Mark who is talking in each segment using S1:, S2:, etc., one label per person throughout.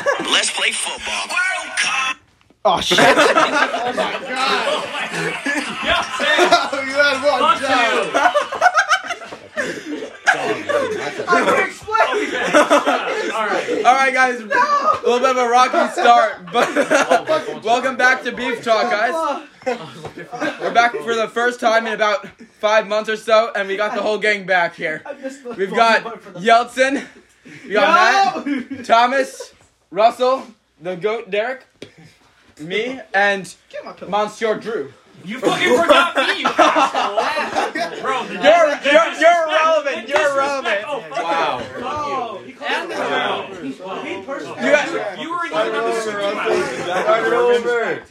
S1: Let's play football. World Cup.
S2: Oh shit! oh
S3: Yeah, same.
S2: you had one
S3: Fuck you.
S2: explain.
S3: All right.
S4: All right, guys. A little bit of a rocky start, but
S3: Welcome
S4: welcome back to Beef Talk, guys. We're back for the first time in about five months or so, and we got the whole gang back here. We've got Yeltsin, we got Matt, Thomas, Russell, the goat Derek, me, and Monsieur Drew.
S3: You fucking forgot me, you asshole. Bro,
S4: You're you're, you're irrelevant.
S3: disrespect-
S4: You're irrelevant.
S3: Oh, fuck
S4: Wow.
S3: you.
S5: Oh, he called me
S3: Wow.
S5: out. Me personally.
S4: You got-
S3: You were in
S6: Start
S3: the number
S6: over,
S3: six
S6: Russell.
S3: class.
S6: Start over.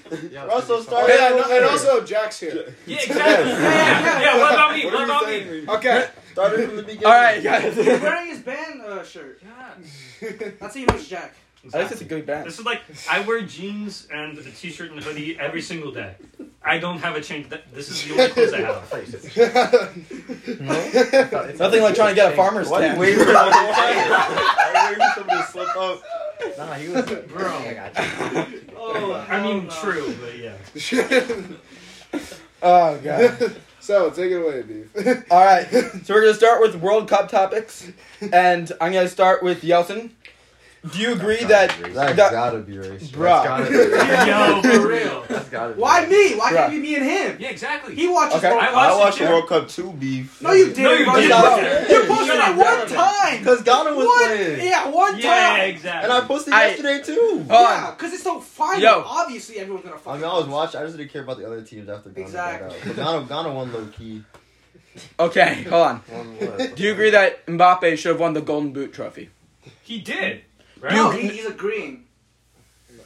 S6: Russell, start
S2: Yeah, and,
S6: over.
S2: and also Jack's here.
S3: Yeah, exactly. Yeah, yeah, what about me? What about me?
S2: Okay.
S6: Start it from the beginning.
S4: All right, guys.
S5: He's wearing his band uh, shirt. That's how you know it's Jack.
S4: At least it's Oh, a good band.
S3: This is like I wear jeans and a t-shirt and hoodie every single day. I don't have a change. That this is the only clothes I have.
S4: Nothing like trying to get a farmer's
S6: Why are you
S4: stand.
S6: waiting for somebody to say it? Why are you waiting for somebody to slip up?
S7: Nah, he was.
S3: Bro.
S7: I got you.
S5: Oh,
S3: I mean,
S5: hell no.
S3: true, but yeah.
S4: Oh god.
S2: so take it away, beef.
S4: All right. So we're gonna start with World Cup topics, and I'm gonna start with Yeltsin. Do you agree that?
S6: That's
S4: That-
S6: gotta be racist.
S4: Bruh.
S3: Yo, for real.
S6: That's gotta be
S5: Why
S6: racist.
S5: me? Why can't
S4: Bruh.
S5: it be me and him?
S3: Yeah, exactly.
S5: He watches.
S4: Okay.
S5: World
S3: I
S5: Cup.
S6: I
S3: watched
S6: watched
S3: it
S6: the
S3: too.
S6: World Cup 2 beef.
S5: No, you didn't.
S3: No, you
S5: bro.
S3: didn't.
S5: You posted
S3: Shut
S5: it
S3: up.
S5: one time.
S6: Because Ghana was
S5: One.
S6: playing.
S5: Yeah, one time.
S3: Yeah, exactly.
S6: And I posted
S4: I-
S6: yesterday too.
S4: Oh.
S5: Yeah, because it's so final.
S4: Yo.
S5: Obviously, everyone's gonna
S6: I
S5: fuck.
S6: mean, I was watching. I just didn't care about the other teams after Ghana
S5: Exactly.
S6: got out. But Ghana, Ghana won low key.
S4: Okay, hold on.
S6: One what?
S4: Do you agree that Mbappe should have won the Golden Boot trophy?
S3: he did. Right?
S5: No, he, he's agreeing.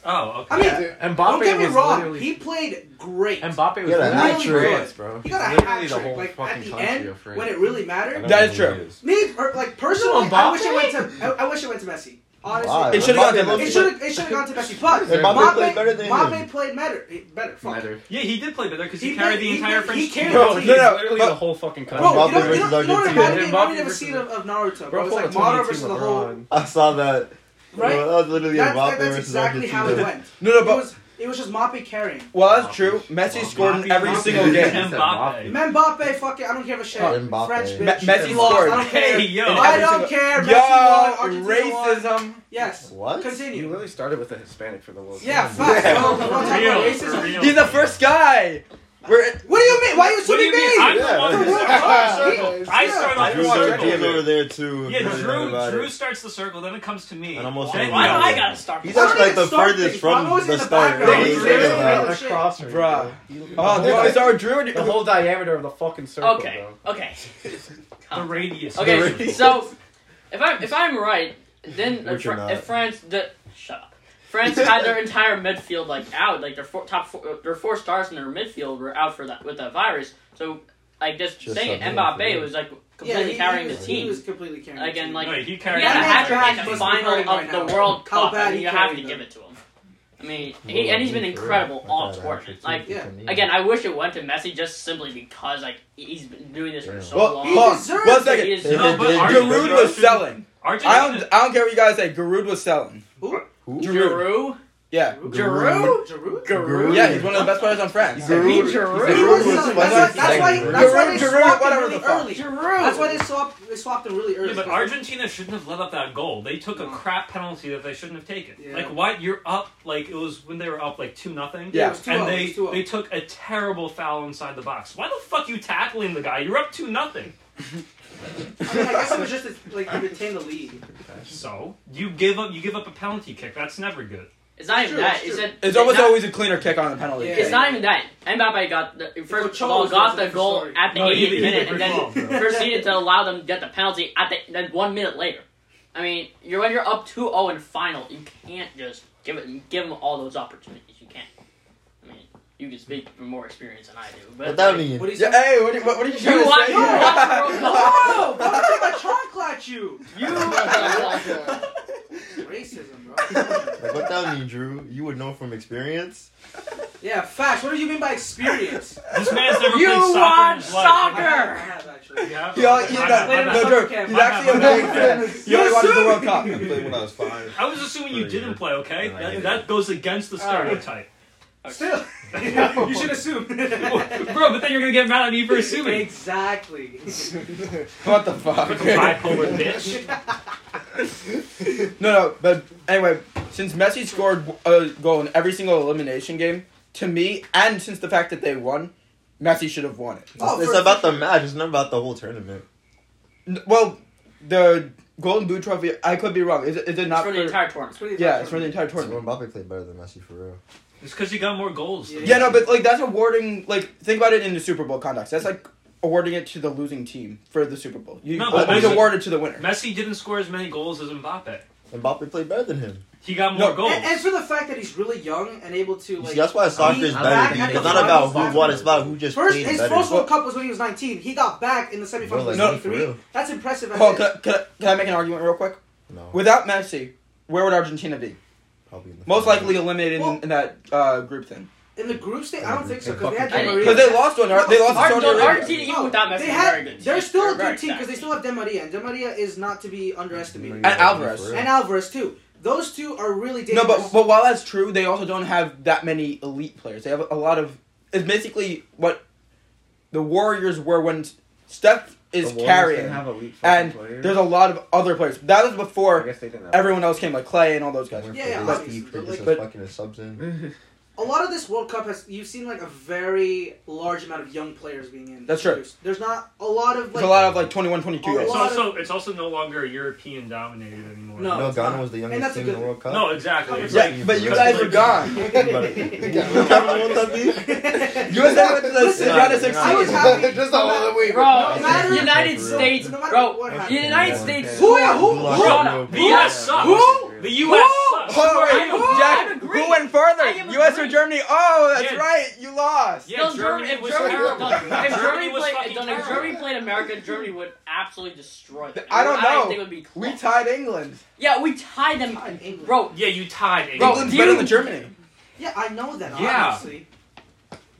S3: Oh, okay.
S5: I mean,
S7: Mbappe
S5: don't get me
S7: was
S5: wrong.
S7: literally.
S5: He played great.
S7: Mbappe was
S6: Yeah, that
S7: literally
S5: hat trick.
S7: France, bro.
S5: He got a
S7: He's literally
S5: hat
S7: the whole
S5: trick. Like
S7: fucking
S5: at the
S7: country
S5: end,
S7: of France.
S5: when it really mattered.
S4: That is true.
S5: Me, per- like personally,
S7: Come on,
S5: I
S7: Mbappe.
S5: wish it went to. I, I wish it went to Messi. Honestly,
S6: Why?
S4: It should've gone to
S6: Mbappe
S5: it
S4: Messi.
S5: should have. It should have gone to Messi. But
S6: Mbappe played better than
S5: Mbappe
S6: him.
S5: played better. eh, Better. Fuck.
S7: Neither.
S3: yeah, he did play better because he,
S5: He
S3: carried
S5: did-
S3: the
S5: he
S3: entire
S5: did-
S3: French
S5: he
S3: team.
S5: carried the
S4: team. No, no,
S7: literally
S4: but-
S7: the whole fucking country.
S5: Bro,
S6: Mbappe
S5: you know, you
S6: versus
S5: know, you know what
S6: Argentina.
S5: reminded me? Reminded me of a
S7: Mbappe
S5: scene of, of Naruto. Bro,
S7: Bro,
S5: it's
S7: full
S5: like
S7: of 2018
S5: Madara versus the whole.
S7: LeBron.
S6: I saw that.
S5: Right?
S6: That was literally
S5: That's,
S6: Mbappe
S5: that, that's
S6: versus
S5: exactly how it
S6: Argentina.
S5: went.
S4: No, no,
S5: It
S4: but
S5: was. It was just Mbappe carrying.
S4: well, that's true. Messi scored in every
S3: Mbappe,
S4: single game.
S3: Mbappe.
S5: Mbappe, fuck it, I don't give a shit.
S4: Oh,
S6: Mbappe.
S5: French
S6: Me-
S5: bitch.
S4: Messi
S5: They lost,
S4: scored.
S5: I don't care.
S3: Hey, yo.
S5: I
S4: Every
S5: don't
S4: single-
S5: care. Messi won.
S4: Yo,
S5: Argentina Won.
S4: racism.
S5: Yes.
S6: What?
S7: You
S5: Continue.
S7: literally started with a Hispanic for the World
S5: Yeah,
S7: Cup.
S5: facts.
S4: Yeah.
S5: Bro, we're not talking about
S3: Real,
S5: racism.
S3: for real.
S4: He's the first guy. We're
S5: What do you mean? Why are you
S3: What do
S5: assuming
S3: you mean? I'm
S5: me?
S6: Yeah.
S3: the one who
S6: Yeah.
S3: started the circle. I
S6: I
S3: started
S6: Drew
S3: the
S6: Sarkis
S3: circle.
S6: was over there too.
S3: Yeah,
S6: Really mad
S3: Drew.
S6: about
S3: Drew
S6: it.
S3: starts the circle, then it comes to me.
S6: And I'm also
S3: Then
S6: mad
S3: why do
S6: about
S3: I
S6: it.
S3: gotta start?
S6: He's
S3: the
S5: I
S6: actually
S5: don't
S6: like
S5: even
S3: circle?
S6: the
S5: start
S6: furthest
S5: things, bro. I'm
S6: from
S5: always
S6: the
S5: in the
S6: start.
S5: background.
S6: Really?
S3: He's
S6: Really
S3: literally
S6: bad.
S5: Oh,
S7: Across,
S5: shit.
S7: across her.
S4: bruh. Oh, do you want to start with Drew? Or do
S7: The whole diameter of the fucking circle,
S8: Okay,
S7: bro.
S8: okay,
S3: The radius.
S6: The
S8: okay.
S6: radius.
S8: So, if I'm if I'm right, then
S6: No,
S8: if,
S6: you're
S8: Fran-
S6: not.
S8: if France the shut up, France had their entire midfield like out, like their four, top four, their four stars in their midfield were out for that with that virus. So, like just,
S6: Just
S8: saying
S6: something
S8: Mbappe
S6: for-
S8: was like
S5: Yeah,
S8: completely
S5: he,
S8: carrying
S5: he
S8: the
S5: was,
S8: team.
S5: He was completely carrying the
S8: Again,
S5: team.
S8: like
S3: no, he
S8: he
S3: carried.
S8: had a
S5: that
S8: hat
S5: man's back
S8: trick in the
S5: must be
S8: final
S5: hurting
S8: of
S5: right
S8: the
S5: now.
S8: World
S5: How
S8: Cup.
S5: bad
S8: I mean,
S5: he
S8: you have
S5: carried
S8: to
S5: them.
S8: give it to him. I mean, he, and he's been incredible all tournament. Like
S5: Yeah.
S8: again, I wish it went to Messi just simply because like he's been doing this for so
S4: Well,
S8: long.
S5: He
S4: hold on.
S5: deserves
S4: One
S5: it.
S4: second.
S8: He is-
S6: If
S3: No,
S6: it
S3: but
S6: did-
S3: Argentina-
S4: Giroud was selling. I
S3: Argentina.
S4: don't. I don't care what you guys say. Giroud was selling.
S5: Who?
S4: Giroud.
S8: Giroud.
S4: Yeah.
S8: Giroud.
S5: Giroud?
S6: Giroud.
S4: Yeah, he's one of the best players on France.
S6: Giroud.
S8: Giroud.
S5: He
S6: Giroud
S5: was
S6: was
S5: selling.
S6: my
S5: That's,
S6: next
S5: why- that's why.
S6: thing.
S5: That's why they
S4: Giroud, Giroud,
S5: swapped him
S4: whatever
S5: really
S4: the fuck.
S5: early.
S8: Giroud.
S5: That's why they swapped. They swapped him really early.
S3: Yeah, but
S5: because-
S3: Argentina shouldn't have let up that goal. They took a
S5: No.
S3: crap penalty that they shouldn't have taken.
S5: Yeah.
S3: Like why you're up like it was when they were up like two nothing.
S4: Yeah.
S5: it was two
S3: and
S5: up, it
S3: they
S5: was two up.
S3: they took a terrible foul inside the box. Why the fuck you tackling the guy? You're up two nothing.
S5: I mean, I guess it was just to, like to retain the lead.
S3: So you give up you give up a penalty kick. That's never good.
S8: It's not even
S5: True,
S8: that.
S5: it's
S8: It's,
S5: true.
S8: that
S4: It's almost
S8: not,
S4: always a cleaner kick on the penalty.
S5: Yeah.
S8: It's not even that. Mbappe got the first of all
S5: Cholos
S8: got
S5: does it,
S8: the
S5: it's a
S8: goal
S5: story.
S8: at the
S3: No, he-
S8: 80th
S3: he
S8: minute,
S3: did
S8: and then
S3: the goal,
S8: proceeded to allow them to get the penalty at the then one minute later. I mean, you're when you're up 2-0 in final, you can't just give it give them all those opportunities. You can't. I mean, you can speak from more experience than I do, but,
S6: What that
S8: like,
S6: mean?
S5: What do you
S4: Yeah,
S5: say?
S4: hey, what, do you- what, what are you trying
S8: You
S4: to
S8: watch,
S4: say?
S8: you watch the World Cup.
S5: Oh, I'm take my chocolate at you. Racism, bro.
S6: Like, what that mean, Drew? You would know from experience.
S5: Yeah, facts. What do you mean by experience?
S3: This man's never
S8: You
S3: played soccer in
S8: watch
S3: his
S5: I
S3: life.
S8: soccer!
S5: have, I have actually.
S3: You have?
S4: Yeah,
S3: Okay,
S4: you
S3: I'm
S4: got-
S3: not- I'm
S5: no,
S3: not-
S5: no,
S4: joke.
S5: okay,
S4: He's actually a big fan. He only watches the World Cup.
S6: I played when I was five.
S3: I was assuming you
S6: Really
S3: didn't
S6: good.
S3: play, okay?
S6: Yeah, I
S3: That,
S6: did.
S3: that goes against the
S8: Alright.
S3: stereotype.
S5: Still, you should assume.
S3: Bro, but then you're gonna get mad at me for assuming.
S5: exactly.
S4: What the fuck?
S3: Bipolar bitch.
S4: No, no, but anyway, since Messi scored a goal in every single elimination game, to me, and since the fact that they won, Messi should have won it.
S5: Oh,
S6: it's
S5: for-
S6: about the match. It's not about the whole tournament.
S4: N- Well, the Golden Boot Trophy, I could be wrong. Is it, is it
S8: It's
S4: not
S8: for the entire tournament.
S4: Yeah, it's for the entire
S6: When
S4: tournament.
S6: Mbappe played better than Messi for real.
S3: It's because he got more goals. than-
S4: Yeah, no, but like that's awarding. Like, think about it in the Super Bowl context. That's like awarding it to the losing team for the Super Bowl. You
S3: No,
S6: but
S4: always
S6: Messi-
S4: award it to the winner.
S3: Messi didn't score as many goals as Mbappe.
S6: Mbappe played better than him.
S3: He got
S4: No,
S3: more goals.
S5: And, and for the fact that he's really young and able to
S6: You
S5: like.
S6: see, that's why soccer is
S5: I mean,
S6: better.
S5: back
S6: than you.
S5: at the
S6: It's not about
S5: finals,
S6: who won. It's about who just
S5: First,
S6: played
S5: his
S6: better.
S5: first World Cup was when he was 19. He got back in the semifinals
S6: Really?
S5: in
S6: No,
S5: 23.
S6: for real.
S5: That's impressive. as
S4: Well,
S5: it
S4: can,
S5: is.
S4: I- can, I- can I make an argument real quick?
S6: no,
S4: Without Messi, where would Argentina be?
S6: probably in the
S4: Most
S6: finals.
S4: likely eliminated in, in that uh, group thing.
S5: In the group stage, I don't think so because they
S6: Fucking
S8: I
S5: had Di
S8: didn't-
S5: Maria.
S4: Because they lost one. They lost to
S8: Ar-
S4: Saudi
S8: no,
S4: Arabia.
S8: Argentina, even without Messi,
S5: they
S8: they're
S5: had,
S8: very good.
S5: They're still a
S8: They're
S5: good
S8: very
S5: team because they
S8: stacked.
S5: still have Di Maria, and Di Maria is not to be underestimated.
S6: Yeah,
S4: And Alvarez.
S6: for real.
S5: And Alvarez too. Those two are really
S4: No,
S5: dangerous.
S4: but but while that's true, they also don't have that many elite players. They have a lot of. It's basically what the Warriors were when Steph is
S7: The Warriors
S4: carrying,
S7: didn't have elite fucking
S4: and
S7: players.
S4: there's a lot of other players. That was
S7: I
S4: before
S7: guess they didn't. Have
S4: everyone else came, like Clay and all those guys.
S6: Went for
S5: Yeah, yeah,
S6: this,
S5: obviously,
S6: he
S5: but
S6: played this
S5: like-
S6: as
S4: but-
S6: fucking a subs in.
S5: a lot of this World Cup has you've seen like a very large amount of young players being in.
S4: That's true.
S5: groups. There's not a lot of like.
S4: There's a lot of like 21, 22 year
S5: A
S3: It's
S4: olds.
S5: lot of-
S3: also it's also no longer European dominated anymore.
S5: No.
S6: No,
S5: it's
S6: Ghana
S5: not.
S6: was the
S5: And
S6: youngest
S5: that's a
S6: team in the
S5: good-
S6: World Cup.
S3: No, exactly.
S5: Yeah,
S3: exactly.
S4: Yeah, but you guys were gone. USA went to the
S5: Listen,
S4: round of 16.
S5: I was happy.
S2: Just the whole other week.
S8: Bro,
S5: matter-
S8: the United
S6: No
S8: States,
S5: matter
S8: bro,
S5: what
S8: the
S5: happens.
S8: United
S6: Yeah.
S8: States.
S5: Who? Who?
S6: Who?
S5: Who?
S8: Shut up.
S3: The US sucks.
S5: Who?
S3: The US sucks.
S4: Hold on, wait,
S8: I agree.
S4: Jack,
S8: I agree.
S4: who went
S8: I
S4: further?
S8: am
S4: U.S. or
S8: agreeing.
S4: Germany? Oh, that's
S3: Yeah.
S4: right, you lost.
S3: Yeah, Germany, was terrible.
S8: If Germany
S3: was
S8: played,
S3: fucking
S8: if Germany
S3: terrible.
S8: played America, Germany would absolutely destroy them.
S4: I don't know.
S8: think it would be
S4: We
S8: close.
S4: tied England.
S8: yeah, we tied them,
S5: Tied England.
S8: bro.
S3: Yeah, you tied.
S8: Bro,
S3: England.
S4: England's better
S8: dude.
S4: than Germany.
S5: Yeah, I know that.
S3: Yeah.
S5: Obviously.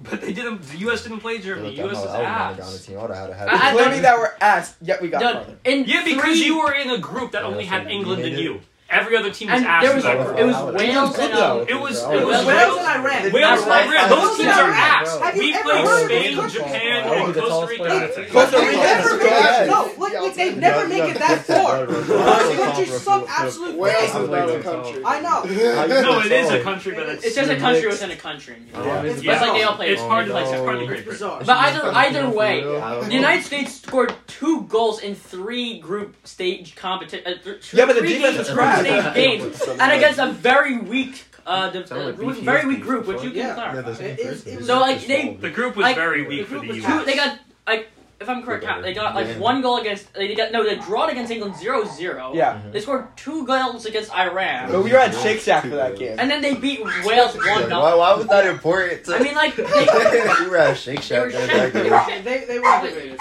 S3: but they didn't. The US didn't play Germany.
S6: I
S3: US is
S6: would have Ghana
S3: ass.
S6: team. I would have had a
S8: I-
S6: hat.
S8: I-
S4: Claiming that we're ass, yet we got
S8: Done.
S4: farther.
S8: In
S3: Yeah, because
S8: three-
S3: you were in a group that
S6: Yeah,
S3: only
S6: so
S3: had
S6: you
S3: England and
S6: hated
S3: you. Every other team was
S8: And
S3: ass.
S8: there
S3: in
S8: was
S3: that
S8: it
S3: group.
S8: was
S6: Wales
S8: Wales and um,
S3: It was
S6: Wales
S3: it
S5: Wales and
S3: was Wales.
S5: Iran.
S3: Wales and
S8: Iran.
S3: Iran. Those teams are ass.
S5: Have
S3: We
S5: you ever
S3: played
S5: heard of
S3: Spain,
S5: England?
S3: Japan,
S7: Oh,
S3: and
S7: the
S3: Costa
S7: tallest player.
S3: Rica.
S4: Costa
S5: They
S4: Rica.
S5: never make
S2: Yes.
S5: it. No, look, look, they never make it that far. This country's some absolute
S2: Wales
S5: thing.
S2: is not a country.
S5: I know.
S3: No, it is a country, but it's
S8: It's just a country within a country. You know?
S7: Yeah.
S5: It's
S8: It's like
S5: bizarre.
S8: they all play.
S3: It's
S8: it.
S3: part of like it's part of the
S7: Oh.
S3: Great
S5: It's
S3: Britain.
S5: bizarre.
S8: But either either
S6: Yeah,
S8: way,
S7: I
S8: the
S7: don't know.
S8: United States scored two goals in three group stage competition. Uh, th- two-
S4: Yeah, but the
S8: three
S4: defense
S8: games,
S4: is
S8: group
S4: crap.
S8: stage games, and against a very weak, uh, the,
S7: Sound like
S8: uh,
S7: BTS
S8: very weak
S7: beef
S8: group,
S7: or
S8: which you
S5: something.
S8: can
S5: Yeah.
S8: clarify.
S5: It is- it was-
S8: So, like, they-
S3: The group was
S8: Like,
S3: very
S5: the
S3: weak for
S5: group
S3: the
S5: was
S3: US.
S5: ass.
S8: Two, they got like, if I'm correct,
S6: better.
S8: they got like
S6: Yeah.
S8: one goal against. They got no, they drawed against England 0-0.
S4: Yeah.
S8: they scored two goals against Iran,
S4: But we were at Shake Shack for that game.
S8: and then they beat Wales one 0
S6: Why, why was that important? To...
S8: I mean, like, they,
S6: you were at Shake
S8: they were
S6: Shack. during that
S8: shit. They
S6: game.
S8: were
S5: They,
S8: shit.
S5: they were underrated.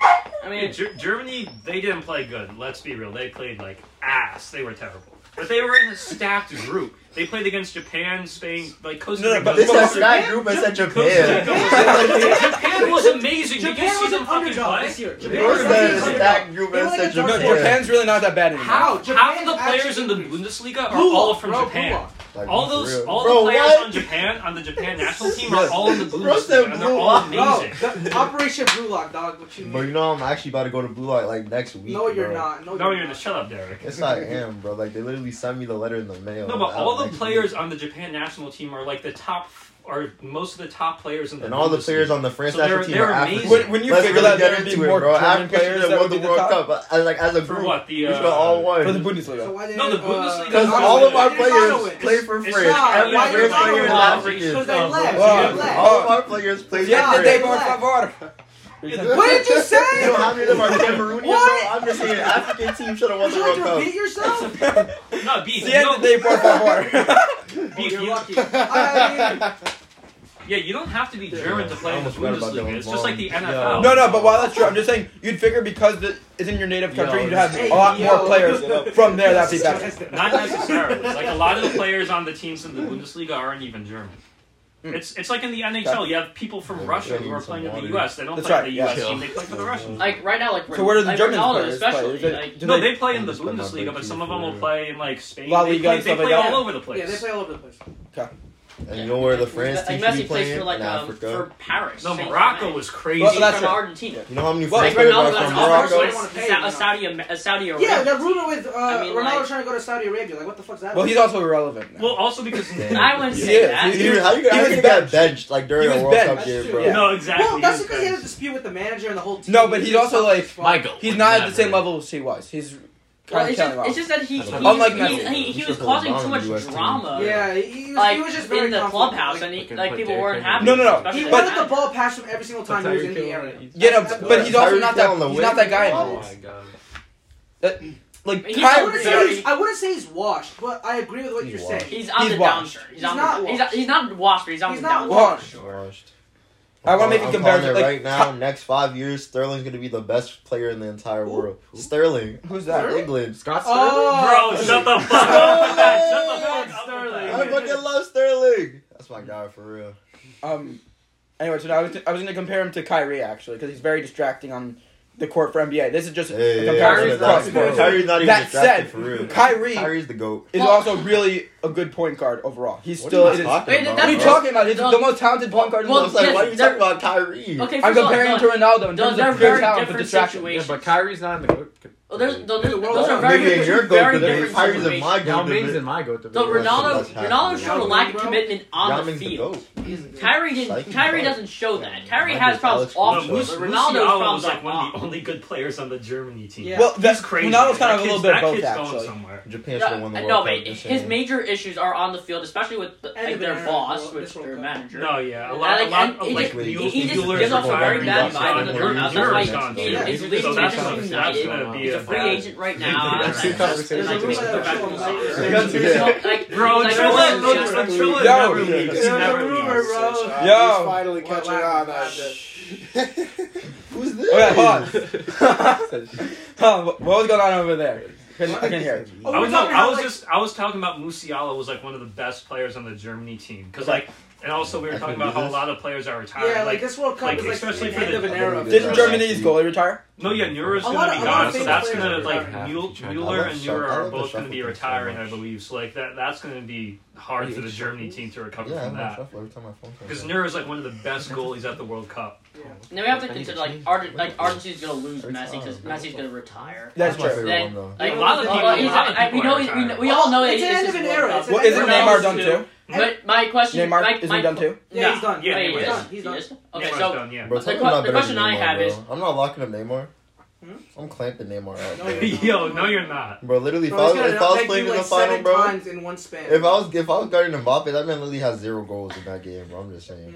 S8: I
S3: Yeah,
S8: mean,
S3: Ger- Germany, they didn't play good. Let's be real. They played like ass. They were terrible. But they were in a stacked group. They played against Japan, Spain, like Costa
S4: No, no,
S3: Rica.
S4: but
S6: This
S4: Well,
S6: is that group is such a
S3: Costa Rica
S6: pair.
S3: was- Japan was amazing. Did you
S5: Japan
S3: see
S5: was an
S3: them fucking
S5: underdog
S3: play?
S5: this year.
S6: They
S5: Japan
S6: were
S5: was
S6: the
S5: an underdog.
S6: stacked group
S5: They
S6: and
S5: were like
S6: such
S5: a
S6: a
S4: No,
S5: dark
S6: pair.
S4: Japan's really not that bad anymore.
S3: How? Half of the
S5: Japan's
S3: players in the
S5: actually-
S3: Bundesliga are
S5: Blue
S3: all
S5: Lock,
S3: from
S5: bro, Blue
S3: Japan.
S5: Lock.
S6: Like,
S3: All
S6: for
S3: those,
S6: real.
S3: all
S6: Bro,
S3: the players
S6: what?
S3: on Japan, on the Japan national team, are all in the
S6: Bro said
S3: Bundesliga, and they're
S6: Blue
S3: all
S6: Lock.
S5: Bro,
S3: amazing.
S5: the Operation Blue Lock, dog. What you
S6: But
S5: mean?
S6: you know, I'm actually about to go to Blue Light like next week.
S5: No, you're
S6: bro.
S5: not. No,
S3: No,
S5: you're
S3: you're the
S5: not.
S3: shut up, Derek.
S6: Yes, I am, bro. Like they literally sent me the letter in the mail.
S3: No,
S6: Like,
S3: but all the
S6: next
S3: players
S6: week.
S3: on the Japan national team are like the top, are most of the top players in the
S6: and all the players
S3: Bundesliga.
S6: on the France
S3: So
S6: national
S3: they're-
S6: team
S3: they're
S6: are
S3: amazing.
S6: African.
S4: When, when you
S6: Let's
S4: figure
S6: really
S4: that there
S6: get
S4: would be
S6: into
S4: more
S6: it, bro.
S4: German
S6: African should
S4: players that
S6: have won
S4: would be
S6: the
S4: the
S6: World
S4: top
S6: Cup uh, like as a
S3: for
S6: group.
S3: what the
S6: We
S3: uh,
S6: should all won.
S4: for the Bundesliga.
S5: why
S3: No, the
S5: didn't, uh,
S3: Bundesliga-
S6: Because
S3: Honestly,
S6: all of our
S5: they
S6: players
S5: decided to win.
S6: play for
S3: It's
S6: France.
S5: not-
S6: Every
S5: why
S6: French
S5: not
S6: player is
S5: win?
S6: African.
S5: Because they
S3: Oh,
S5: left.
S4: Wow.
S5: They left.
S6: All of our players play for
S4: Yeah, the day,
S6: France.
S4: por favor.
S5: What did you say?
S6: You know how many of them are Cameroonian, bro?
S5: What?
S6: I'm just saying, African team should have won
S5: Would
S6: the
S5: you
S6: World
S5: like to
S6: Cup.
S5: repeat yourself?
S3: No, beef.
S4: Siente
S3: no,
S4: day, por favor.
S3: beef.
S5: You're
S3: You,
S5: lucky. I
S3: yeah, you don't have to be German to play in the
S6: almost forgot about
S3: Bundesliga.
S6: that
S3: It's just like the
S6: one.
S3: NFL.
S4: No, no, but while that's true, I'm just saying, you'd figure because the, it's in your native country, you'd have a lot more players from there that'd be better.
S3: Not necessarily. Like a lot of the players on the teams in the Bundesliga aren't even German.
S4: Hmm.
S3: It's it's like in the NHL. You have people from Russia who are playing in the U.S. They don't
S4: That's
S3: play
S4: right,
S3: in the
S4: yeah.
S3: U.S. team. They play for the Russians.
S8: Like right now, like
S4: So where do the
S8: like,
S4: German
S8: Ronaldo
S4: players play?
S8: especially,
S4: Is it-
S8: like,
S4: do
S3: no,
S4: they-
S3: they play in the
S9: Just play my
S3: Bundesliga, but
S9: big
S3: some of them will
S9: team.
S3: play in like Spain.
S4: La
S3: They
S4: Liga
S3: play,
S4: and
S3: they
S4: stuff like
S3: play
S4: that.
S3: all over the place.
S5: Yeah, they play all over the place.
S9: And you know where the France
S8: like
S9: team should
S8: Messi
S9: be
S8: plays
S9: playing?
S8: for like
S9: in
S8: um,
S9: Africa.
S8: for Paris.
S3: No,
S8: Saint
S3: Morocco
S8: Germain.
S3: was crazy.
S4: Well,
S8: He's
S4: Oh, that's
S8: from
S4: right.
S8: Argentina.
S9: you know how many
S8: Like
S9: French players
S8: Ronaldo,
S9: are
S8: that's
S9: from
S5: Morocco.
S8: Morocco.
S9: Morocco?
S5: They wanna pay him,
S8: A Saudi, a Saudi Arabia.
S5: Yeah, that rumor with uh,
S8: I mean,
S5: Ronaldo
S8: like-
S5: trying to go to Saudi Arabia. Like, what the fuck's that?
S4: Well, he's also irrelevant. Now.
S3: Well, also because
S8: I wouldn't
S4: He
S8: say
S4: is.
S8: that.
S4: He-
S9: Dude, how you
S4: He
S9: how
S4: was
S9: you got
S4: benched.
S9: benched like during
S4: He
S9: a
S4: was
S9: World Cup
S4: benched.
S9: game,
S5: That's
S9: bro?
S5: true.
S3: no, exactly.
S5: Well, that's
S3: he was
S5: because he had a
S3: benched.
S5: dispute with the manager and the whole team.
S4: No, but he's also, like,
S10: Michael.
S4: he's not at the same level as he was. He's
S8: Well,
S4: kind of
S8: it's,
S4: counting
S8: just,
S4: off.
S8: it's just that he
S10: That's
S8: he,
S10: what
S4: Unlike
S8: he,
S4: Messi.
S8: he, he
S9: He
S8: was
S9: should
S8: causing
S9: have
S8: too
S9: gone
S8: much
S9: on the US team.
S8: drama.
S5: Yeah, he, he was,
S8: Like
S5: he was just very
S8: in the
S5: confident.
S8: clubhouse,
S5: Like,
S8: and he,
S10: Fucking
S8: like
S10: put
S8: people
S10: Derrick
S8: weren't
S10: Henry.
S8: happy.
S4: No, no, no.
S8: especially
S5: he
S8: with
S5: wanted
S8: that.
S5: the ball past him every single time he was in the area.
S4: Yeah, no, but- but he's also
S9: Tyreek
S4: not
S9: Hill
S4: that.
S9: on the
S4: He's
S9: wing.
S4: not that guy
S10: Oh
S4: anymore.
S10: my god.
S4: That- Uh, like
S8: He's
S5: I
S8: Tyler
S5: wouldn't,
S4: Kyrie,
S5: say
S8: Berry.
S5: he's, I wouldn't say he's washed, but I agree with what
S9: He's
S5: you're
S9: washed.
S5: saying.
S8: He's on
S4: He's
S8: the
S4: washed.
S8: downshift.
S5: He's
S8: on
S5: not
S8: the,
S5: washed.
S8: He's, he's not washed, but he's on
S5: He's
S8: the
S5: not
S8: downshift.
S4: washed. I want to make a
S9: I'm
S4: comparison.
S9: calling
S4: Like,
S9: it right now, next five years, Sterling's gonna be the best player in the entire world. Sterling,
S4: who's that?
S9: England.
S7: Scott
S5: Oh,
S3: Bro, shut the fuck up. with that. Shut the fuck up. with that.
S9: I fucking love Sterling. That's my guy for real.
S4: Um. Anyway, so I was I was gonna compare him to Kyrie actually because he's very distracting on the court for NBA. This is just
S9: Hey,
S4: a
S9: yeah,
S4: comparison.
S9: yeah, that's
S4: across the
S9: good.
S4: board.
S9: Kyrie's not even
S4: That
S9: distracted
S4: said,
S9: for real.
S4: Kyrie-
S9: Kyrie's the goat.
S4: Is
S8: Well-
S4: also really a good point guard overall. He's
S9: What
S4: still.
S9: are
S4: it
S9: you
S4: is-
S9: talking
S8: Wait,
S9: about?
S4: what are you
S8: that's-
S9: bro?
S4: talking about? He's
S8: Well-
S4: the most talented point guard in
S8: well,
S9: I
S4: the
S9: was like,
S8: yes,
S9: why are you
S8: they're-
S9: talking about Kyrie?
S8: Okay,
S4: I'm
S8: first of all,
S4: comparing him to
S8: no,
S4: Ronaldo in
S8: Those
S4: terms
S8: are
S4: of pure
S8: very
S4: talent but
S8: different
S4: distraction.
S7: Yeah,
S8: situations.
S7: but Kyrie's not in the goat.
S8: Well, there's, those, those
S5: Well,
S8: are very,
S9: Maybe in your
S8: different-
S9: goat
S8: very
S9: debate,
S8: different
S9: Kyrie's in
S8: situations.
S9: my
S7: Yao
S9: goat
S7: Ming's in
S9: debate.
S7: my goat.
S8: So
S7: to be honest.
S8: Ronaldo,
S9: That's happening.
S8: Ronaldo showed a lack of
S5: Bro.
S8: commitment
S9: Yao
S8: on the
S9: Ming's the
S8: field.
S9: goat.
S8: Kyrie didn't.
S9: Psych.
S8: Kyrie doesn't show that. Kyrie
S9: Mine
S8: has
S9: is
S8: problems
S9: Alex
S8: off,
S9: Crusoe.
S3: No,
S8: but
S3: Lucy
S8: Ronaldo's
S3: Allen was
S8: problems
S3: like
S8: are
S3: one of the
S8: off.
S3: only good players on the Germany team.
S5: Yeah.
S4: Well,
S3: that's
S4: that's
S3: crazy.
S4: Ronaldo's kind
S3: That
S4: of a little
S3: kid's-
S4: bit
S3: that
S4: of both
S3: kid's going
S4: actually.
S3: somewhere.
S9: Japan should have won the
S8: Yeah,
S9: World
S8: no,
S9: Cup.
S8: but
S9: just
S8: his
S9: saying.
S8: major issues are on the field, especially with the,
S5: And
S8: like,
S5: the
S8: their
S5: Bernard
S8: boss,
S5: World-
S8: which
S5: this World
S8: their
S5: Cup.
S8: manager.
S3: No, yeah, a
S8: And,
S3: lot, a
S8: like,
S3: lot
S8: and
S3: of
S8: he
S3: like
S9: just-
S3: Mueller-
S9: he
S8: just
S3: Mueller's
S8: gives off a
S3: firing
S8: very bad
S9: That's
S3: back
S9: not
S3: on
S9: the
S3: Mueller-
S9: Bernard
S3: Mueller's
S9: World
S3: gone,
S9: Cup.
S3: dude.
S5: Yeah.
S8: He's leaving
S3: So that's
S8: Manchester
S3: gonna- that's
S8: United.
S3: gonna be
S8: He's
S3: a
S8: a free
S3: bad-
S8: agent right now.
S9: That's
S8: Like,
S9: two
S8: that's-
S9: conversations.
S8: like, he's a professional soccer.
S9: Yeah.
S8: He's not- like-
S3: Bro,
S8: like,
S3: Trilla,
S8: Trilla-
S3: look, Trilla
S4: Yo,
S3: never
S4: dude.
S3: leaves.
S5: There's
S3: He
S5: a
S3: never
S5: rumor,
S3: leaves.
S5: bro.
S2: Uh,
S4: Yo. Oh,
S2: he's finally
S5: What
S2: catching on
S5: happened?
S2: that shit.
S9: Who's this?
S4: Okay, pause. Huh, Um, what was going on over there? Couldn't- I can hear. it.
S5: Oh,
S3: I
S5: we're
S3: was, no,
S5: talking about,
S3: I was
S5: like-
S3: just, I was talking about Musiala was like one of the best players on the Germany team because like, and also we were
S9: I
S3: talking
S9: can
S3: about
S9: do
S3: how a
S9: this.
S3: lot of players are retired.
S5: Yeah, like
S3: like,
S5: this World Cup
S3: like,
S5: is like
S3: especially
S5: the
S3: for
S5: end
S3: the-
S5: of an era.
S9: Didn't
S4: Didn't Germany's goalie retire?
S3: no, yeah, Neuer's
S5: A
S3: gonna
S5: lot
S3: be
S5: of- a lot
S3: gone,
S5: of
S3: so
S5: famous
S3: that's
S5: players
S3: gonna
S5: are
S3: like
S7: retired.
S3: Mule-
S7: Check out
S3: Mueller
S9: that
S3: and
S9: stuff.
S3: Neuer
S9: I
S3: are
S9: love
S3: both
S9: the
S3: gonna be
S9: shuffle so
S3: retiring, I
S9: much.
S3: believe. So like that, that's gonna be hard for the Germany team to recover
S9: Yeah, I'm
S3: from
S9: on
S3: that.
S9: shuffle every time my phone
S3: Because
S9: comes up.
S3: Neuer's like one of the best goalies at the World Cup.
S8: And then we have to consider like Argent, like Argentina's gonna lose Messi because Messi's gonna retire.
S4: That's
S9: my
S4: true.
S9: favorite one though.
S8: Like,
S5: A lot of
S8: well,
S5: people- a
S8: he's-
S3: lot of
S8: I- we
S3: people
S8: know
S3: are
S8: he's- we,
S3: retired.
S8: we all know
S5: Well,
S8: it's
S5: it's an
S8: his
S5: end of an
S8: World
S5: era.
S8: Cup.
S5: It's an
S4: Well, isn't
S5: Ronaldo's
S4: Neymar done too?
S8: But my question, my,
S4: Neymar isn't
S8: my,
S4: he done too?
S5: Yeah, he's done.
S3: Yeah,
S8: Wait,
S3: he
S8: he
S3: was.
S8: is. He's
S5: He's
S8: done.
S5: done.
S8: Okay,
S3: Neymar's
S8: so
S3: done, yeah.
S9: Bro,
S8: The
S9: talking
S8: que-
S9: about
S8: the
S9: better
S8: question
S9: than
S8: I
S9: Neymar,
S8: have
S9: bro.
S8: is-
S9: I'm not locking up Neymar.
S5: Hmm?
S9: I'm clamping Neymar out.
S5: No,
S9: bro.
S5: you're not.
S3: Yo, no, you're not.
S9: Bro, literally,
S5: Bro, he's
S9: if I
S5: gonna
S9: was, if I was
S5: outthink
S9: playing
S5: you,
S9: in the
S5: like,
S9: final,
S5: seven
S9: bro,
S5: times in one span.
S9: if I was if I was guarding Mbappe, that man literally has zero goals in that game. Bro, I'm just saying.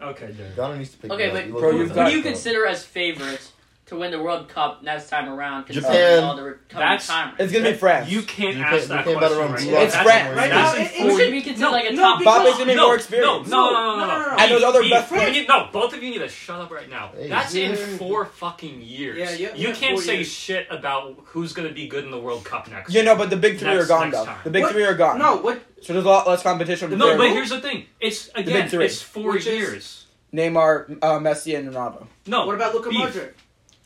S5: Mhm.
S3: Okay, Derek.
S9: Bro. Ghana needs to pick.
S8: Okay,
S9: it up.
S8: but
S9: You look
S4: Bro,
S9: good
S4: you've
S9: as
S8: who
S4: got-
S9: that,
S8: do you
S9: bro.
S8: consider as favorites to win the World Cup next time around? considering
S9: Japan.
S8: All the re- coming
S3: That's-
S8: time.
S4: It's gonna be France.
S3: You can't
S9: You
S3: ask
S9: can't- you
S3: that
S9: can't
S3: question
S9: battle on
S3: right
S9: Blue
S3: now.
S9: Lines.
S4: It's
S3: That's-
S4: France.
S5: Right
S3: that's
S5: now,
S3: in
S5: it-
S8: Who
S5: it
S8: should
S3: forty-
S8: be considered
S5: No,
S8: like a
S5: no,
S8: top?
S5: because-
S4: Bobby's gonna be
S3: No,
S4: more experienced.
S3: No, no, no, no, no.
S5: No, no, no, no.
S4: And those other
S3: Beef,
S4: best
S3: beef.
S4: players-
S3: You need- No, both of you need to shut up right now.
S9: Hey,
S3: That's in
S9: dude.
S3: four fucking years.
S5: Yeah, yeah,
S3: You
S5: yeah,
S3: can't
S5: four
S3: say
S5: years.
S3: shit about who's gonna be good in the World Cup next.
S4: You know, but the big three
S3: Next-
S4: are gone
S3: next
S4: though.
S3: time.
S4: The big
S5: What?
S4: three are gone.
S5: No, what?
S4: So there's a lot less competition.
S3: no,
S4: for
S3: but here's the thing. It's again,
S4: big three.
S3: it's four
S5: Which is-
S3: years.
S4: Neymar, uh, Messi, and Ronaldo.
S3: No.
S5: What about Luka
S3: beef.
S5: Modric?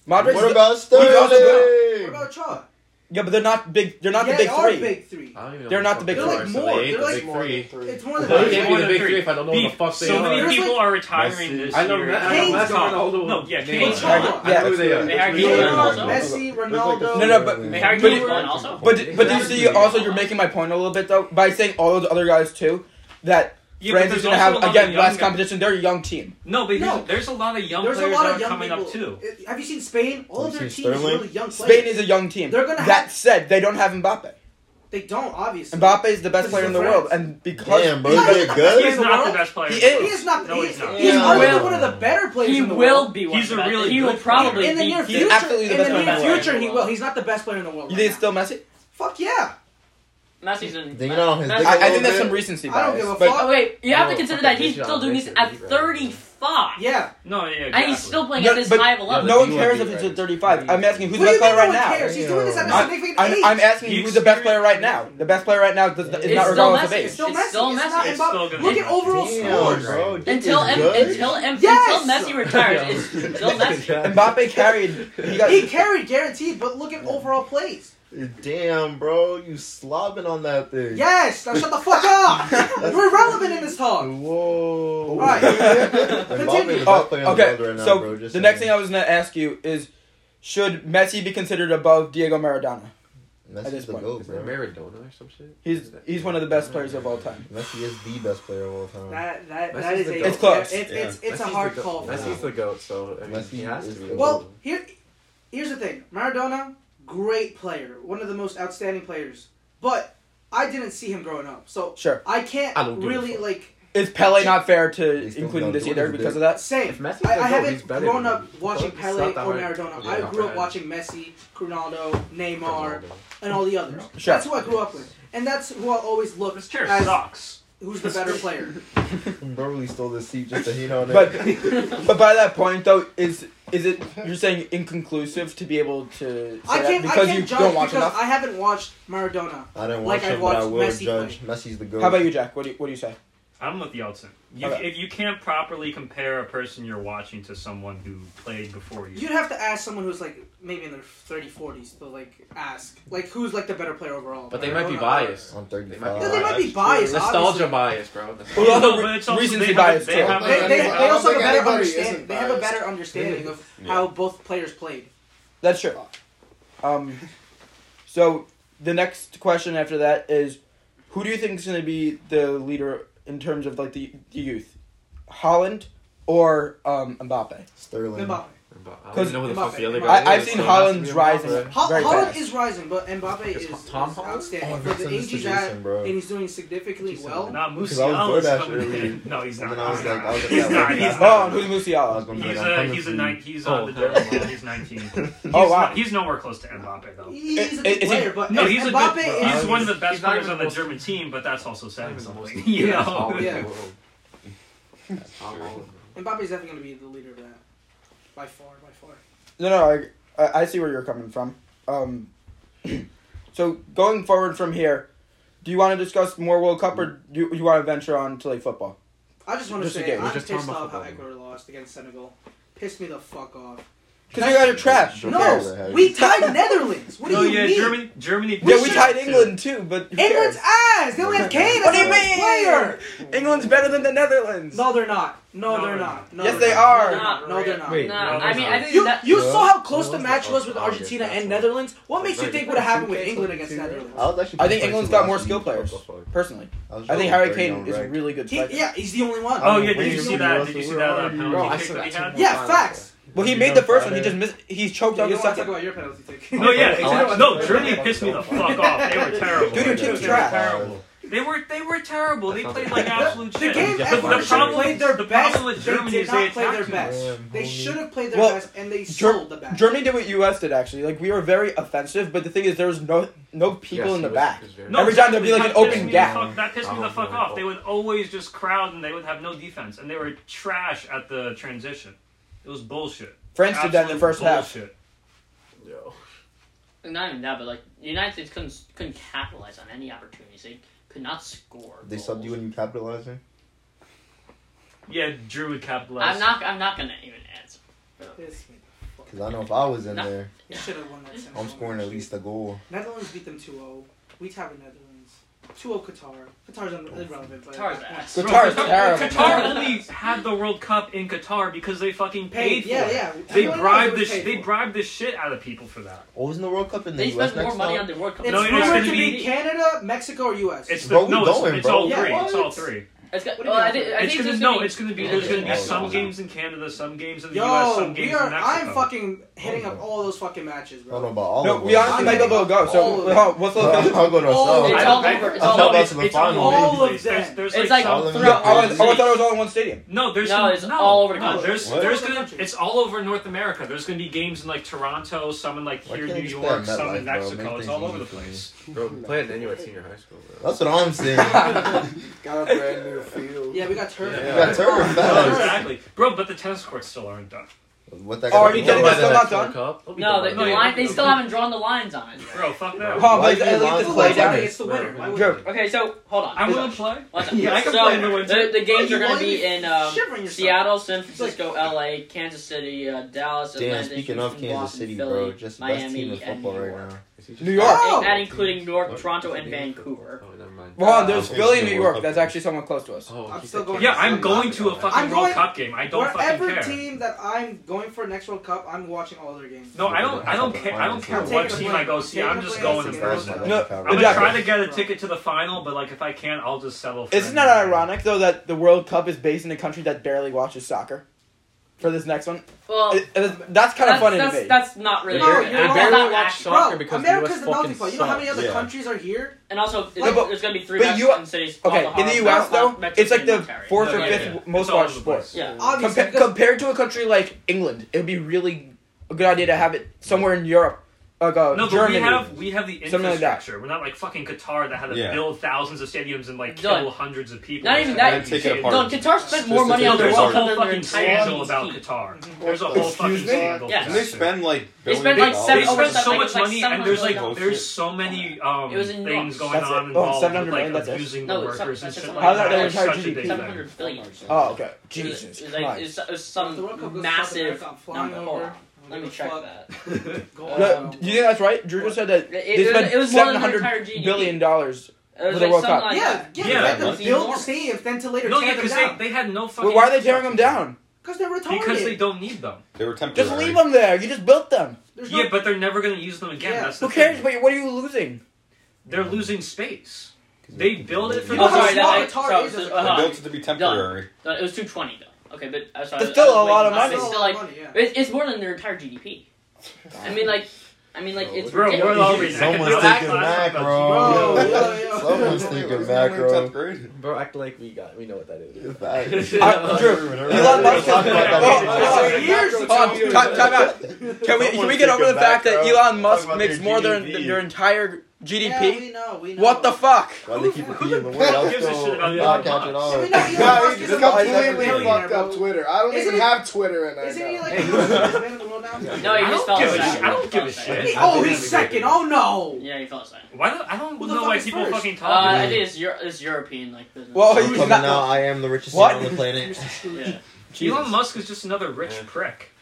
S4: Modric's
S9: What about
S4: also
S5: What
S9: Sterling?
S5: about Shaw?
S4: yeah, but they're not big. They're not
S5: yeah,
S4: the big
S5: they are
S4: three.
S5: big three.
S7: I don't even know
S4: They're
S7: who
S4: not
S7: fuck
S4: the big
S7: they
S5: three.
S7: are,
S5: They're
S7: so
S5: like
S7: they ain't
S5: more.
S7: the
S5: They're
S7: big
S5: like
S7: three.
S5: It's more than
S7: They
S5: that.
S7: can't be the big
S3: Beef.
S7: three if I don't know what the
S3: Beef.
S7: fuck they
S3: So
S7: are.
S3: many
S5: There's
S3: people
S5: like-
S3: are retiring
S9: Messi.
S3: this
S7: I know
S3: year.
S5: I
S7: Messi-
S5: know Messi,
S3: Kane's
S7: I know
S3: gone.
S7: Ronaldo.
S3: No, yeah,
S7: Kane's
S3: Kane's
S5: gone.
S3: gone.
S7: I know who they
S8: They
S7: are.
S8: are
S5: Neymar,
S9: Yeah.
S5: Messi,
S9: Looks
S5: Ronaldo.
S9: like
S4: No, no, but-
S9: Sterling.
S8: Wait, Harry
S4: But-
S8: Kane's one also.
S4: But but do you see also you're making my point a little bit though by saying all those other guys too that
S3: Yeah, but
S4: France
S3: there's
S4: is gonna
S3: also a
S4: have
S3: lot of
S4: again
S3: young
S4: less
S3: guys.
S4: competition. They're a young team.
S3: No, but
S5: No.
S3: there's a lot of young
S5: There's a
S3: players
S5: lot
S3: that
S5: of
S3: are
S5: young
S3: coming
S5: people.
S3: up too.
S5: Uh, Have you seen Spain? All of
S9: Have
S5: their
S9: you
S5: teams
S9: seen
S5: are
S9: Sterling?
S5: really young players.
S4: Spain is a young team.
S5: They're gonna
S4: that
S5: have-
S4: said, they don't have Mbappe.
S5: They don't obviously.
S4: Mbappe is the best
S5: Because
S4: player
S5: he's
S4: in the
S5: from
S4: world,
S5: France.
S4: and because
S9: Damn, bro,
S5: He's not
S9: you
S5: the
S9: look good.
S3: He's
S5: in the
S3: not the
S5: world.
S3: best player.
S4: He
S3: in the
S4: is.
S5: He
S3: world.
S5: is not.
S3: No,
S5: he
S3: he's
S5: is-
S3: not.
S5: He is
S9: Yeah.
S5: arguably one of the better players.
S8: he
S5: in the
S8: will
S5: world.
S8: be. One
S3: He's
S8: of
S3: a
S8: the best.
S3: really
S8: He
S3: good
S8: will
S3: player.
S8: probably
S5: in the
S8: be
S5: near
S4: He's
S5: future.
S4: absolutely the
S5: in
S4: best
S5: the
S4: player
S5: near
S4: in the world.
S5: future, he will. He's not the best player in the world.
S4: you
S5: right
S4: think it's
S5: now.
S4: still Messi?
S5: Fuck yeah.
S8: Messi's in.
S9: Digging on his dick
S8: I-
S9: a
S4: I, I
S9: little
S4: think that's
S9: bit.
S4: some recency
S5: I
S4: bias.
S5: don't give a
S4: but
S5: fuck.
S8: Oh wait, you have to
S7: Oh,
S8: consider
S7: fucking
S8: that he's
S7: Dijon
S8: still doing this
S7: Victor,
S8: at
S7: he's right.
S8: 35,
S5: Yeah.
S3: No, yeah, exactly.
S8: and he's still playing at
S4: no,
S8: this
S4: but
S8: high of a level.
S4: no one
S7: You
S4: cares
S7: wanna
S4: if
S7: be
S4: it's
S7: right.
S4: at 35. I'm asking who's
S5: What
S4: the
S5: do you
S4: best player
S5: mean no
S4: right
S5: one
S4: now.
S5: cares? He's doing this at a
S4: I'm-
S5: significant
S4: I'm,
S5: age.
S4: I'm asking
S3: You
S4: who's the best
S3: experience-
S4: player right now. The best player right now does,
S8: It's
S4: is not
S8: still
S4: regardless of
S8: Messi.
S4: age.
S5: It's still
S8: It's
S5: Messi.
S8: still
S5: It's
S8: Messi.
S5: not
S3: It's
S5: Mbappe.
S3: still gonna
S5: Look
S3: be
S5: at
S3: Messi.
S5: overall
S9: Damn,
S5: scores.
S9: bro. Dick
S8: Until
S9: is
S8: M-
S9: good?
S8: until M-
S5: Yes!
S8: until Messi retires, it's still Messi.
S4: Mbappe carried. He got,
S5: He carried guaranteed, but look at overall plays.
S9: Damn, bro, you slobbing on that thing.
S5: Yes. Now shut the fuck up. We're relevant in this talk.
S9: Whoa.
S5: All right.
S9: And Bobby
S5: Continue.
S9: is
S4: oh,
S9: not playing on the
S4: okay.
S9: field right now,
S4: so
S9: bro.
S4: the
S9: Just
S4: next thing
S9: saying.
S4: I was gonna ask you is, should Messi be considered above Diego Maradona?
S9: Messi's
S4: at this
S9: the
S4: point,
S9: goat,
S7: Is that
S9: bro.
S7: Maradona or some shit?
S4: He's he's one of the best players of all time.
S9: Messi is the best player of all time.
S5: That that
S7: Messi's
S5: that is
S7: the
S5: a
S7: goat.
S4: It's close.
S5: It's it's, it's a
S7: Messi's
S5: hard
S7: the goat.
S5: call. for
S7: Messi's
S5: me.
S7: the goat, so I mean,
S9: Messi
S7: he has to
S9: is
S7: be.
S9: the
S5: Well, here here's the thing. Maradona, great player, one of the most outstanding players. But I didn't see him growing up, so
S4: Sure.
S5: I can't
S7: I don't give a
S5: really
S7: fuck.
S5: like
S4: Is Pele not fair to
S9: He's still
S4: including
S9: young.
S4: this
S9: Look
S4: either
S9: at the
S4: because of
S9: dude.
S4: that?
S5: say
S7: If Messi's the
S5: I, I
S7: goat, he's
S5: haven't
S7: better
S5: grown
S7: than
S5: up
S7: him.
S5: watching
S7: It's
S5: Pele or
S7: not that hard.
S5: Maradona.
S7: Yeah,
S5: I grew up
S7: Maradona.
S5: watching Messi, Ronaldo, Neymar,
S7: Ronaldo.
S5: and all the others.
S4: Sure.
S5: That's who I grew up with, and that's who I always look
S3: This chair
S5: as
S3: sucks.
S5: who's the better player.
S9: bro really stole this seat just to hate on it.
S4: But but by that point though, is is it you're saying inconclusive to be able to say
S5: I
S4: that
S5: can't
S4: because
S5: I can't
S4: you
S5: judge
S4: don't watch
S5: because
S4: enough?
S5: I haven't watched Maradona.
S9: I didn't watch
S5: Like I
S9: him, but I
S5: watched
S9: will
S5: Messi
S9: judge. Messi's the goat.
S4: How about you, Jack? What do you, what do you say?
S3: I'm with Yeltsin. You,
S4: Okay.
S3: If you can't properly compare a person you're watching to someone who played before you,
S5: You'd have to ask someone who's like maybe in their 30s, 40s to like ask like who's like the better player overall.
S7: But they might be
S5: Maradona or-
S7: biased.
S9: I'm
S7: They
S5: Yeah,
S7: might be
S5: they
S9: 35.
S5: might be biased.
S7: Nostalgia
S5: obviously.
S7: bias, bro. That's-
S4: Well,
S3: No,
S4: the
S3: but it's also-
S4: recency
S3: they have-
S4: bias
S3: they
S4: too.
S3: have-
S5: They, they, they
S2: I don't
S5: also have a
S2: think
S5: better
S2: anybody
S5: understanding.
S2: isn't
S5: They have a
S2: biased.
S5: better understanding of
S9: Yeah.
S5: how both players played.
S4: That's true. Um, so the next question after that is, who do you think is going to be the leader in terms of like the, the youth, Holland or um, Mbappe?
S9: Sterling.
S5: Mbappe.
S7: I don't know who the fuck the other guy is.
S4: I, I've seen
S7: so it has to
S4: Holland's
S7: be a
S4: rising
S7: Mbappe.
S5: Ho-
S4: very
S5: Holland
S4: fast.
S5: is rising, but Mbappe
S7: Is
S5: is,
S7: Tom
S5: is
S7: Holland?
S5: outstanding
S9: Oh,
S5: for
S9: that's
S5: the
S9: in
S5: age he's
S9: distribution,
S5: at,
S9: bro.
S5: and he's doing significantly
S7: Jason.
S5: well.
S3: not
S9: Because I
S3: Musiala's
S9: was DoorDash
S3: coming
S9: earlier.
S3: in. No, he's
S9: And
S3: not.
S9: then I was
S3: He's
S9: like- I
S3: not.
S9: was like,
S3: He's
S9: yeah,
S3: not.
S9: like,
S3: He's
S9: I-
S4: Oh,
S3: not.
S4: and who's
S9: I was
S4: Musiala?
S9: gonna be
S3: He's
S9: like, I'm
S3: a
S9: coming
S3: he's
S9: for
S3: a
S9: you.
S3: nine, he's
S7: Oh,
S3: on the
S7: hell
S3: German
S7: no.
S3: level. He's 19. He's
S4: Oh wow.
S3: not- he's nowhere close to Mbappe though.
S5: He's a
S4: Is-
S5: good
S4: is he-
S5: player, but
S3: No,
S5: if
S3: he's a
S5: Mbappe
S3: good.
S5: is
S3: He's one of the best
S7: he's not
S3: players
S7: even
S3: on the
S7: close to-
S3: German team, but that's also
S7: Not
S3: saying
S7: even the most-
S3: something. You
S7: Yeah,
S3: know.
S7: Holland.
S5: Yeah.
S7: That's Holland.
S5: Mbappe's definitely going to be the leader of that. By far, by far.
S4: No, no, I, I- I see where you're coming from. Um, so going forward from here, do you want to discuss more World Cup or do you, you want to venture on to like football?
S5: I just want to
S4: Just
S5: say,
S4: again, we're
S5: I'm
S7: just
S5: pissed
S7: talking about
S5: off how
S7: football.
S5: Ecuador lost against Senegal. Pissed me the fuck off.
S4: Because you guys are trash.
S9: Sure.
S4: Who cares?
S5: No, we tied Netherlands. What do
S3: No,
S5: you
S3: Oh, yeah,
S5: mean?
S3: Germany, Germany.
S4: Yeah, we
S3: should-
S4: tied England too, but who
S5: England's
S4: cares?
S5: ass. They only have Kane as
S4: What do
S5: a
S4: you
S5: player.
S4: mean? England's better than the Netherlands.
S5: No, they're not. No,
S3: No,
S5: they're
S3: they're
S5: not. No,
S4: Yes,
S5: they're
S4: they
S5: not.
S4: are.
S5: No, they're not.
S7: Wait,
S8: Nah,
S7: no,
S8: I mean, I think
S5: You,
S8: that
S5: you
S9: Yeah.
S5: saw how close the
S7: Well,
S5: match was with
S7: oh, yes,
S5: Argentina
S7: that's
S5: and
S7: why.
S5: Netherlands. What
S7: That's
S5: makes you
S7: right.
S5: think would have happened with
S7: That's
S5: England
S7: right.
S5: against
S7: That's right.
S5: Netherlands?
S9: I was actually.
S4: I think
S9: pretty
S4: England's
S9: close
S4: got more
S9: last
S4: skill
S9: week.
S4: players,
S9: What the fuck?
S4: personally.
S9: was
S4: I think
S9: really
S4: Harry
S9: thirty
S4: Kane
S9: on
S4: is a
S9: rank.
S4: really good
S5: He,
S4: striker.
S5: yeah, he's the only one.
S3: Oh yeah,
S9: Where
S3: did you
S9: you
S3: see
S9: from,
S3: that?
S9: Russell?
S3: Did you see
S9: Where
S3: that
S9: are
S3: uh,
S9: you?
S7: Bro, I
S3: penalty kick
S7: saw
S3: that he
S7: that
S3: had?
S7: too.
S5: Yeah, facts.
S4: Well, he
S7: You
S4: made
S7: know,
S4: the first one. He
S7: Friday.
S4: just missed. He choked
S5: Yeah,
S4: on
S5: you
S4: the
S5: don't want to talk
S4: second.
S5: about your penalty take.
S3: No, Oh, yeah,
S7: I'll
S3: exactly.
S7: actually-
S3: no. Germany pissed me the fuck off. They were terrible.
S4: Dude, your team's
S3: They were
S4: trash.
S3: terrible. They were they were terrible. They played like absolute
S5: The
S3: shit.
S5: game
S3: But
S5: Ecuador
S3: the problem
S5: played their
S3: the
S5: best.
S3: problem with Germany
S5: they did
S3: is
S5: not
S3: they
S5: play their
S3: attacked you.
S5: best.
S9: Man,
S5: they
S9: homie.
S5: should have played their
S4: Well,
S5: best, and they
S4: Ger-
S5: sold the best.
S4: Germany did what U.S. did actually. Like we were very offensive, but the thing is, there was no no people in
S7: Yes, he
S4: the
S7: was-
S4: back.
S7: he was very-
S4: Every time there'd be, like,
S3: that
S4: an
S3: pissed
S4: open
S3: me the
S4: gap.
S3: fuck- That
S9: Oh,
S3: pissed me the fuck off. They would always just crowd and they would have no defense, and they were trash at the transition. It was bullshit.
S4: France did that in the
S3: Absolute
S4: first half.
S3: bullshit.
S7: Yo.
S8: not even that, but like the United States couldn't couldn't capitalize on any opportunities. They could not score.
S9: They
S8: goals.
S9: subbed you when you capitalized it?
S3: Yeah, Drew would capitalize.
S8: I'm not. I'm not gonna even answer.
S5: Yes,
S9: Because I know if I was in
S8: No.
S9: there,
S5: they should have won that. Senegal
S9: I'm scoring at
S5: match.
S9: least a goal.
S5: Netherlands beat them 2-0. We tied with Netherlands. 2-0 Qatar. Qatar's un- irrelevant, but
S8: Qatar's ass.
S3: Bro,
S4: Qatar's
S3: Qatar-
S4: terrible.
S3: Qatar only had the World Cup in Qatar because they fucking paid
S5: paid.
S3: for
S5: Yeah,
S3: it.
S5: yeah.
S3: They
S5: Everyone knows
S3: bribed
S5: it
S3: the
S5: was
S3: sh-
S5: paid
S3: they
S5: for.
S3: bribed the shit out of people for that.
S9: Oh, isn't the World Cup in the
S8: They
S9: US
S8: spent more
S9: next
S8: money
S9: time?
S8: on the World Cup.
S5: It's
S3: No,
S5: no,
S3: it
S8: than they
S3: was
S5: rumored
S3: gonna
S5: to
S8: did.
S5: be Canada, Mexico, or U.S.
S3: It's the,
S9: Bro, we
S3: no, it's,
S9: going,
S3: it's
S9: bro.
S3: all
S5: Yeah,
S3: three. It's
S9: what?
S3: all three.
S8: It's got,
S5: What do
S8: well,
S5: you
S8: I
S5: mean?
S8: think, I
S3: It's
S8: think
S3: gonna
S8: just
S3: no.
S8: be-
S3: It's gonna be
S8: Yeah,
S3: there's
S8: yeah,
S3: gonna be
S8: yeah.
S3: some games in Canada, some games in the U.S.,
S5: Yo,
S3: some games
S5: we
S3: in
S5: are.
S3: Mexico.
S5: I'm fucking hitting up all those fucking matches,
S9: I don't know
S5: bro.
S9: about all
S4: No,
S9: of
S4: we honestly might be able to go. So,
S5: All-
S4: huh, what's the location?
S9: I'll go to
S5: Oh,
S8: It's
S3: I
S9: Australia.
S8: all
S3: don't- I-
S8: over. It's
S9: I'll
S8: all
S9: go
S8: over.
S9: back
S8: It's,
S9: to the
S3: it's all
S9: final.
S5: All
S3: over the
S5: of
S3: place.
S5: them.
S3: There's, there's
S8: It's
S3: like,
S8: like
S3: some,
S9: all of them.
S4: No, I, was, I
S8: Overseas.
S4: thought it was all in one stadium.
S3: no. There's
S8: No,
S3: some-
S8: it's all over the
S3: no,
S8: country.
S3: There's
S9: What?
S3: there's gonna it's all over North America. There's gonna be games in like Toronto, some in like
S9: Why
S3: here, New
S9: can't I just play
S3: York,
S9: on
S3: some in
S9: MetLife, bro?
S3: Mexico.
S9: Make
S3: It's
S9: things
S3: all over the
S9: easy for me.
S3: place.
S7: Bro, play it anyway at senior high school, bro.
S9: That's what I'm saying. you
S2: Got a brand new field.
S5: Yeah, we got turf. Oh,
S7: Yeah.
S9: got turf
S3: No,
S9: fellas.
S3: exactly, bro. But the tennis courts still aren't done,
S9: What that
S4: Oh,
S9: got
S4: are
S9: to
S4: you
S9: do
S4: kidding
S9: with
S4: me? Still
S9: it?
S4: not done?
S7: Cup? They'll be
S8: no,
S7: done.
S8: the,
S3: No,
S8: the
S3: you-
S8: line, they still haven't drawn the lines on it.
S3: bro. Fuck that.
S4: Huh,
S9: Why
S4: but
S9: do you
S4: at least
S9: want
S4: it's
S9: to
S4: laid
S9: play
S4: out.
S9: tennis?
S5: It's the winner. Why would
S4: Joke.
S8: Okay, so hold on.
S3: I want to play.
S8: What's up?
S4: Yeah, I can
S8: so
S4: play in the
S3: winter.
S8: the, the games
S5: You
S8: are going
S5: wanna
S8: to
S5: be
S8: be in um,
S5: shivering yourself.
S8: Seattle, San Francisco, L.A., Kansas City, uh, Dallas,
S9: Damn,
S8: Atlanta,
S9: speaking
S8: Houston,
S9: of Kansas
S8: Boston,
S9: City,
S8: Philly,
S9: bro, just the best
S8: Miami,
S9: team in
S8: and
S9: football
S8: New
S9: right
S8: York.
S9: now.
S7: Is he just-
S4: New York.
S5: Oh!
S8: And, and including Newark,
S7: What?
S8: Toronto, and
S7: Is he-
S8: Vaughan,
S7: Oh, never mind.
S4: Well, hold on, there's
S9: Okay,
S4: Philly and
S9: so
S4: New
S9: we're
S4: York.
S9: up
S4: That's
S9: there.
S4: actually somewhat close to us.
S7: Oh,
S5: I'm
S7: he's
S5: still
S7: like-
S5: going-
S3: Yeah, I'm going to a
S5: I'm
S3: fucking
S5: going-
S3: World Cup game. I don't fucking
S5: Wherever
S3: care.
S5: team that I'm going for next World Cup, I'm watching all their games.
S3: No, I don't. I don't care. I don't care
S5: I'm
S3: what
S5: taking
S3: team
S5: the
S3: I go see. I'm
S5: plane.
S3: just
S5: Taking the
S3: going in
S5: plane.
S3: person.
S5: Taking
S3: I'm
S5: the
S4: No,
S3: gonna
S4: Exactly.
S3: try to get a ticket to the final, but like if I can't, I'll just settle. for
S4: Isn't that
S3: anything.
S4: ironic though that the World Cup is based in a country that barely watches soccer? For this next one,
S8: Well,
S4: It- it- that's kind of
S8: Oh. that's,
S4: funny
S8: that's,
S4: to me.
S8: that's not really.
S5: No,
S8: fair.
S5: you're
S8: That's
S5: wrong.
S8: not
S7: Watch
S8: accurate.
S7: soccer
S5: Bro,
S7: because the
S5: America's
S7: US
S5: the melting
S7: fucking
S5: pot. You know how many
S7: sucks.
S5: other
S9: Yeah.
S5: countries are here?
S8: And also, it's-
S4: No, but-
S8: there's going to be three
S4: but
S8: Mexican
S4: you-
S8: cities.
S4: okay,
S8: Guadalajara,
S4: in the U.S. though,
S8: Mexico
S4: it's like
S8: City,
S4: the
S8: Monterrey.
S4: fourth
S3: Yeah,
S4: or
S3: yeah,
S4: fifth
S3: yeah.
S4: w-
S3: It's
S4: most
S3: all over
S4: watched
S3: the
S4: sport.
S3: place.
S8: Yeah.
S5: Obviously,
S4: Compa-
S5: because-
S4: compared to a country like England, it would be really a good idea to have it somewhere in Europe, like uh,
S3: No, but
S4: Germany.
S3: we have we have the
S4: Something like that.
S3: infrastructure. We're not like fucking Qatar that had to
S6: Yeah.
S3: build thousands of stadiums and like
S8: Done.
S3: kill hundreds of people.
S8: Not even
S3: It's
S8: that.
S3: gonna be
S6: Take it
S3: shit.
S6: apart.
S8: No, Qatar spent more
S6: Just
S8: money
S6: to
S8: on
S6: take
S8: their
S3: There's
S6: it
S3: a
S8: World
S6: apart.
S8: Cup
S3: whole
S8: than their
S3: fucking
S8: entire
S3: scandal about
S8: team.
S3: Qatar.
S5: Mhm.
S3: There's a whole
S4: Excuse
S3: fucking
S4: me?
S3: scandal.
S8: Yeah.
S3: for
S6: Didn't
S3: that
S6: they
S3: shit.
S6: spend like
S8: They spent,
S6: billions
S8: like,
S6: of
S8: seven-
S3: They
S6: dollars?
S8: over
S3: spend so
S8: like-
S3: much
S8: like
S3: money, and
S8: 700
S3: there's like
S6: million.
S3: there's so many um
S8: It was in Europe.
S3: things going on
S4: That's it. Oh,
S3: involved with
S4: 700
S3: like
S4: million, that's it.
S3: abusing
S8: No,
S3: the
S8: it's
S3: workers
S8: not- that's
S3: and shit.
S8: just
S3: like
S4: how
S3: that.
S4: that their
S3: It's
S4: entire
S3: such a
S4: GDP?
S3: big
S8: Seven
S3: thing.
S8: hundred billion.
S4: Oh, okay.
S5: It was-
S4: Jesus
S8: It's like
S4: Christ.
S8: it's, it's
S5: If the World Cup
S8: some
S5: goes to South
S8: massive
S5: America, I'm flying
S8: number.
S5: over.
S8: Hold on.
S5: I'm
S8: Let
S5: gonna
S8: me check
S5: fuck.
S8: that.
S5: Go
S8: Uh,
S4: No,
S5: on.
S4: do you think that's right? Drew just said that
S8: It,
S4: they
S8: it,
S4: spent
S8: it was more
S4: seven
S8: than their entire
S4: hundred
S8: GDP.
S4: billion dollars.
S8: It was
S4: for the
S8: like
S4: World
S8: something
S4: Cup.
S8: like
S5: yeah,
S8: that.
S5: yeah,
S3: Yeah,
S5: they had
S8: that's
S5: to build
S8: enormous.
S5: stadiums, then to later
S3: No,
S5: tear
S3: yeah,
S5: them
S3: because
S5: down.
S3: they, they had no fucking.
S4: Wait, why are they tearing them down?
S5: Because they're retarded.
S3: Because they don't need them.
S6: They were temporary.
S4: Just leave them there. You just built them.
S5: There's no-
S3: Yeah, but they're never gonna use them again.
S5: Yeah.
S3: That's the
S4: Who cares?
S3: thing.
S4: But what are you losing?
S3: They're losing space. They build it for
S5: You know
S8: Oh,
S5: how
S8: sorry,
S3: the
S5: small
S8: that-
S5: Qatar
S8: so-
S5: is as a
S8: so-
S6: They
S8: uh-huh.
S5: country?
S6: built it to be temporary.
S8: No, it was two twenty though. Okay, but I'm sorry.
S4: That's still
S8: I was
S4: a lot
S8: waiting-
S4: of
S8: I was
S4: money.
S8: still like it, it's more than their entire GDP. I mean, like, I mean, like it's
S3: Bro, we're
S8: ridiculous.
S3: all reading
S9: Someone's
S3: economics
S9: thinking
S3: class
S9: back,
S3: about
S9: bro.
S5: Bro, yo, yo.
S9: Oh, Someone's thinking back, bro.
S7: Bro, act like we got, we know what that is.
S9: Facts.
S4: Uh, Drew, Elon Musk.
S9: Talk about that.
S4: Oh, oh,
S5: years
S4: Hold
S5: ago.
S4: on, ti- time, out. Can we can we get over the fact that Elon Musk makes more than your entire
S5: Yeah,
S4: GDP?
S5: we know, we know.
S4: What the fuck?
S9: Why they keep repeating the word? I'll
S3: gives a
S9: still
S3: shit about
S9: not
S3: Elon
S9: catch it
S3: Musk?
S9: all.
S5: Yeah, we know Elon
S2: No,
S5: Musk
S2: he
S5: is a
S2: just
S5: fucking
S2: completely
S5: billionaire,
S2: fucked
S5: bro.
S2: up Twitter. I don't
S5: Isn't
S2: even
S5: he-
S2: have Twitter in
S5: Isn't he
S2: there.
S5: like the richest man in the world now?
S8: No, he
S3: I
S8: just
S3: don't
S8: fell
S3: give a
S8: aside.
S3: shit. I don't give a
S8: He fell
S3: shit.
S8: aside.
S5: Hey, oh, he's second. Oh no.
S8: Yeah, he fell aside.
S3: Why do, I don't
S5: Who the
S3: know
S5: fuck
S3: why
S5: is
S3: people
S5: first?
S3: fucking
S8: Uh,
S3: talk.
S8: I
S3: about it.
S8: think it's, Euro- it's European like business.
S4: Well,
S9: I'm
S4: he's
S9: coming
S4: not-
S9: out. I am the richest
S4: What?
S9: man on the planet.
S8: yeah.
S3: Elon Musk is just another rich prick.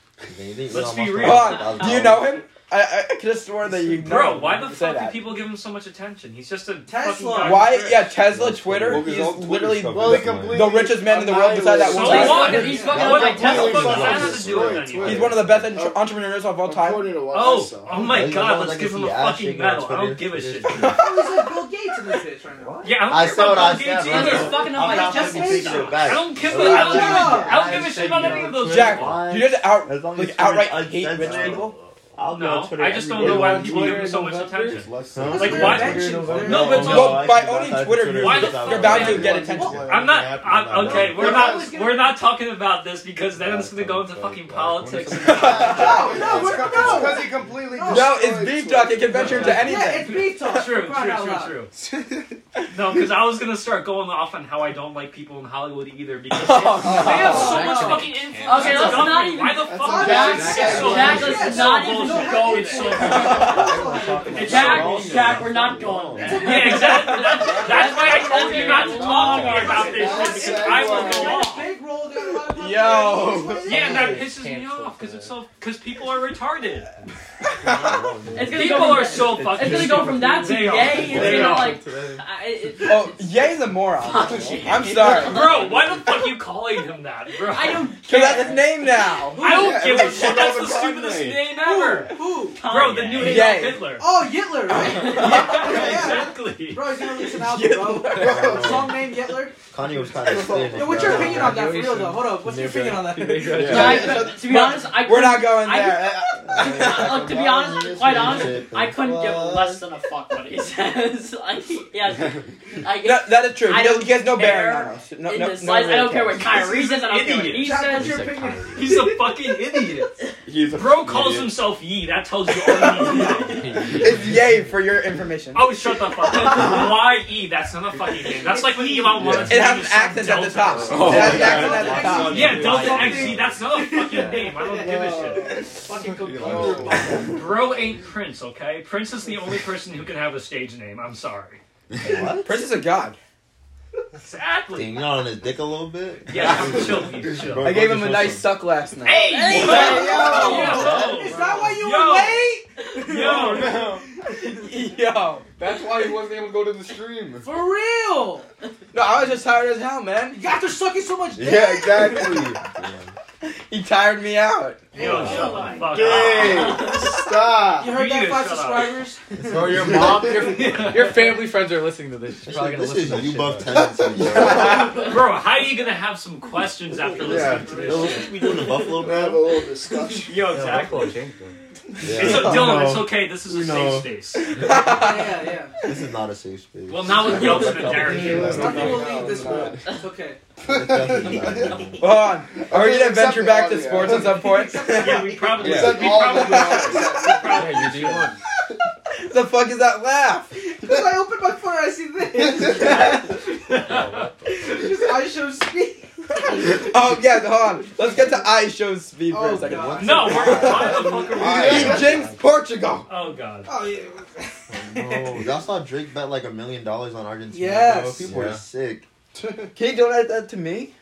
S3: Let's be real.
S4: Hold on. Do you know him? I I could have sworn that you. know
S3: Bro,
S4: him
S3: why
S4: when
S3: the
S4: you said
S3: fuck do
S4: that.
S3: people give him so much attention? He's just a fucking
S5: Tesla.
S3: guy who's
S4: Why?
S3: rich.
S4: Yeah, Tesla,
S6: Well,
S4: Twitter.
S6: because
S4: He's
S6: all Twitter's
S4: literally
S6: fucking
S2: Well, he
S6: that way.
S2: completely
S4: the richest man in the world beside that
S8: So
S4: one
S2: annihilated-
S4: guy.
S3: what?
S8: he's, he's fucking
S3: Yeah,
S8: owned by
S3: what the
S8: Tesla.
S3: fuck does
S2: Elon
S3: that have
S2: Musk
S3: to do with
S2: destroyed
S3: anything?
S2: Twitter.
S4: He's one of the best entre- entrepreneurs of all time.
S2: According to what I
S3: Oh,
S2: saw.
S3: oh my
S9: Like,
S3: god,
S9: no,
S3: let's
S9: like,
S3: give
S9: I
S3: him a
S9: see ass
S3: fucking
S9: shaking on
S3: medal. I don't give
S9: Twitter.
S3: a shit.
S5: Who is like Bill Gates in this bitch right now?
S3: Yeah,
S9: I
S3: I don't
S9: saw
S3: care
S9: what I
S3: about Bill Gates
S9: said,
S8: He's
S3: either.
S9: man.
S8: fucking
S9: I'm
S8: owned by
S9: not
S8: Jeff
S9: gonna be taking
S8: Bezos.
S9: it back.
S3: I don't give a, I
S9: Well,
S3: don't,
S5: that's
S3: give a- I
S9: not-
S3: don't give a
S9: I
S3: shit about
S9: said
S3: any of those
S4: Jack,
S3: people.
S4: do you just out
S9: As long as
S4: like
S9: it's
S4: outright
S9: Twitter
S4: hate rich
S9: uncensored.
S4: people?
S7: I'll go
S3: No,
S7: on Twitter
S3: I just
S7: every
S3: don't know
S7: day.
S3: why
S7: On
S3: people give him
S7: Twitter
S3: so
S7: in
S3: much
S7: November.
S3: attention.
S5: Those
S3: Like,
S5: are
S3: why-
S5: inventions, they're-
S3: No, but it's
S9: Oh,
S3: all-
S9: no, I
S4: by
S9: said
S4: owning
S9: that's
S4: Twitter,
S9: Twitter.
S4: you're-
S3: Why the
S9: That's
S3: fuck
S4: you're
S3: would
S4: bound to
S3: I
S4: get
S3: want
S4: attention.
S5: to?
S3: I'm not. I'm, okay, we're
S5: They're
S3: not.
S5: always gonna-
S3: We're not talking about this because then it's gonna go into fucking politics.
S5: No, no, we're, no.
S2: because he completely
S5: No,
S4: No, it's beef talk. It can venture into
S5: Yeah, it's
S4: anything.
S5: me talk.
S3: True,
S5: For crying out
S3: true,
S5: loud.
S3: true, true. No, because I was gonna start going off on how I don't like people in Hollywood either because they have, they have so
S8: Oh, no.
S3: much fucking influence.
S8: Okay,
S3: It's
S8: let's
S3: dumb.
S8: not even-
S3: Why the
S2: a
S3: fuck?
S2: bad
S3: Jack-
S2: segue.
S3: so
S2: Jack,
S3: bullshit.
S5: let's
S3: It's
S8: not
S3: so
S8: even
S3: bullshit.
S5: go
S3: It's so
S5: there.
S8: Jack, Jack, we're not going there.
S3: Yeah, exactly. That's, that's why I told you not to talk to me about
S8: That's
S3: this shit because I will go
S5: Got a
S3: off.
S5: Big roll. Got a lot of money.
S4: Yo.
S3: Yeah, and that
S7: Yeah,
S3: pisses me
S7: cancel
S3: off because
S7: for
S3: it's
S7: that.
S3: so because people are retarded.
S8: It's gonna
S3: People
S8: go from,
S3: are so
S8: It's
S3: fucking.
S8: gonna go from that to
S3: They are.
S8: gay. It's
S3: They
S8: gonna
S3: are.
S8: like. I, it,
S4: Oh, Yay's a moron. I'm sorry.
S3: Bro, why the fuck are you calling him that, bro?
S8: I don't
S4: Cause
S8: care.
S4: that's his name now.
S3: I don't give a shit.
S6: Shut up
S3: That's the
S6: and call
S3: stupidest
S6: me.
S3: name
S5: Who?
S3: ever.
S5: Who?
S3: Bro, the new
S8: Kanye.
S3: Adolf
S4: Yay.
S3: Hitler.
S5: Oh, Yitler, right?
S3: Yeah, exactly.
S5: bro, he's gonna release an album, bro. Song named Yitler.
S9: Kanye was kind of standing.
S5: Yo, what's your
S9: right?
S5: opinion on that for real though? Hold up, what's your opinion on that?
S7: Yeah.
S8: No, I- to be honest, I
S4: We're not
S8: couldn't-
S4: going
S8: I-
S4: there.
S8: Look, to be honest, quite honest, I couldn't give less than a fuck what he says. like, yeah, like,
S4: No, that is true.
S8: I
S4: He, does, he has no
S8: don't care
S4: bearing on us. No,
S8: in
S4: no,
S8: the
S4: no
S8: slice, I don't care what
S4: really
S8: Kyrie says. I don't care what
S3: Idiot.
S8: he
S5: Jack, what's
S8: says.
S5: your opinion?
S3: He's a fucking idiot.
S6: He's a
S3: Bro calls
S6: idiot.
S3: himself Yee. That tells you all you need. to know.
S4: It's Yay for your information.
S3: Oh, shut the fuck up. Why E? That's not a fucking name. That's like when Elon wanted to name
S4: It has
S3: his son
S4: accents at the
S3: Delta.
S4: top.
S6: Oh,
S4: it has
S6: yeah.
S4: accents at the top.
S3: Yeah, Delta
S7: Yeah.
S3: XZ, that's not a fucking name. I don't give a shit.
S8: Fucking
S6: Yo.
S3: Bro ain't Prince, okay? Prince is the only person who can have a stage name. I'm sorry.
S4: Prince is a god.
S3: Exactly.
S9: Ding on his dick a little bit.
S3: Yeah, chill, you chill.
S9: Bro.
S4: I gave him a nice suck last night.
S3: Hey!
S8: Hey,
S3: yo!
S5: Is that why you
S3: Yo.
S5: were late?
S3: Yo! yo.
S4: Yo.
S6: That's why he wasn't able to go to the stream.
S5: For real?
S4: No, I was just tired as hell, man.
S5: You After sucking so much dick?
S6: Yeah, exactly.
S4: He tired me out.
S3: Yo, shut the fuck
S6: Gay. Stop.
S5: You heard
S3: You
S5: that five
S3: shut up.
S5: subscribers?
S7: Bro, your mom, your,
S3: up.
S7: your family friends are listening to this. She's probably gonna
S9: This
S7: listen
S9: is
S7: to
S9: you
S7: this.
S9: buff tendency.
S3: Bro, how are you gonna have some questions after listening to this shit?
S9: We doing the Buffalo
S2: We're gonna have a
S9: Bill?
S2: little discussion.
S3: Yo, exactly. It's a,
S9: Yeah.
S3: Dylan, it's okay. This is a
S9: No.
S3: safe space.
S5: yeah, yeah.
S9: This is not a safe space.
S3: Well, not with Yeltsin and
S5: It's
S3: Derek.
S5: not gonna leave this world. It's okay.
S9: It's definitely not.
S4: Hold on. Are we
S2: Okay,
S4: gonna
S2: accept
S4: venture
S2: it,
S4: back to
S2: audio.
S4: sports at some point?
S3: Yeah, we probably,
S2: Except
S3: we
S2: all
S3: probably
S2: the audio.
S7: Yeah, you do one.
S4: the fuck is that laugh?
S5: Because I opened my phone and I see this. Just I show speed.
S4: Oh yeah, hold on. Let's get to I show speed for
S5: Oh,
S4: a second.
S5: God.
S3: No, we're, why the fuck are we
S4: He jinxed Portugal.
S3: Oh god.
S5: Oh, yeah.
S9: Oh, y'all saw Drake bet like a million dollars on Argentina.
S5: Yes.
S9: bro? people
S7: Yeah.
S9: are sick.
S4: Can you donate that to me?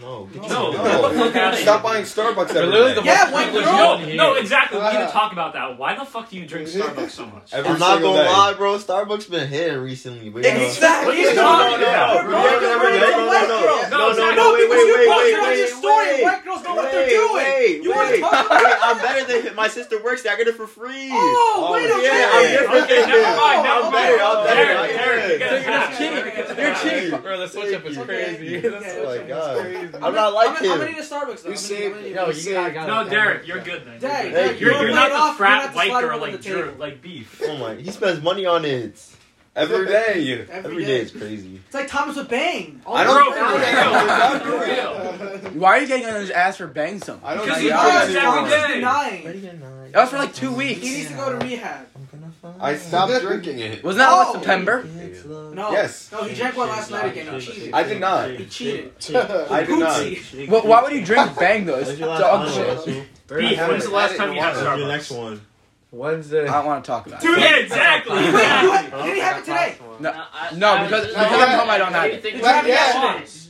S9: No, get
S3: No,
S9: your-
S3: no.
S6: No. Stop buying Starbucks every
S7: literally
S6: day.
S7: the-
S5: Yeah, white girl.
S3: No, no, exactly. We need to
S2: Ah.
S3: talk about that. Why the fuck do you drink Starbucks so much?
S6: Every
S9: I'm not
S6: single
S9: gonna
S6: day.
S9: lie, bro. Starbucks been hitting recently. But you know-
S3: What are
S4: Exactly.
S3: you talking about?
S5: We're going to
S6: no, no, no,
S5: white
S6: no,
S5: girl.
S3: No, no,
S5: No,
S6: wait,
S5: because
S6: wait,
S5: you
S6: wait,
S5: posted on
S6: wait,
S5: your
S6: wait,
S5: story and
S6: wait.
S5: white girls know what they're doing.
S6: Wait,
S5: you want to
S6: wait.
S5: talk about
S9: Wait, I'm better than him. My sister works there. I get it for free.
S5: Oh, wait a
S6: yeah, I'm
S5: minute.
S6: different.
S3: Okay, never mind.
S5: Oh,
S3: Never
S5: I'm
S3: mind.
S5: better, I'm
S6: better,
S3: Derek,
S6: I'm
S3: Derek,
S6: better.
S3: you gotta
S7: So you're
S3: pass.
S7: cheating.
S3: You're
S7: You're
S3: cheating.
S7: cheating. Bro, the switch up is crazy. That's-
S9: Oh my god.
S5: I'm,
S9: I'm not like
S5: I'm, I'm gonna
S9: him.
S5: need a Starbucks though.
S2: You saved
S5: I'm
S2: it.
S5: gonna
S7: Yo,
S5: need
S7: you gotta, gotta,
S3: No, Derek, you're good then.
S5: Dang,
S3: You're,
S9: Derek,
S3: good. you're,
S9: you're
S3: you're
S9: right
S3: not the
S5: off.
S3: frat
S5: You're not
S3: white
S5: sliding
S3: girl
S5: under
S3: like
S5: the
S3: Drew,
S5: table.
S3: like beef.
S9: Oh my. He spends money on it
S6: Every day.
S9: every day. It's crazy.
S5: It's like Thomas with Bang. All
S6: I
S5: the
S6: don't
S3: Bro,
S5: girls
S3: for
S5: are
S3: real.
S5: like,
S3: For real.
S4: Why are you getting on his ass for bang something?
S6: I don't
S3: Because
S6: do
S3: he
S6: that
S3: works
S6: anymore.
S3: every day.
S5: Denying.
S4: That was for like two
S5: He needs
S4: weeks.
S5: to go to rehab.
S6: I stopped drinking it.
S4: Wasn't that
S5: Oh.
S4: last September?
S5: No.
S6: Yes.
S5: No, he drank one last night again. He cheated.
S6: I did not.
S5: He cheated.
S6: I did not.
S5: Poopsie.
S4: Well, why would you drink bang though? It's
S7: When's your
S4: dog
S7: last
S4: shit.
S7: one?
S3: Beef,
S7: When's
S3: when's the last time you had
S9: What's your next
S3: Starbucks?
S9: one?
S7: Wednesday.
S4: I don't want to talk about
S3: Dude,
S4: it.
S3: yeah, exactly.
S5: Wait, you had, did he have it today?
S4: No, because, because I'm home, I don't have it.
S8: Think
S5: Yeah.
S8: about it
S5: Yeah.
S8: once.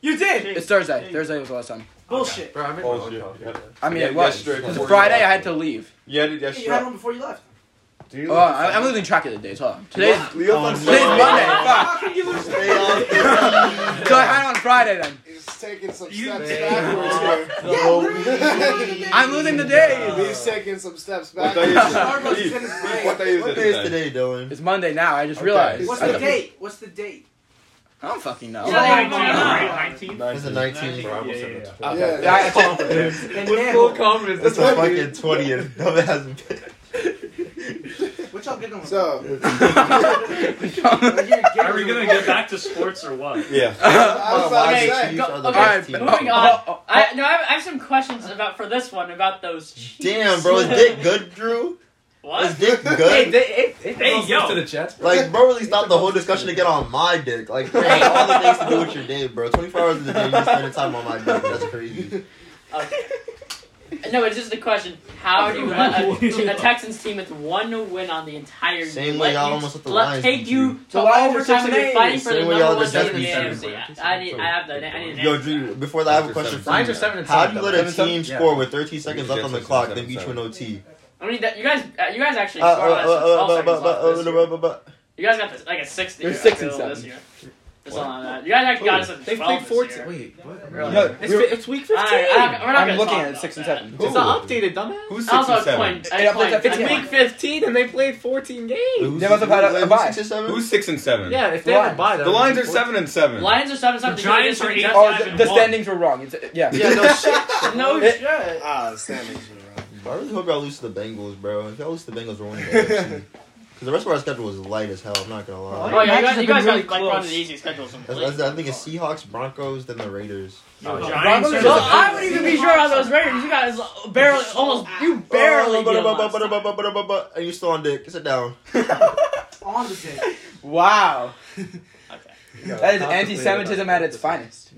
S5: You did.
S4: It's Thursday. Thursday was the last time.
S5: Bullshit.
S7: Bro, I'm in
S6: Oh, shit.
S7: Monaco.
S4: I mean,
S6: Yeah,
S4: it was.
S6: yesterday
S4: It was
S6: before
S4: Friday,
S6: you
S4: I had
S6: left.
S4: to leave.
S6: You had it yesterday.
S5: You had one before you left.
S6: Do you
S4: Oh,
S6: look-
S4: I- I'm losing track of the days. Hold on. Today's,
S6: Leo
S9: Oh,
S6: looks
S9: no.
S4: today's
S6: so-
S4: Monday. Fuck.
S5: How can you lose?
S9: Stay on.
S4: So I had it on Friday then.
S2: He's taking some
S3: You-
S2: steps backwards here.
S5: Yeah, literally.
S4: I'm losing the days.
S2: He's taking some steps
S6: What day is it?
S2: backwards.
S5: Starbucks
S6: Beef,
S5: is in his
S6: beef,
S5: brain.
S6: What day is it
S9: What day is
S6: today?
S9: today, Dylan?
S4: It's Monday now. I just
S6: Okay.
S4: realized.
S5: What's
S4: I
S5: the
S4: don't-
S5: date? What's the date?
S4: I don't fucking know.
S5: Yeah, I know.
S9: It's the 19th.
S7: Bro, I'm
S3: Yeah, yeah,
S7: in
S3: yeah.
S7: the
S2: Yeah.
S4: Yeah, I-
S5: And
S7: With
S5: then-
S7: full confidence.
S9: It's
S7: That's
S9: the fucking 20th. No, it hasn't been.
S5: Which I'll get on.
S2: So,
S3: Are we gonna get back to sports or what?
S6: Yeah.
S2: I was about to say,
S8: Go-
S9: Chiefs are the
S8: okay,
S9: best
S4: moving
S9: team.
S8: Moving on.
S4: oh,
S8: I no, I have, I have some questions about for this one about those. Chiefs.
S9: Damn, bro, is Dick good, Drew? Is
S8: What?
S9: Dick
S7: Hey,
S9: good?
S7: they, hey, hey,
S3: Hey,
S7: hey,
S3: yo.
S7: to the Jets.
S9: Like, bro, really stop the whole discussion to get on my dick. Like, man, all the things to do with your day, bro. 24 hours in the day, you're spending time on my dick. That's crazy.
S8: Okay. No, it's just the question: How do you let a, a Texans team with one win on the entire
S9: Same
S8: year,
S9: way
S8: let
S9: y'all
S8: you-
S9: almost let the
S8: let-
S9: Lions
S8: take
S9: beat
S8: you
S9: you.
S8: to
S5: The Lions are
S8: overtime and
S5: six and
S8: you're fighting
S5: eight.
S8: for
S9: Same
S8: the
S9: way
S8: number
S9: y'all
S8: one
S9: did
S8: seed in the
S9: Jets
S8: AFC. I, I need, I have that. I need an
S9: Yo,
S8: answer.
S9: Drew, before that, I have a question for
S7: Lions are
S9: you.
S7: seven and
S9: How
S7: seven.
S9: do you
S7: though.
S9: let a
S7: Seven
S9: team
S7: and seven?
S9: score
S7: Yeah.
S9: with 13 seconds left on the
S6: Jets are
S9: clock,
S6: seven
S9: then
S6: and
S9: beat you in
S6: seven.
S9: OT?
S8: I mean, that, you guys, uh, you guys actually
S9: Uh, uh,
S8: scored less than
S9: uh,
S8: 12
S9: uh,
S8: seconds
S9: uh,
S8: left this
S9: uh,
S8: year.
S9: uh, uh, uh,
S8: You guys got this, like a 60
S4: They're six and
S8: this
S4: seven.
S8: year. That's all I know. You guys actually got us at
S7: They
S8: 12
S7: played
S8: this
S7: fourteen.
S8: year.
S7: Wait, what?
S8: Really?
S4: No, we
S7: It's,
S4: were-
S7: fi- it's week fifteen.
S8: Alright, I'm not- we're not
S4: I'm
S8: gonna
S4: looking
S8: talk
S4: at it
S8: about
S4: six and
S8: that.
S4: seven.
S7: It's not updated, dumbass.
S6: Who's six
S8: Also,
S6: and
S8: I
S6: seven?
S8: coined.
S4: Yeah,
S8: I
S4: I'm
S8: coined.
S4: like,
S7: It's
S4: Come
S8: I
S7: week
S4: on.
S8: coined.
S7: fifteen, and they played fourteen games.
S9: who's
S4: They must have had a-
S9: who's
S4: a bye.
S9: six and seven?
S6: Who's six and seven?
S7: Yeah, if they
S4: The
S7: had a bye,
S6: The Lions are seven and seven.
S8: Lions are 7 7.
S3: The Giants are eight. Oh,
S4: Oh,
S3: Five
S4: the,
S3: and
S4: the
S3: one.
S4: standings were wrong. It's, uh, yeah.
S7: Yeah, no shit.
S8: No
S4: It-
S8: shit.
S2: Ah, the standings were wrong.
S9: I really hope y'all lose to the Bengals, bro. If y'all lose to the Bengals, we're winning the AFC. Because the rest of our schedule is light as hell. I'm not gonna
S8: Oh,
S9: lie.
S8: yeah, you
S5: Matches
S8: guys,
S5: have
S8: you
S5: been
S8: guys
S5: really
S8: got like one of
S5: close.
S8: the easiest schedules in the
S9: That's,
S8: league.
S9: that's, I think it's Seahawks, Broncos, then the Raiders.
S3: No,
S8: Oh,
S3: Giants
S4: Broncos
S3: are
S4: are
S8: So
S3: the-
S4: the-
S8: I wouldn't even be sure on those Raiders. You guys barely, almost, you barely.
S9: Oh, but-
S8: did
S9: but- but-
S8: last
S9: but-
S8: time.
S9: but- but- but- but- And you still on dick. Sit down.
S5: On the day.
S4: Wow.
S8: Okay.
S4: That is anti-Semitism at its finest.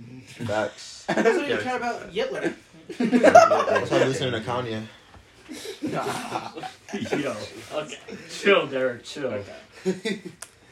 S9: Facts.
S5: That's what you care about Yitler.
S9: That's why I'm listening to Kanye.
S3: Yo, okay. Chill, Derek. Chill.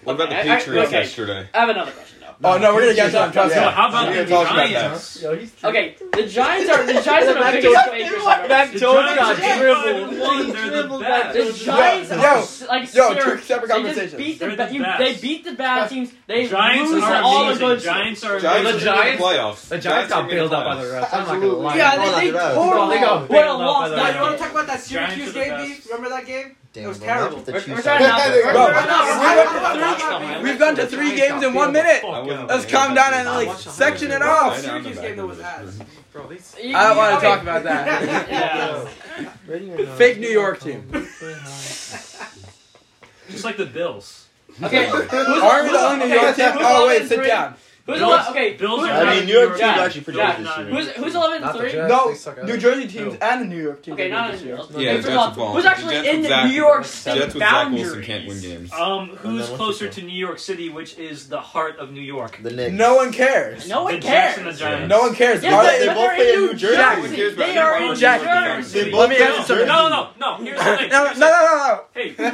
S6: What about the
S8: Okay, I- I-
S6: Patriots
S8: okay.
S6: yesterday?
S8: I have another question though.
S4: Oh no, we're gonna get some. Trust
S3: Yo,
S4: me.
S3: how about
S6: We
S3: the
S6: didn't talk about
S3: Giants?
S8: Okay, the Giants are the Giants are the
S7: Back
S8: biggest
S7: to-
S8: favorites. I've ever
S7: Back
S8: seen.
S3: The
S7: to-
S3: Giants
S7: got
S3: are eight,
S7: dribbled.
S3: five, and one.
S7: He
S3: They're the
S7: dribbled
S3: best.
S7: back
S8: The Giants
S4: Yo,
S8: are
S4: yo,
S8: s- like
S4: yo, two
S8: serious.
S4: separate
S8: They just
S4: conversations.
S8: beat the,
S3: They're the
S8: ba- you-
S3: best.
S8: they beat the bad teams. They
S3: Giants
S8: lose
S3: are
S8: all the
S3: amazing.
S8: good teams.
S3: Giants are
S6: Giants
S7: The
S6: are in
S7: Giants-
S6: playoffs.
S7: The Giants
S6: are
S7: got
S6: in
S7: bailed
S6: the
S7: up by the
S6: playoffs.
S7: refs. I'm not gonna lie.
S5: Yeah, they, they
S9: Well, after that.
S5: tore
S7: Well, they
S5: them
S7: got
S5: all.
S8: What a
S7: bailed up by
S8: loss!
S7: the
S5: Now,
S8: Now
S5: you want to
S7: refs.
S5: talk about that Syracuse
S3: Giants are
S5: game,
S3: the
S5: Beef?
S3: best.
S5: Remember that game?
S9: Damn,
S5: It was
S9: bro, not
S5: terrible.
S9: with the
S8: We're-
S9: Chiefs
S8: we're
S9: on
S8: trying
S9: it.
S8: not to-
S9: Bro,
S4: Bro,
S5: We're not- we're
S4: we
S5: not-
S4: went-
S5: we're not- we're not-
S8: We've
S4: We've gone to three games in one minute.
S6: I wasn't
S4: Let's
S6: there.
S4: calm down and
S6: I
S4: like
S6: watched the
S4: section it
S6: highlights.
S4: off.
S6: I know, I'm
S5: Syracuse
S6: the
S5: game, though,
S6: back
S5: was
S6: of the
S5: ass.
S6: room.
S7: Bro, these.
S8: You-
S4: I don't
S8: you-
S4: want to
S8: okay.
S4: talk about that.
S8: Yeah.
S4: Fake New York team.
S3: Just like the Bills.
S8: Okay. Who's-
S4: Are we the only New York
S8: okay,
S4: team?
S8: who's
S4: Oh wait,
S8: 11-3?
S4: sit down.
S8: Who's
S3: Bills-
S8: ele- okay?
S3: Bills
S8: who's-
S3: are
S9: I
S3: not
S9: mean, New York team's
S8: Yeah.
S9: actually pretty
S3: Yeah,
S9: good
S3: no,
S9: this year.
S8: Who's who's eleven
S7: Not the
S8: three?
S7: Jets.
S4: No,
S7: They suck at
S4: New
S7: it.
S4: Jersey teams and the New York teams.
S8: Okay,
S4: are good
S8: not
S4: this
S8: in
S4: year.
S6: Yeah,
S8: First of
S6: Jets
S8: all,
S6: with Vaughn.
S8: Who's actually
S6: Jets
S8: in
S6: with
S8: the
S6: Zach-
S8: New York
S6: Jets
S8: State
S6: with Zach Wilson
S8: boundaries?
S6: can't win games.
S3: Um,
S9: And
S3: who's
S9: then what's
S3: closer
S9: the-
S3: to New York City, which is the heart of New York?
S9: The Knicks.
S4: No one cares.
S8: No
S3: the
S8: one
S3: Jets and the
S8: cares.
S3: Giants.
S4: No one cares.
S8: Yes,
S4: Are
S8: but
S9: they
S8: but
S9: both
S8: they're
S9: play
S8: in New Jersey.
S6: Jack-
S8: They are in New
S4: Jack-
S8: Jersey.
S9: They
S3: Let
S9: both
S4: me
S9: play
S4: ask
S9: on
S4: you
S3: No,
S4: something.
S9: Jersey.
S3: no, no, no. Here's the thing.
S4: No, no, no, no,
S3: Hey, shut the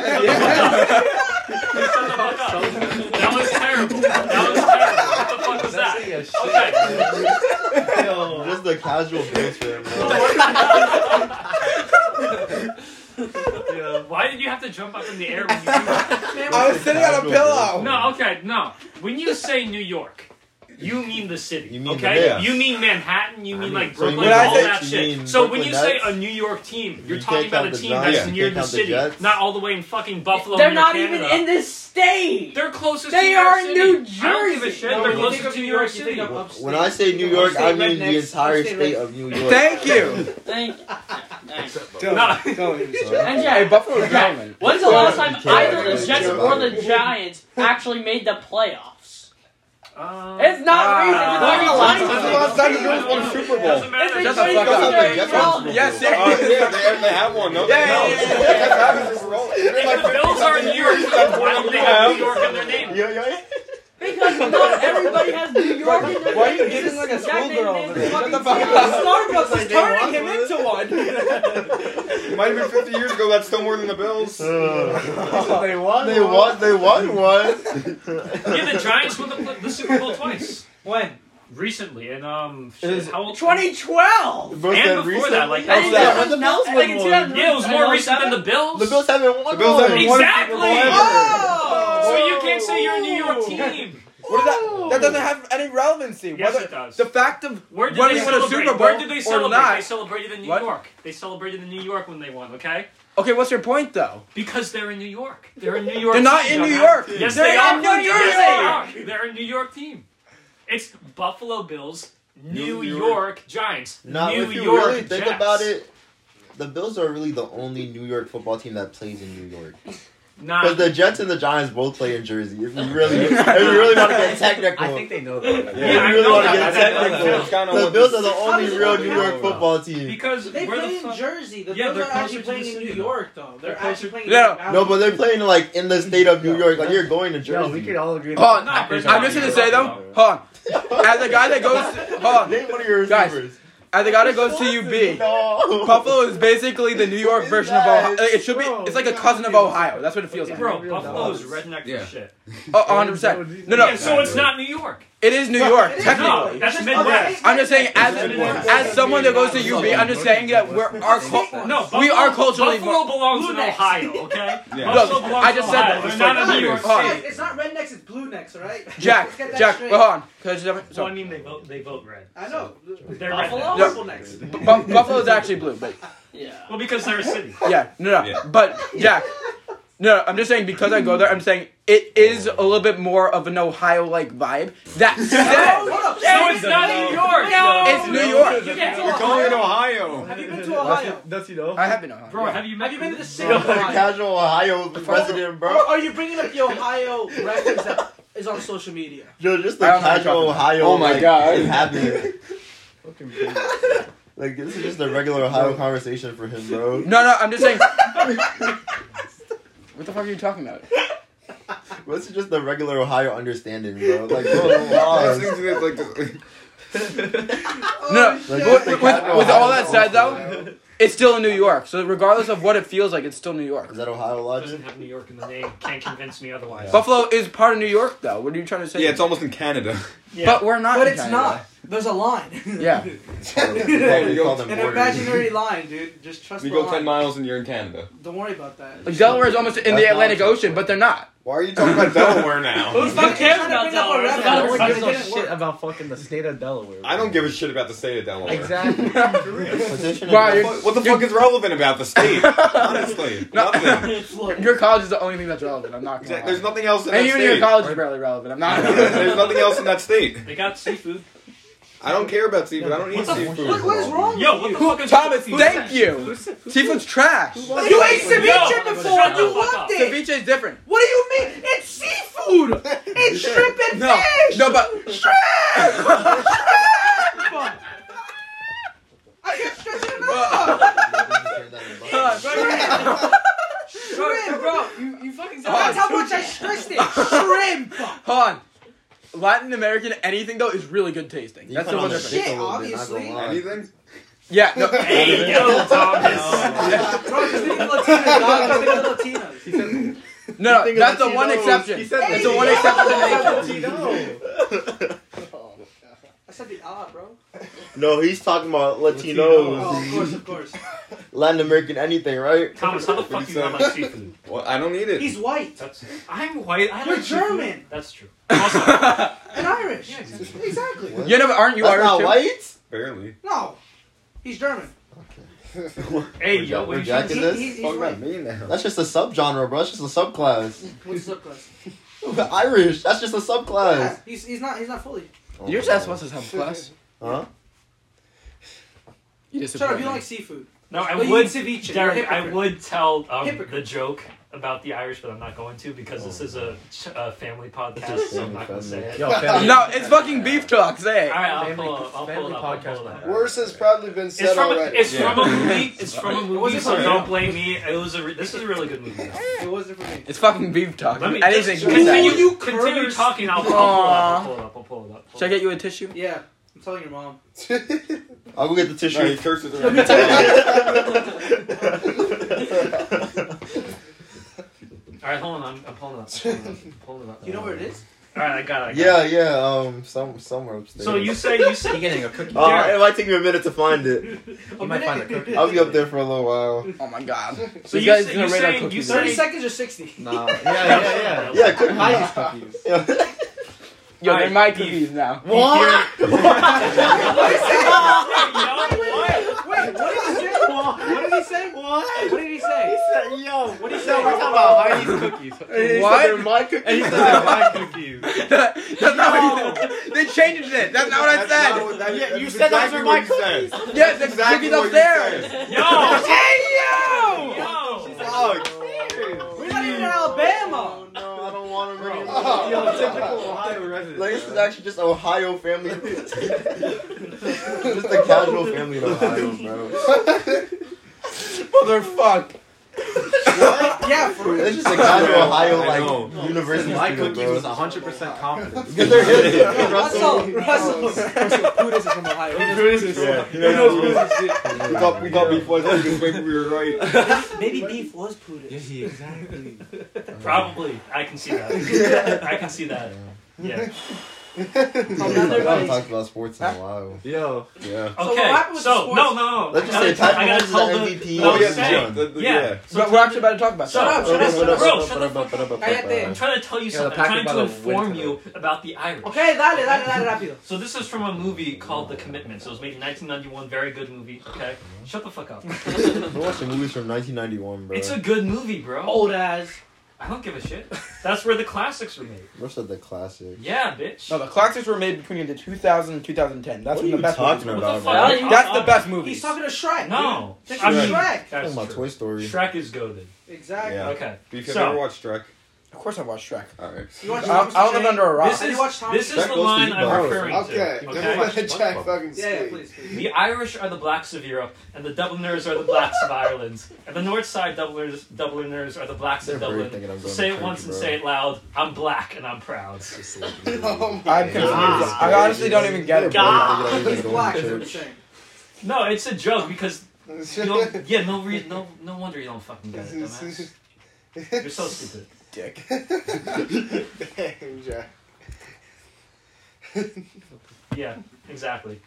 S3: fuck up. That was terrible. That was terrible. What the fuck was
S7: That's
S3: that?
S7: a shit.
S3: Okay.
S9: Just the casual banter, man.
S3: Why did you have to jump up in the air when you do that?
S4: no. I was sitting on a pillow.
S3: No, okay, no. When you say New York, you mean the city,
S9: You mean
S3: okay?
S6: the-
S3: you mean Manhattan, you mean,
S7: mean-
S3: like
S9: so you
S3: Brooklyn,
S4: mean-
S3: all
S4: When I say-
S3: that
S9: you
S3: shit.
S9: mean
S3: So
S9: Brooklyn
S3: when you say
S9: Nets?
S3: a New York team,
S9: You
S3: you're
S9: can't
S3: talking about a
S9: count the
S3: team
S9: Giants,
S3: that's
S9: you
S3: near
S9: can't
S3: the
S9: count the
S3: city,
S9: Jets.
S3: not all the way in fucking Buffalo.
S8: They're
S3: near
S8: not
S3: Canada.
S8: even in this state.
S3: They're closest to
S8: They
S3: New
S8: are
S3: York
S8: in
S3: City.
S8: New
S3: I don't give a
S8: Jersey.
S3: shit.
S5: No,
S3: They're
S5: when you
S3: closer
S5: think of
S3: to New
S5: New
S3: York
S5: York, you
S3: City.
S5: think of-
S9: When I say New York, I mean the entire state of New York.
S4: Thank you.
S8: Thank thanks.
S3: No.
S8: And
S4: Hey,
S8: Jack,
S4: Buffalo Grumman.
S8: when's the last time
S9: Yeah.
S8: either the Jets
S9: Yeah.
S8: or the Giants actually made the playoffs?
S3: Uh,
S8: It's not
S4: Ah.
S8: recent. It's
S4: When's
S8: not
S4: the
S8: recent.
S4: last time the Bills won a Super Bowl?
S3: Doesn't matter.
S8: It's been
S4: Shut the
S8: 20
S4: fuck up.
S8: years.
S9: That's
S8: Well,
S9: what-
S4: Yes, sir.
S6: Oh, yeah, they, they have one. No, they
S4: Yeah,
S6: don't.
S4: yeah, yeah,
S3: If the Bills are in New York, why do they have New York in their name?
S8: Because not everybody has New York in their
S4: Why are you
S8: name.
S4: getting like a
S8: That name
S4: schoolgirl
S8: is
S4: over there? Shut the
S8: fucking
S4: fuck
S8: Seattle.
S4: up.
S5: Starbucks is turning him
S4: into one.
S6: It might have been 50 years ago. That's still more than the Bills.
S4: they won.
S9: They won. They won one.
S3: Yeah, the Giants won the, the Super Bowl twice
S5: When?
S3: recently, and um, shit,
S4: Is-
S3: how old?
S8: 2012.
S9: Bro
S3: And
S9: said
S3: before that, like
S8: I
S3: that
S8: didn't
S9: How's
S3: was
S8: know
S9: that?
S8: when
S9: When the Bills
S8: I think
S9: won
S8: it's
S9: one.
S3: yeah, it was more recent
S8: 2007.
S3: than the Bills.
S9: the Bills haven't won.
S6: The Bills
S9: one.
S6: haven't won.
S3: Exactly.
S5: Oh!
S3: So you can't say you're a New York team.
S4: What is that? That doesn't have any relevancy.
S3: Yes,
S4: Whether-
S3: it does.
S4: The fact of
S3: Where did
S4: when
S3: they
S4: we won a
S3: celebrate?
S4: Super Bowl
S3: Where did they
S4: or
S3: celebrate? They
S4: not.
S3: celebrated in New
S4: What?
S3: York. They celebrated in New York when they won. Okay,
S4: Okay, what's your point though?
S3: because they're in New York. They're in New York.
S4: They're not
S3: team,
S4: in New
S3: dumbass.
S4: York.
S3: Yes,
S4: They're
S3: they
S4: in
S3: are.
S4: New
S3: Yes, they are. They're a New York team. It's Buffalo Bills, New,
S6: New
S3: York.
S6: York.
S3: Giants,
S9: Now,
S3: New
S9: if you
S3: York
S9: really think
S3: Jets.
S9: about it, the Bills are really the only New York football team that plays in New York.
S3: Nah,
S9: Because the Jets and the Giants both play in Jersey. If you really, if you really want to get technical,
S7: I think they know that.
S9: if you
S3: Yeah, I
S9: really
S3: know
S9: want to
S3: that.
S9: get
S3: I know that.
S9: technical, the Bills are the only real New York football team.
S3: because
S5: They
S3: where
S5: play
S3: the
S5: in
S3: fuck?
S5: Jersey. The
S3: Yeah,
S5: Bills
S3: they're
S5: are
S3: closer
S5: actually
S3: to
S5: playing
S3: the
S5: in
S3: city,
S5: New
S3: though.
S5: York, though. They're,
S3: They're
S5: actually
S3: closer-
S5: playing
S4: No.
S5: in
S9: No, but they're playing like in the state of New York. Like you're going to
S7: Yo, we
S9: Jersey.
S7: could all agree.
S4: Hold
S3: No,
S4: on. I'm just gonna say though, hold on. As a guy that goes, hold on.
S9: Name one of your
S4: Guys.
S9: receivers.
S4: Adegato goes to UB.
S6: No.
S4: Buffalo is basically the New York version of Ohio. It should be. It's like a cousin of Ohio. That's what it feels like.
S3: Bro,
S7: Real
S3: Buffalo's
S7: dollars.
S3: redneck
S4: Yeah.
S3: for shit.
S4: Oh, 100 percent. No, no.
S3: yeah, so it's not New York.
S4: It is New York
S5: It is.
S4: technically.
S3: No, that's
S5: It's just
S3: Midwest.
S5: other-
S4: I'm just saying, as
S3: Midwest.
S4: as someone that goes to UB, I'm just saying that we're our cul-
S3: No, Buffalo,
S4: we are culturally.
S3: Buffalo belongs
S5: Blue
S3: in
S5: necks.
S3: Ohio, okay?
S7: Yeah.
S3: Buffalo
S4: Look,
S3: belongs
S4: I just
S3: in
S4: said
S3: Ohio.
S4: that.
S3: They're
S4: It's
S3: not
S4: like-
S3: in New York
S4: Hold on.
S3: City.
S5: It's not rednecks, it's blue necks, alright?
S4: Jack,
S5: Let's get that
S4: Jack,
S5: straight.
S4: hold on. Can I just have it?
S3: So,
S4: So,
S3: I mean, they vote, they vote red.
S5: I know.
S3: They're
S5: Buffalo?
S3: rednecks.
S4: Yeah.
S5: Buffalo necks.
S4: Bu- Buffalo's actually blue, but
S8: Yeah.
S3: Well, because they're a city.
S4: yeah, no, no.
S7: Yeah.
S4: But Jack, no, no, I'm just saying because I go there, I'm saying it is a little bit more of an Ohio-like vibe. That
S5: Hold
S4: said,
S5: up.
S3: No, it's not New York. No,
S4: it's New York.
S3: You can't
S7: You're going to Ohio.
S5: Have you been to Ohio?
S6: Does he know?
S4: I have been to Ohio.
S3: Bro, have you met
S5: Have you been to the city
S3: No.
S5: of Ohio?
S9: Casual Ohio president,
S5: Or
S9: bro.
S5: are you bringing up the Ohio reference that is on social media?
S9: Yo, just
S4: I
S9: the
S4: don't know what you're
S9: casual
S4: talking about.
S9: Ohio.
S2: Oh my
S9: like,
S2: God.
S9: it happened. Like this is just a regular Ohio conversation for him, bro.
S4: No, no, I'm just saying. what the fuck are you talking about?
S9: This is just the regular Ohio understanding, bro. Like, bro, pause.
S7: Listening to this, like, this-
S4: No, no.
S9: Like,
S4: With,
S9: just the
S4: with,
S9: casual
S4: with all that
S9: Ohio-
S4: said, though, it's still in New York. So regardless of what it feels like, it's still New York.
S9: is that Ohio
S3: Doesn't
S9: logic?
S3: have New York in the name. Can't convince me otherwise.
S4: Buffalo is part of New York, though. What are you trying to say?
S7: yeah, it's almost in Canada.
S4: But we're not.
S5: But
S4: in
S5: it's
S4: Canada.
S5: not. There's a line.
S4: Yeah.
S9: They call them
S5: An
S9: borders.
S5: imaginary line, dude. Just trust
S7: We
S5: the
S7: go
S5: line.
S7: ten miles and you're in Canada.
S5: Don't worry about that.
S4: Like Delaware is almost in the
S9: That's
S4: Atlantic
S9: not-
S4: Ocean, but they're not.
S9: Why are you talking about Delaware?
S7: Delaware now.
S5: fucking
S8: cares
S5: trying to
S8: about
S5: bring up
S8: Delaware? It's
S5: a reference
S8: about
S5: when
S8: Ohio.
S5: it
S10: know
S5: didn't
S10: shit
S5: work.
S10: about fucking the state of Delaware.
S7: I don't give a shit about the state of Delaware.
S10: Exactly.
S9: Petition
S4: Wow,
S9: against-
S4: you're-
S7: What the fuck is relevant about the state? Honestly, nothing.
S5: Look,
S4: Your college is the only thing that's relevant. I'm not. Gonna lie.
S7: There's nothing else in
S4: And
S7: that
S4: even your
S7: state.
S4: college is barely relevant. I'm not.
S7: There's nothing else in that state.
S3: They got seafood.
S7: I don't care about seafood. I don't eat
S5: Look, what
S7: seafood.
S5: is wrong
S3: Yo, what
S5: with
S3: the
S5: you?
S3: fuck is
S4: Thomas,
S3: Who
S4: thank you. Seafood's trash.
S5: You ate
S3: Yo,
S5: ceviche before.
S3: shut the
S5: You
S3: fuck
S5: loved
S3: up.
S5: it.
S4: Ceviche is different.
S5: What do you mean? It's seafood. It's shrimp and
S4: No,
S5: fish.
S4: no, but
S5: I can't stretch it enough. Shrimp, bro.
S8: You, you fucking
S5: That's how much I stretched it. Shrimp.
S4: hold on. Latin American anything though is really good tasting.
S9: You
S4: That's
S9: put
S4: the
S9: on
S4: one
S9: the
S5: shit,
S4: difference.
S9: dick a little bit, not
S5: obviously.
S9: gonna lie.
S7: Anything?
S4: Yeah, no,
S3: Hey, yo, Thomas.
S5: Bro, just think of Latinas, dog. Just think of Latinas.
S4: no, no that's the one exception. That's the one exception to Jamaica.
S5: I said the ah, bro.
S9: No, he's talking about
S5: Oh, of
S9: Latinos,
S5: course, of course.
S9: Latin American, anything, right?
S3: Thomas, how the fuck do you not like seafood?
S7: Well, I don't eat it.
S5: He's white
S3: That's I'm white. I
S5: You're
S3: like seafood.
S5: German.
S3: That's true. Also,
S5: and Irish.
S3: yeah, exactly.
S5: Exactly.
S9: What?
S4: You know, but aren't you
S9: That's
S4: Irish
S9: not
S4: too?
S9: white.
S7: Barely.
S5: No, he's German.
S3: Hey, yo,
S9: We're ja-
S3: what
S9: we're
S3: you
S9: jacking
S5: He,
S9: this?
S5: he, he's
S7: Talk about
S5: white.
S7: me now.
S9: That's just a subgenre, bro. That's just a subclass.
S5: What's his subclass?
S9: Irish. That's just a
S5: Yeah,
S9: subclass.
S5: he's, he's not he's not fully.
S7: Oh.
S4: You're just supposed to have plus.
S9: Huh?
S4: You
S5: Shut up.
S4: disappoint
S5: You
S4: me.
S5: don't like seafood.
S3: No, I
S5: Well, you
S3: would
S5: eat ceviche. You're a
S3: Derek, I
S5: hypocrite.
S3: would tell um,
S5: Hypocrite.
S3: the joke about the Irish, but I'm not going to because this is a, a family podcast, so I'm not going to say it.
S10: Yo, family,
S4: No, it's fucking beef eh? talk.
S3: All
S4: Say it.
S3: right, I'll
S10: family,
S3: pull it up. I'll pull
S10: family
S3: it up. I'll
S10: podcast.
S3: pull it up.
S10: man.
S2: Worse has probably been
S3: It's
S2: said
S3: from, a,
S2: already.
S3: it's from a movie. It's from a movie,
S5: wasn't
S3: so
S5: from-
S3: don't blame me. It was a. Re- this is a really good movie.
S5: It wasn't for me.
S4: It's fucking beef talk.
S3: Let me
S4: I didn't think you
S2: Who
S4: did
S3: continue.
S4: that.
S5: you
S3: continue
S5: curse?
S3: talking. I'll, I'll pull it up. I'll pull it up. I'll pull it up.
S4: Should I get you a tissue?
S5: Yeah, I'm telling your mom.
S9: I'll go get the
S7: No, he
S9: tissue.
S7: curses around.
S3: All right, hold on. I'm, I'm pulling it up. I'm pulling it up. I'm pulling it up.
S5: You know where it is?
S3: All right, I got it. I got
S9: Yeah,
S3: It.
S9: yeah. Um, some somewhere upstairs.
S3: So you say you say
S10: You're getting a cookie.
S9: Uh, it might take me a minute to find it.
S10: you might find a cookie.
S9: I'll be up there for a little while.
S4: Oh my god.
S3: So
S4: These
S3: you
S4: guys
S3: say-
S4: gonna
S3: you
S4: rate our
S3: saying- you
S4: cookies,
S3: saying-
S5: 30
S4: right?
S5: seconds or 60?
S10: Nah. Yeah, yeah, yeah.
S9: Yeah, could
S10: I use cookies.
S9: yeah.
S4: Yo, they're
S3: Alright,
S4: my
S3: beef.
S4: cookies now.
S3: What?
S5: Wait, what did he say? What did he say? What? What did he say?
S9: Yo, what
S5: you say? We're talking
S9: about
S10: cookies.
S4: What?
S9: my cookies.
S10: And he said they're my cookies.
S4: That's not what you said. They changed it. That's not what I said.
S7: Yeah,
S10: you said those were my
S7: cookies.
S4: Yeah, the
S7: Exactly
S4: cookies
S7: what you
S4: upstairs.
S7: said.
S3: Yo.
S4: Hey yo!
S3: Oh, Yo.
S5: We're not even in Alabama.
S9: Oh, No, I don't want them anymore.
S10: Yo, typical Ohio resident.
S9: Like this is actually just Ohio family. just a casual family in Ohio, bro.
S4: Motherfuck.
S9: What?
S5: Yeah, for real.
S9: That's just a guy from Ohio,
S6: I know.
S9: like, university
S10: My
S9: student,
S10: cookies
S9: bro.
S10: was 100% confident.
S9: Because they're hip.
S5: Russell, Russell,
S2: Buddhist is from Ohio.
S6: Yeah.
S9: We got, we got before that because we were right.
S5: Maybe beef was Buddhist.
S10: exactly.
S3: Probably. I can see that. I can see that. Yeah.
S9: I haven't talked about sports in a while.
S10: Yo,
S9: Yeah.
S5: So what
S3: Okay.
S5: happened with
S3: So,
S5: sports-
S3: no, no, no.
S9: Let's just
S3: I
S9: say
S3: gotta-
S9: Pat
S3: I
S9: Mahomes
S3: gotta
S9: is
S3: tell
S9: the
S3: the.
S9: MVP.
S3: No,
S9: Oh,
S3: I'm
S9: yeah,
S3: saying.
S9: John.
S3: Yeah. So
S4: But we're actually about to talk about
S3: Shut
S4: that.
S3: up, shut up, shut up, bro, shut the fuck up.
S5: Cállate.
S3: I'm trying to tell you
S10: Yeah, the
S3: something. I'm
S10: Packers
S3: trying to
S10: by the way
S3: inform
S10: win
S3: you about the Irish.
S5: Okay, dale, dale, dale, rápido.
S3: So this is from a movie called The Commitments. It was made in 1991. Very good movie. Okay. Shut the fuck up.
S9: We're watching movies from 1991, bro.
S3: It's a good movie, bro.
S5: Old as.
S3: I don't give a shit. That's where the classics were made.
S9: Most of the classic.
S3: Yeah, bitch.
S4: No, the classics were made between the 2000 and 2010. That's
S9: What are
S4: when the
S9: you
S4: best
S9: talking
S4: movies were.
S3: What
S9: about,
S3: the fuck?
S9: bro.
S8: That's
S3: Are you
S4: That's the
S3: Uh, talking-
S4: best movies.
S5: He's talking to Shrek.
S3: No.
S5: dude.
S3: I mean,
S5: Shrek.
S9: Oh,
S3: That's
S9: my
S3: true.
S9: Toy Story.
S3: Shrek is goaded.
S5: dude. Exactly.
S9: Yeah.
S3: Okay.
S7: Beef,
S3: So-
S7: have you ever watched Shrek?
S4: Of course I watched Shrek.
S7: Alright.
S5: You watch
S4: I, I don't live under a rock.
S3: This
S5: Have you
S3: is,
S5: watched Tom
S3: this
S5: and
S3: is
S9: Jerry?
S3: the line I'm
S9: Goes to
S3: referring
S2: Okay,
S3: to.
S2: never let Jack fucking speak.
S5: Yeah, yeah, please, please.
S3: The Irish are the blacks of Europe, and the Dubliners are the blacks of Ireland. And the North Side Dubliners, Dubliners are the blacks
S9: They're
S3: of
S9: very
S3: Dublin.
S9: thinking I'm
S3: So
S9: going
S3: say
S9: to
S3: it once
S9: Turkey,
S3: and
S9: bro.
S3: say it loud. I'm black and I'm proud.
S2: Oh my
S4: I'm confused.
S3: Ah.
S4: I honestly don't even get it. bro.
S9: God.
S5: He's black, is what I'm saying.
S3: No, it's a joke because you
S2: God.
S3: don't, yeah, no re- no no wonder you don't fucking get it, dumbass. You're so stupid.
S4: Dick.
S2: Damn, Jack.
S3: Yeah, exactly.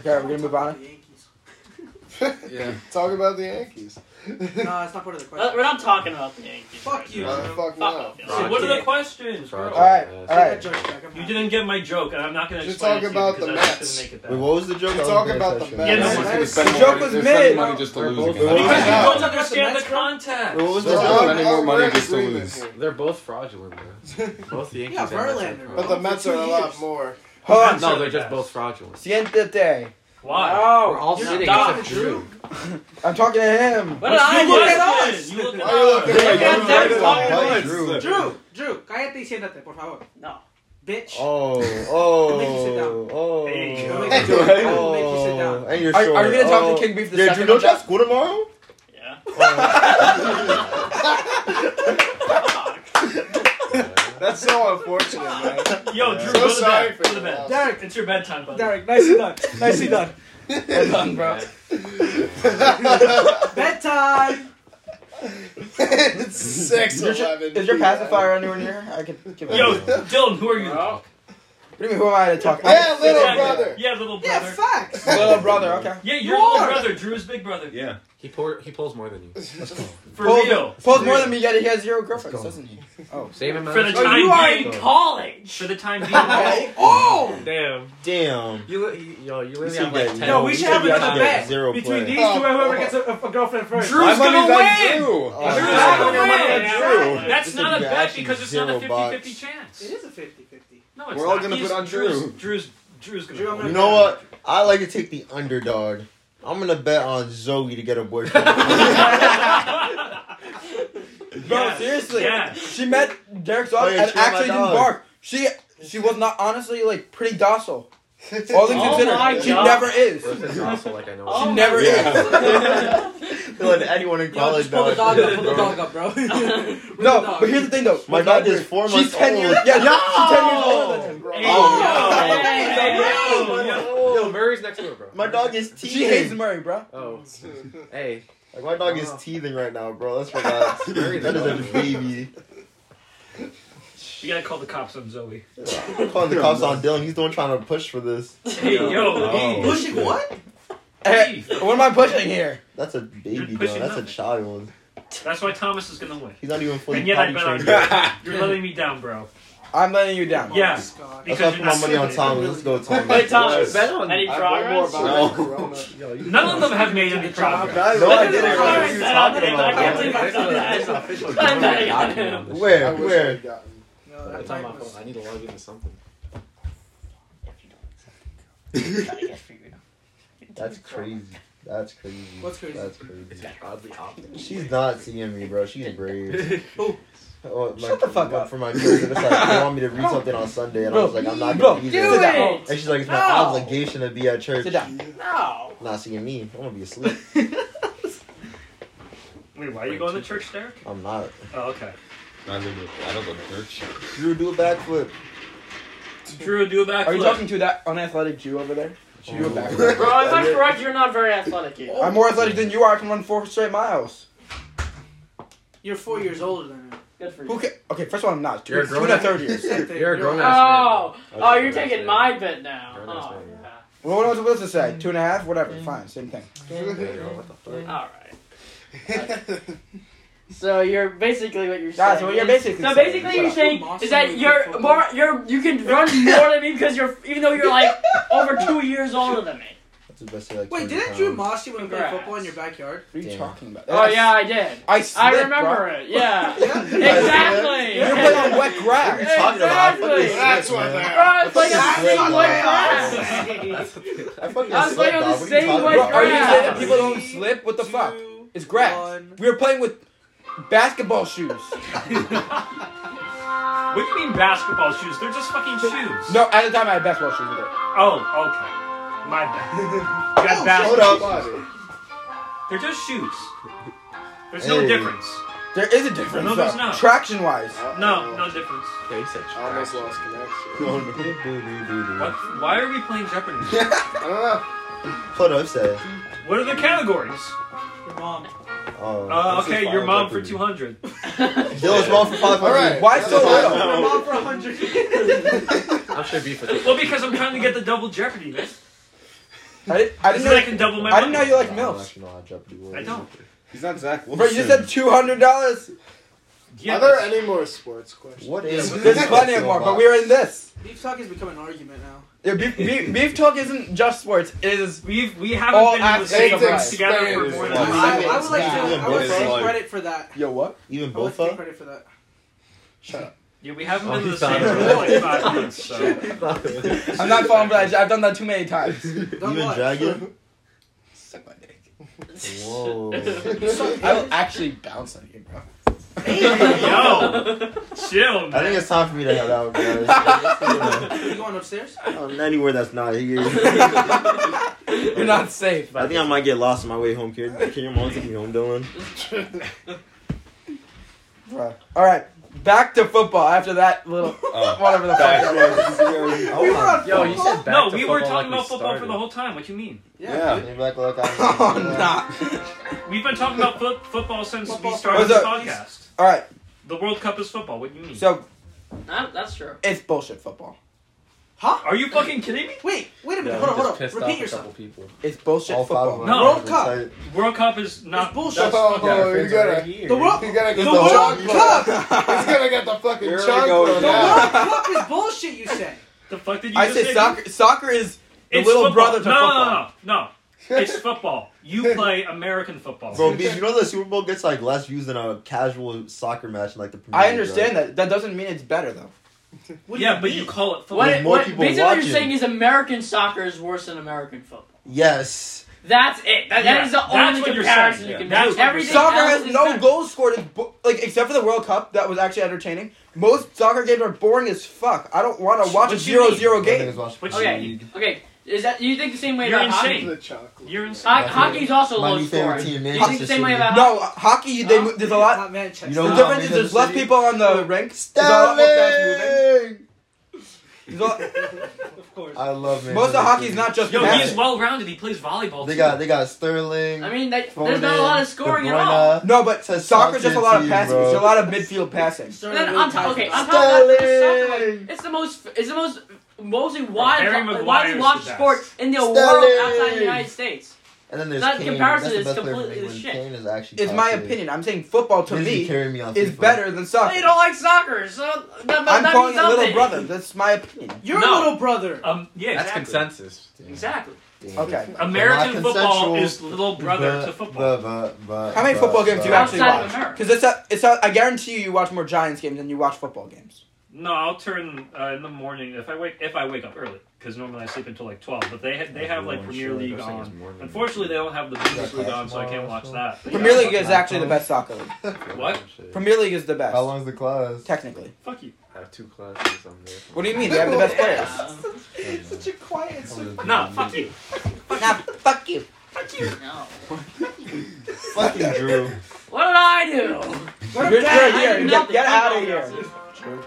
S4: Okay, we're gonna move on.
S5: The Yankees.
S10: yeah.
S2: Talk about the Yankees.
S5: No, it's not part of the
S8: Uh,
S5: question.
S8: We're not talking about the Yankees.
S5: Fuck
S8: right
S5: you.
S8: now.
S4: Uh,
S2: Why the fuck
S8: Fuck
S2: not?
S8: off, y'all.
S3: So what are the questions, bro?
S4: All right, all
S5: Take that
S4: right.
S5: joke back, I'm
S3: You
S5: not-
S3: didn't get my joke, and I'm not gonna
S2: Just
S3: explain
S2: talk
S3: it to
S2: about
S3: you because
S2: the
S3: I'm
S2: Mets.
S3: just gonna make it
S9: Wait,
S3: that.
S9: what was the joke? I
S2: Talk
S9: wasn't paying
S2: about the
S9: attention.
S2: match.
S3: Yeah,
S7: No
S3: no,
S7: one's
S3: that
S7: gonna
S4: is-
S7: spend
S4: the
S7: more
S4: joke was
S7: they're spending
S4: made.
S7: money just to
S10: They're
S7: lose
S10: both
S7: again.
S10: wrong.
S3: Because you don't
S2: Yeah.
S5: Talk about the
S3: understand the
S5: Mets, bro.
S3: context.
S9: What was
S2: We're
S9: the
S7: They're
S2: all-
S9: joke?
S7: spending
S2: all-
S7: more money
S2: we're in
S7: just to
S2: agreement
S7: lose.
S2: here.
S10: They're both fraudulent, bro. Both the Yankees
S5: Yeah,
S10: and Mets are
S5: Verlander,
S10: fraudulent.
S2: But the Mets are a lot more.
S4: Hold on.
S10: No, they're just both fraudulent.
S4: Siguiente day.
S3: Why?
S10: Oh, We're all
S5: you're
S10: sitting
S5: not
S10: except
S5: talking
S10: Drew.
S4: I'm talking to him.
S8: What did I
S3: you
S8: do?
S3: look
S5: at
S3: at
S5: us.
S3: us. You look
S2: Why you
S3: at
S2: looking
S3: us.
S2: at
S8: Yeah,
S2: me?
S8: they're
S9: talking.
S2: Drew.
S5: Drew, Drew, cállate y siéntate, por favor.
S8: No.
S5: Bitch.
S9: Oh,
S5: Make you sit down.
S9: oh, oh.
S3: There you go.
S5: We'll make you- we'll make you sit
S9: Oh,
S5: down.
S9: and you're
S4: Are,
S9: short.
S4: are we gonna
S9: oh.
S4: talk to King Beef the
S9: Yeah, Drew,
S4: second?
S9: don't you
S4: one?
S9: have school tomorrow?
S8: Yeah.
S2: That's so unfortunate, man.
S3: Yo, Drew,
S2: So
S3: go to
S2: sorry
S3: bed.
S2: for
S3: Go to
S2: your
S3: bed.
S4: Oh.
S2: loss.
S5: Derek.
S3: It's your bedtime, buddy.
S5: Derek, nicely done. Nicely done.
S4: Well done, bro.
S5: Bedtime.
S2: it's six
S4: Is your,
S2: eleven.
S4: is your pacifier anywhere near? I can give it.
S3: Yo,
S4: What
S3: Dylan, who are you?
S8: Well,
S4: do you mean? Who am I to talk? I-
S2: Yeah, little
S3: Exactly.
S2: brother.
S3: Yeah, little
S5: Yeah,
S3: brother.
S5: facts.
S4: little brother. Okay.
S3: Yeah,
S5: You
S3: your little
S5: are.
S3: brother. Drew's big brother.
S7: Yeah.
S10: He pour, he pulls more than you.
S3: For
S4: Pulls-
S3: real.
S4: Pulls more than me, yet he has zero girlfriends,
S10: Let's
S4: doesn't he?
S10: Save him.
S3: For the
S10: out.
S3: time
S8: you are in
S3: being.
S8: college.
S3: For the time being.
S5: Okay. Oh!
S10: Damn.
S9: Damn.
S10: You, li- you- yo, you literally
S9: should
S10: have like
S9: get-
S10: ten.
S5: No, we should have
S9: Yeah,
S5: another
S9: yeah,
S5: bet
S9: zero
S5: between
S9: play.
S5: these two and whoever gets a, a girlfriend first.
S3: Drew- Who's
S7: My money's
S3: gonna
S7: on
S3: win?
S7: Drew.
S9: Oh,
S3: Drew's
S9: yeah.
S3: gonna
S9: Put your money
S3: win.
S9: on Drew.
S3: That's
S9: This
S3: not a
S9: is
S3: bet
S9: actually
S3: because it's not a
S9: zero
S3: 50
S9: bucks.
S3: 50 chance.
S5: It is a 50-50.
S3: No, it's
S7: We're all
S3: not.
S7: gonna put
S3: He's-
S7: on
S3: Drew's,
S7: Drew.
S3: Drew's, Drew's gonna
S5: Drew, I'm
S3: win.
S5: gonna-
S9: You know what? I like to take the underdog. I'm gonna bet on Zoe to get a boyfriend.
S4: Bro,
S3: Yes.
S4: seriously.
S3: Yes.
S4: She met Derek's dog
S9: Wait,
S4: and
S9: she met
S4: actually
S9: my
S4: didn't
S9: dog.
S4: bark. She she was not honestly like pretty docile. All things
S8: Oh
S4: considered,
S8: my
S4: she
S8: God.
S4: never is. She
S10: Versus also like I know.
S8: Oh.
S4: never is.
S9: Let anyone in
S5: Yo,
S9: college
S5: just pull the dog
S9: know.
S5: up, pull the dog up, bro.
S4: No, but here's the thing though.
S9: My
S4: It's not
S9: dog is
S4: weird.
S9: four
S4: She's
S9: months
S4: ten years.
S9: old.
S4: Yeah, she's ten years older than him.
S3: Hey,
S9: Oh,
S3: yo,
S9: yeah.
S3: hey, yo,
S9: Hey,
S3: yo.
S10: Yo, Murray's next door, bro.
S9: My dog is teething.
S4: She hates Murray, bro.
S10: Oh, hey.
S9: Like my dog
S4: Uh-huh.
S9: is teething right now, bro. That's my dog.
S10: Very
S9: that is a baby.
S3: You gotta call the cops on Zoe.
S9: I'm calling the cops on Dylan. He's the one trying to push for this.
S3: Hey, yo,
S9: Oh.
S5: Pushing what?
S4: Eh,
S3: hey.
S4: what am I pushing here?
S9: That's a baby,
S3: You're
S9: though.
S3: pushing
S9: That's a
S3: nothing.
S9: child.
S3: That's why Thomas is gonna win.
S9: He's not even fully
S3: And yet I
S9: potty
S3: bet on
S9: trained.
S3: you.
S9: That's
S3: You're letting me down, bro.
S4: I'm letting you down.
S3: Yeah.
S5: Oh, God.
S9: why I
S3: Because
S9: put
S3: you're
S9: my
S3: not
S9: money on
S3: stupid.
S9: Thomas. Let's go, Thomas.
S8: Hey, Thomas.
S10: Bet on-
S8: Any
S2: I have one more
S8: progress?
S2: about
S9: No.
S2: that corona.
S3: None of them have made any progress.
S9: No, I
S8: Look at
S9: didn't.
S8: the
S9: What are
S8: progress
S9: you
S8: that I'm
S9: talking
S8: making. I can't
S9: about?
S8: believe I've done
S10: That's
S8: that.
S10: not official.
S8: I'm betting on
S10: I'm
S8: him.
S10: betting on this.
S2: I
S9: Where?
S2: wish I
S9: Where?
S2: had gotten.
S5: No,
S10: It's
S5: that's
S10: on
S5: my
S10: my phone. I need to log into something.
S9: That's crazy. That's crazy.
S5: What's crazy?
S9: That's crazy.
S10: Oddly optics.
S9: She's not seeing me, bro. She's brave.
S5: Who?
S9: Oh, my,
S4: Shut the fuck
S9: my-
S4: up.
S9: For my cousin, it's like you want me to read
S4: Bro.
S9: something on Sunday, and I
S4: Bro.
S9: was like, I'm not
S4: Bro,
S9: gonna be
S8: Do
S9: there.
S8: it.
S9: And she's like, it's my
S8: No.
S9: obligation to be at church.
S4: Sit down.
S8: No.
S9: Not seeing me. I'm gonna be asleep.
S3: Wait, why are you going to church there?
S9: I'm not.
S3: Oh, okay.
S7: I don't go- I don't go to church.
S9: Drew, do a backflip.
S3: Drew, do a backflip.
S4: Are you talking to that unathletic Jew over there? Do a backflip.
S8: Bro, if I'm correct, you're not very athletic. Either.
S9: Oh.
S4: I'm more athletic than you are. I can run four straight miles.
S5: You're four years older than him.
S8: Good for you.
S4: Who ca- Okay, first of all, I'm not. Two,
S6: You're a
S4: two
S6: grown
S4: and a
S6: man.
S4: third years.
S5: Same thing.
S6: You're a
S5: You're-
S6: grown ass.
S8: Oh, oh, you're taking my bit now.
S6: You're a nice
S8: Oh,
S6: man.
S4: Well, what am I supposed to
S9: Mm.
S4: say? Two and a half? Whatever. Fine. Same thing.
S8: yeah. all right. So you're basically what you're saying.
S4: That's what you're
S8: is-
S4: basically
S8: So
S4: saying.
S8: basically,
S4: Shut
S8: you're
S4: up.
S8: saying
S5: Mossy
S8: is that
S5: movie
S8: you're
S5: football.
S8: more, you're you can run more than me because you're even though you're like over two years older than me.
S9: That's the best thing I
S5: Wait,
S9: can
S5: didn't
S9: count.
S5: Drew moss you when we played
S8: Congrats.
S5: football in your backyard?
S4: What are you
S9: Damn.
S4: talking about?
S8: Oh yeah, I did.
S4: I, slipped,
S8: I remember
S4: bro.
S8: it. Yeah,
S9: Exactly.
S8: exactly.
S4: You're playing on wet grass.
S9: talking about? I fucking
S8: Exactly.
S9: slipped,
S2: That's what
S9: man.
S2: they
S8: Bro, it's like
S9: That's
S8: a same
S9: great,
S8: white
S9: man.
S8: grass.
S9: I
S8: I
S9: fucking
S8: was
S9: slipped,
S8: playing on
S9: dog.
S8: the
S9: What
S8: same
S9: you talking
S8: white
S4: Bro,
S9: about?
S4: are you saying that
S8: Grass.
S4: people don't slip? What the fuck? It's grass.
S5: one.
S4: We were playing with basketball shoes.
S3: What do you mean basketball shoes? They're just fucking shoes.
S4: No, at the time I had basketball shoes. with it.
S3: Oh, okay. My bad. You got
S2: Hold
S3: basketball.
S2: up.
S3: They're just shoes. There's no
S9: Hey.
S3: difference.
S4: There is a difference.
S3: No, there's
S4: though.
S3: not.
S4: Traction wise.
S3: No, no difference.
S2: I almost lost connection.
S3: What, why are we playing Jeopardy?
S2: I don't know.
S9: Hold on, say.
S3: What are the categories?
S5: Your mom.
S9: Oh,
S4: Um,
S3: Uh,
S9: this is
S3: okay,
S9: fine,
S3: your mom for
S9: Jeopardy.
S3: 200.
S9: Yo, it's mom for five hundred.
S2: All right.
S4: Why so little?
S5: Your mom for a hundred.
S6: I'm sure beef with it.
S3: Well, because I'm trying to get the double Jeopardy, man.
S4: I didn't, I
S3: This
S4: didn't
S3: way I
S4: know.
S3: can double my
S4: I didn't know
S3: money.
S4: you like
S9: I don't
S4: milfs.
S9: actually know how Jeopardy works.
S3: I don't.
S2: He's not Zach
S4: Bro, you just said two hundred dollars.
S3: Yeah,
S2: Are there
S3: that's-
S2: any more sports questions?
S9: What is
S4: There's plenty of more, but we were in this.
S5: Beef talk has become an argument now.
S4: Yeah, beef, beef, beef talk isn't just sports. It is.
S3: We've, we haven't
S4: All
S3: been in the same
S2: athletes
S3: room together for
S2: experience.
S5: Oh,
S3: more than
S9: Yeah.
S3: five
S5: I, I would like to. I would like to
S9: Yeah,
S5: take
S9: both.
S5: credit for that.
S4: Yo, what?
S9: even
S5: I would like
S9: both
S5: to take
S9: of?
S5: credit for that.
S3: Yeah, we haven't
S6: Oh,
S3: been in
S6: he
S3: the
S6: found
S3: same
S6: it.
S3: room for like five months, so.
S4: I'm not falling for that. I've done that too many times.
S5: Done
S9: Even
S5: what?
S9: dragon?
S4: Suck my dick.
S9: Whoa.
S5: You suck,
S4: I will
S5: bitch.
S4: actually bounce on you, bro.
S3: Yo! Chill,
S9: I
S3: man.
S9: think it's time for me to head out, guys.
S5: You going upstairs?
S9: I'm anywhere that's not here. I
S4: You're not safe.
S9: think I might get lost on my way home. Can, can your mom take me home, Dylan?
S4: Bro. All right, back to football. After that little
S7: Oh.
S4: whatever the fuck. that was.
S5: We were on
S6: Yo, you
S5: football?
S6: said back
S3: No,
S6: to
S3: we
S6: football
S3: were talking
S6: like
S3: about
S6: we
S3: football for the
S6: started.
S3: whole time. What you mean?
S2: Yeah.
S9: You're back like I'm-
S4: Oh, nah.
S3: We've been talking about foot football since
S5: Football.
S3: we started
S4: Was
S3: the
S4: it-
S3: podcast.
S4: All right,
S3: The World Cup is football. What do you mean?
S4: so
S8: That, that's true.
S4: it's bullshit football.
S5: Huh?
S3: Are you fucking kidding me?
S5: Wait, wait a
S6: Yeah,
S5: minute.
S6: we
S5: hold
S6: just
S5: on, hold
S6: pissed
S5: on.
S6: off
S5: Repeat
S6: a couple
S5: yourself.
S6: people.
S4: It's bullshit
S9: All five of
S4: football.
S9: them.
S3: No.
S5: World Cup.
S9: Like,
S3: World Cup is not
S5: It's bullshit.
S2: That's
S6: That's
S2: all
S6: fucking
S2: over. You
S6: different right
S2: gotta,
S6: here.
S5: The world,
S2: you gotta
S5: the
S2: get the,
S5: World
S2: chunk.
S5: Cup.
S2: He's gonna get the fucking
S6: Here we
S2: chunk.
S6: go
S2: bro.
S5: The
S6: again.
S2: Yeah.
S5: World Cup is bullshit. You say.
S3: the fuck did you
S4: I
S3: just
S4: said
S3: say?
S4: soccer. Soccer is the
S3: It's
S4: little
S3: football.
S4: brother to
S3: no,
S4: football.
S3: No, no, no, It's football. You play American football.
S9: Bro, B, you know the Super Bowl gets like less views than a casual soccer match in like the Premier
S4: I
S9: League,
S4: understand
S9: right?
S4: that. That doesn't mean it's better though.
S5: What do
S3: yeah, but you call it football.
S9: There's
S8: What,
S9: more
S8: what,
S9: people
S8: basically, what
S9: watching.
S8: you're saying is American soccer is worse than American football.
S9: Yes.
S8: That's it. That,
S3: Yeah,
S8: that is the
S3: that's
S8: only
S3: what you're
S8: comparison
S3: saying.
S8: you can
S3: Yeah,
S8: make.
S3: that's what you're
S8: Everything
S4: Soccer
S8: else
S4: has
S8: is
S4: no
S8: better.
S4: goals scored, it's bo- like except for the World Cup that was actually entertaining. Most soccer games are boring as fuck. I don't want to watch
S3: What
S4: a
S3: you
S4: 0
S3: mean?
S4: 0
S9: I think it's
S4: game.
S9: watched
S3: Which-
S9: Premier
S8: Okay.
S9: League.
S8: Okay, is that you think the same way
S3: You're
S8: about
S3: insane.
S2: The chocolate.
S3: You're insane.
S8: hockey? Ho- hockey's also
S9: My
S8: low
S9: new favorite
S8: scoring.
S9: team,
S8: you think
S9: Manchester
S8: the same way
S9: City.
S8: about
S4: No,
S8: hockey?
S4: hockey. They, mo- there's a lot.
S5: Hot man checks.
S9: You
S4: The
S9: know
S5: out.
S9: how
S4: difference is
S9: Manchester
S4: there's less
S9: City-
S4: people on the ranks. There's a lot more fast moving.
S9: Sterling!
S4: There's a lot-
S5: of course.
S9: I love Manchester
S4: Most of hockey is
S9: City.
S4: not just
S3: Yo,
S4: passing.
S3: he's well rounded. He plays volleyball.
S9: They
S3: too.
S9: got they got Sterling.
S8: I mean, they, there's
S9: Foden,
S8: not a lot of scoring
S9: De
S8: at all.
S9: Bruyne.
S4: No, but
S9: It's a
S4: soccer's just a lot of
S9: team,
S4: passing.
S9: bro.
S4: There's a lot of midfield passing.
S8: And
S5: Sterling
S8: then
S5: really
S8: on top,
S5: ties
S8: okay,
S5: it
S8: on
S5: up.
S8: top of that, for the soccer,
S9: Sterling!
S8: like, it's the most, it's the most mostly
S3: Harry
S8: widely widely
S3: Maguire's
S8: watched
S3: the best.
S8: sport in the
S9: Sterling!
S8: world outside the United States.
S9: And then there's
S8: That
S9: Kane.
S8: comparison
S9: That's the
S8: is
S9: best player from
S8: completely
S9: England.
S8: shit.
S9: Kane is actually.
S4: It's my
S9: top tier.
S4: opinion. I'm saying football to
S9: Please
S4: me
S9: carry me on
S4: is
S9: FIFA.
S4: better than soccer.
S8: They don't like soccer, so that, that,
S4: I'm
S8: that
S4: calling
S8: means
S4: it little
S8: nothing.
S4: brother. That's my opinion.
S5: Your
S3: No.
S5: little brother.
S3: Um, yeah,
S6: That's
S3: exactly.
S6: consensus.
S8: Exactly.
S9: Damn.
S4: Okay.
S3: American
S9: Not
S3: football
S9: consensual,
S3: is little brother
S9: But-
S3: to football.
S9: but- but- but-
S4: How many
S9: but-
S4: football games do you
S9: but-
S4: actually
S8: Outside of
S4: watch?
S8: America.
S4: Because it's a, it's a, I guarantee you, you watch more Giants games than you watch football games.
S3: No, I'll turn uh, in the morning if I wake if I wake up early because normally I sleep until like twelve. But they ha- they have like
S6: Everyone
S3: Premier
S6: sure,
S3: League
S6: they're saying it's
S3: on.
S6: more than-
S3: Unfortunately, they don't have the Bundesliga
S9: Yeah,
S3: on, so I can't watch that. But
S4: Premier
S3: yeah,
S4: League is actually the best soccer league.
S3: What?
S4: Premier League is the
S9: How
S4: best,
S9: long's the class?
S4: technically.
S3: Fuck you.
S6: I have two classes. I'm there.
S4: What do you mean? They have the best players.
S8: Yeah.
S5: Such a quiet. sweet-
S3: No, fuck you.
S4: Nah, fuck you.
S8: No.
S9: Fucking Drew.
S8: What did I do?
S5: What
S4: You're,
S5: about-
S4: you're here. Get, get out of here.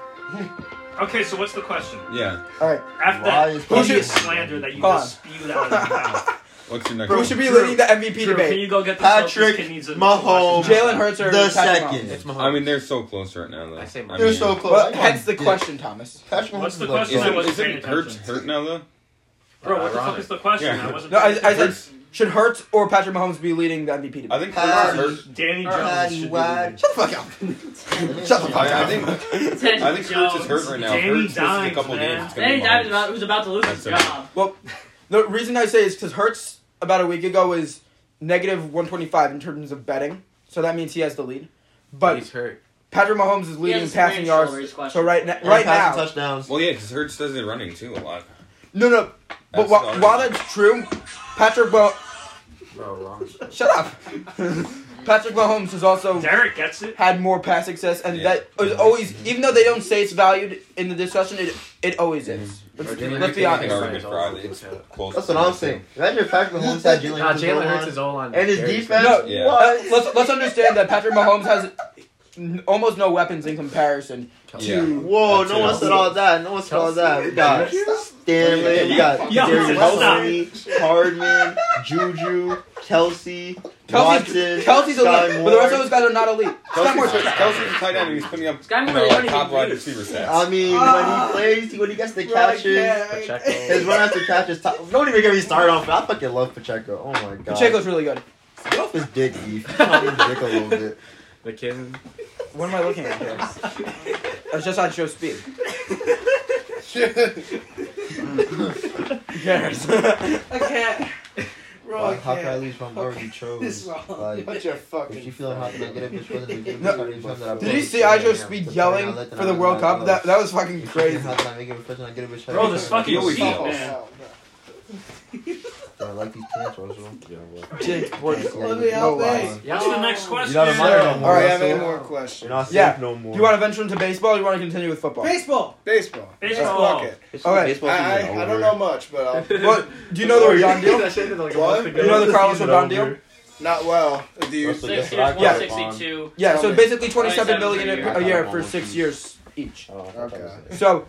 S3: Okay, so what's the question?
S7: Yeah.
S4: All right.
S3: After
S4: Why
S3: that
S4: is-
S3: bullshit slander that you
S4: Hold
S3: just spewed out of your mouth.
S7: What's your next
S4: Who
S7: one?
S4: should be leading the MVP
S3: Drew,
S4: debate?
S3: can you go get the
S7: Patrick
S3: Celtics kid needs a
S7: Mahomes.
S4: Jalen Hurts or
S9: The
S4: Patrick Mahomes?
S9: second.
S7: I mean, they're so close right now, though. I
S10: say
S7: mean,
S9: They're so close.
S4: Well,
S9: Come on,
S4: hence the
S9: dude.
S4: question, Thomas.
S9: Patrick Mahomes
S3: What's the
S9: is like-
S3: question?
S7: Isn't,
S3: I wasn't
S7: isn't
S3: paying
S7: Hurts
S3: attention.
S7: hurt now, though?
S3: Bro, what the fuck
S10: Ironic.
S3: is the question? I wasn't.
S4: No, I,
S3: paying
S4: I
S3: attention.
S4: said, should Hurts or Patrick Mahomes be leading the MVP debate?
S7: I think
S9: Patty.
S7: Hurts hurt.
S3: Danny
S9: Patty
S3: Jones should be
S9: Wad-
S3: leading.
S4: Shut the fuck up. Shut the fuck
S7: I, I
S4: up.
S7: think I think Hurts is hurt right now.
S3: Danny
S7: Hurts misses a
S3: Dimes,
S7: couple
S3: man.
S7: games. It's gonna
S8: Danny
S7: be
S8: Dimes
S7: Mahomes.
S8: about who's about to lose his
S7: That's it.
S8: job.
S4: Well, the reason I say is because Hertz about a week ago was negative 125 in terms of betting, so that means he has the lead. But
S10: he's hurt.
S4: Patrick Mahomes is leading
S8: has
S4: in
S8: a
S4: passing
S8: sprained shoulder,
S4: yards.
S8: he's questioned.
S4: So right, na-
S9: And
S4: right
S9: passing
S4: now,
S9: touchdowns.
S7: Well, yeah, because Hurts does it running too a lot.
S4: no, no. But
S7: That's
S4: wh-
S7: not-
S4: while that's true, Patrick well,
S10: Bro, wrong.
S4: shut up. Patrick Mahomes has also
S3: Derek gets it.
S4: had more pass success, and
S7: Yeah.
S4: that is always, even though they don't say it's valued in the discussion, it it always is. Let's,
S10: Jalen
S4: let's be
S10: Hurts-
S7: I
S4: honest.
S7: think our good Friday. It's close.
S9: That's what I'm saying. Imagine if Patrick Mahomes had Jalen Hurts
S10: Nah,
S4: Uh,
S9: on
S10: Jalen
S9: the
S10: Hurts
S9: line.
S10: is all on.
S9: and his
S10: Derrick.
S9: defense.
S4: No,
S7: Yeah.
S4: Uh, let's let's understand that Patrick Mahomes has n- almost no weapons in comparison
S7: Yeah.
S4: to.
S9: Whoa,
S7: That's
S9: no
S7: it.
S9: one said all that. No one said all that. We got Stanley, we got
S3: Yeah,
S9: Darius
S3: stop.
S9: Henry, Hardman, Juju, Kelsey, Watson,
S4: Kelsey's, Kelsey's
S9: Sky
S4: elite, but
S9: Moore.
S4: the rest of those guys are not elite. Sky Moore's
S7: Kelsey's, Kelsey's a tight end, and he's putting up
S8: Sky
S7: you
S8: Moore,
S7: know,
S8: what do you
S7: top wide
S8: do?
S7: receiver
S9: I
S7: stats.
S9: mean,
S5: Ah.
S9: when he plays, he- when he gets the
S5: Right,
S9: catches,
S5: yeah,
S10: Pacheco.
S9: his run after catches. Top, don't even get me started off. I fucking love Pacheco. Oh my god.
S4: Pacheco's really good.
S9: get off his dick, Eve. Get off his dick a little bit.
S10: The kid.
S4: What am I looking at here? I was just on show speed. Yes.
S5: I can't. Bro, I
S9: Like, how can I
S5: can't.
S9: lose my word you chose?
S5: This wrong.
S9: Like,
S2: What's your
S9: if
S2: fucking?
S9: you feel how can I get a bitch whether they get a
S4: No.
S9: bitch or they get a bitch, that I
S4: Did you
S9: fuck?
S4: see Ijo Speed yelling for the World Cup? That that was fucking
S9: If you
S4: crazy.
S9: feel how can I make a bitch and I get a bitch, how
S3: Bro,
S9: they
S3: this
S9: get a bitch?
S3: fucking
S7: Yo,
S3: seat,
S7: yo.
S3: man.
S9: I like these pants, Russell.
S4: Jake Portis.
S9: Let
S5: me out there.
S3: What's the next question?
S9: You're not a minor no
S2: All
S9: more.
S2: right, I have any
S9: Russell.
S2: more
S9: You're
S2: questions?
S9: not safe
S4: Yeah.
S9: no more.
S4: Do you want to venture into baseball or do you want to continue with football?
S5: Baseball.
S2: Baseball.
S3: Baseball.
S2: Let's fuck it.
S4: Okay.
S2: I, I, I don't know much, but um, I'll,
S4: What, do you know the Rodon deal?
S2: What?
S4: You know the Carlos Rodon deal?
S2: not well. Do you?
S9: Russell,
S8: Six
S9: guess what
S8: years,
S9: I got?
S8: 162.
S4: Yeah, so
S2: Tell me.
S4: basically
S8: 27
S4: 27 million
S8: a year.
S4: a year for six years each.
S9: Oh, I thought that was
S2: Okay.
S9: it.
S4: So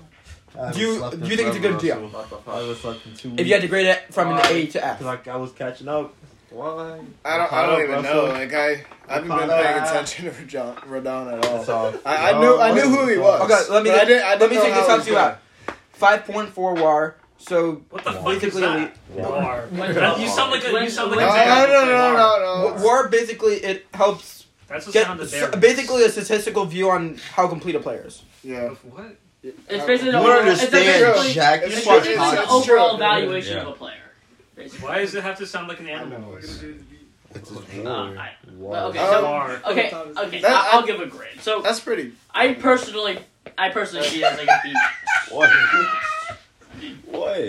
S9: I
S4: Do you-
S9: haven't slept
S4: do you
S9: in
S4: think it's a good
S9: forever,
S4: deal?
S9: Russell. I was slept in two
S4: if you had to grade it from an A to
S9: Cause
S4: F,
S9: like I was catching up.
S10: Why?
S2: I don't. I don't even
S10: Russell.
S2: know. Like I, I haven't been
S9: Connor.
S2: paying attention to Rodon, Rodon at all.
S9: all.
S2: I, I knew. I knew who he was.
S4: Okay, let me
S2: but I
S4: get-
S2: didn't, I
S4: let
S2: didn't
S4: me
S2: know
S4: take this
S2: how
S4: out
S2: he
S4: to you
S2: was
S4: out. 5.4 WAR. So
S3: What the fuck is
S4: basically, elite.
S3: that? War. That- You sound like a. You sound like
S2: No,
S3: a.
S2: no,
S3: bear.
S2: no, no, no,
S4: W-
S2: no.
S4: WAR basically it helps
S3: That's the
S4: get
S3: sound of bear.
S4: s- basically a statistical view on how complete a player is.
S2: Yeah.
S3: What?
S8: It's basically
S9: You
S8: the
S9: don't
S8: overall, it's
S9: understand,
S8: basically,
S9: Jack. You
S8: it's
S9: fuck
S8: basically
S2: It's
S8: the
S9: cock.
S2: true.
S8: overall evaluation of a player. Basically.
S3: Why does it have to sound like an animal?
S2: Animals.
S9: It's just
S8: Uh,
S9: war.
S8: I-
S9: War.
S8: okay,
S2: so-
S3: War.
S8: okay, okay.
S2: That-
S8: I, I'll give a grade. So
S2: That's pretty.
S8: I personally, I personally see it as like a B.
S7: What? what?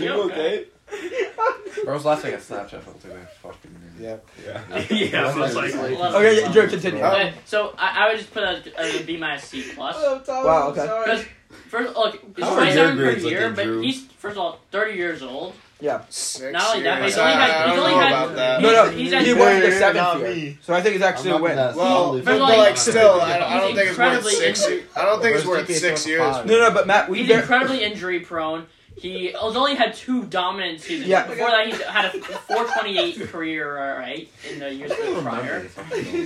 S7: you okay?
S10: Bro's last thing at Snapchat from today. Fucking.
S2: Yeah.
S7: Yeah.
S3: yeah, I was like,
S8: Plus-
S4: Okay, Drew, continue.
S2: Uh,
S8: Okay, so I, I would just put a, a B minus C
S5: Oh,
S8: plus.
S4: Wow, okay.
S8: Because first, look, it's
S9: How are
S8: twenty
S9: your
S8: seven per
S9: grades
S8: year,
S9: looking,
S8: but
S9: Drew?
S8: he's first of all thirty years old.
S2: Six
S8: Not only that, but
S2: years.
S8: he's only
S2: I-
S8: had-
S2: I
S8: he's
S2: don't
S8: only
S2: know
S8: had-
S2: about that.
S4: No, no,
S8: He's-
S4: he
S8: he's at-
S4: went to
S9: Hey,
S4: seventh
S9: not
S4: year,
S9: me.
S4: so I think it's actually
S9: I'm
S4: a
S9: not
S4: win.
S9: gonna-
S2: Well,
S9: He's
S2: but,
S8: like-
S2: like still, I, I
S8: He's
S2: don't think it's worth
S8: incredibly
S2: six.
S8: in-
S2: ye- I don't think it's worth
S9: Where's
S2: six
S9: the
S2: years.
S9: five?
S4: No, no, but Matt, we
S8: He's
S4: bar-
S8: incredibly injury prone. He has only had two dominant seasons.
S4: Yeah.
S8: Before that, he had a 428 career, all right, in the years prior.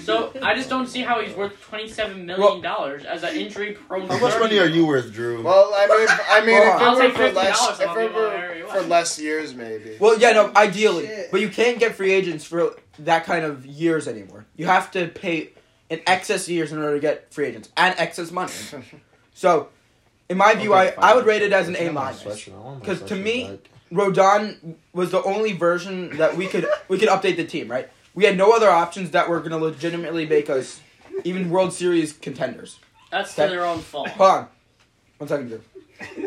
S8: So I just don't see how he's worth 27 million dollars as an injury prone.
S9: How much money are you worth, Drew?
S2: Well, I mean, if- I mean,
S4: Well,
S2: if
S8: I'll
S2: it
S8: take
S2: were for
S8: fifty
S2: less,
S8: dollars.
S2: if it were for less years, maybe.
S4: Well, yeah, no, ideally,
S5: Shit.
S4: but you can't get free agents for that kind of years anymore. You have to pay in excess years in order to get free agents and excess money. so, in my view, I, I would rate it as an A minus. Because to me- Rodon was the only version that we could we could update the team. Right, we had no other options that were going to legitimately make us even World Series contenders.
S8: That's to their own fault.
S4: Hold on, one second, Drew.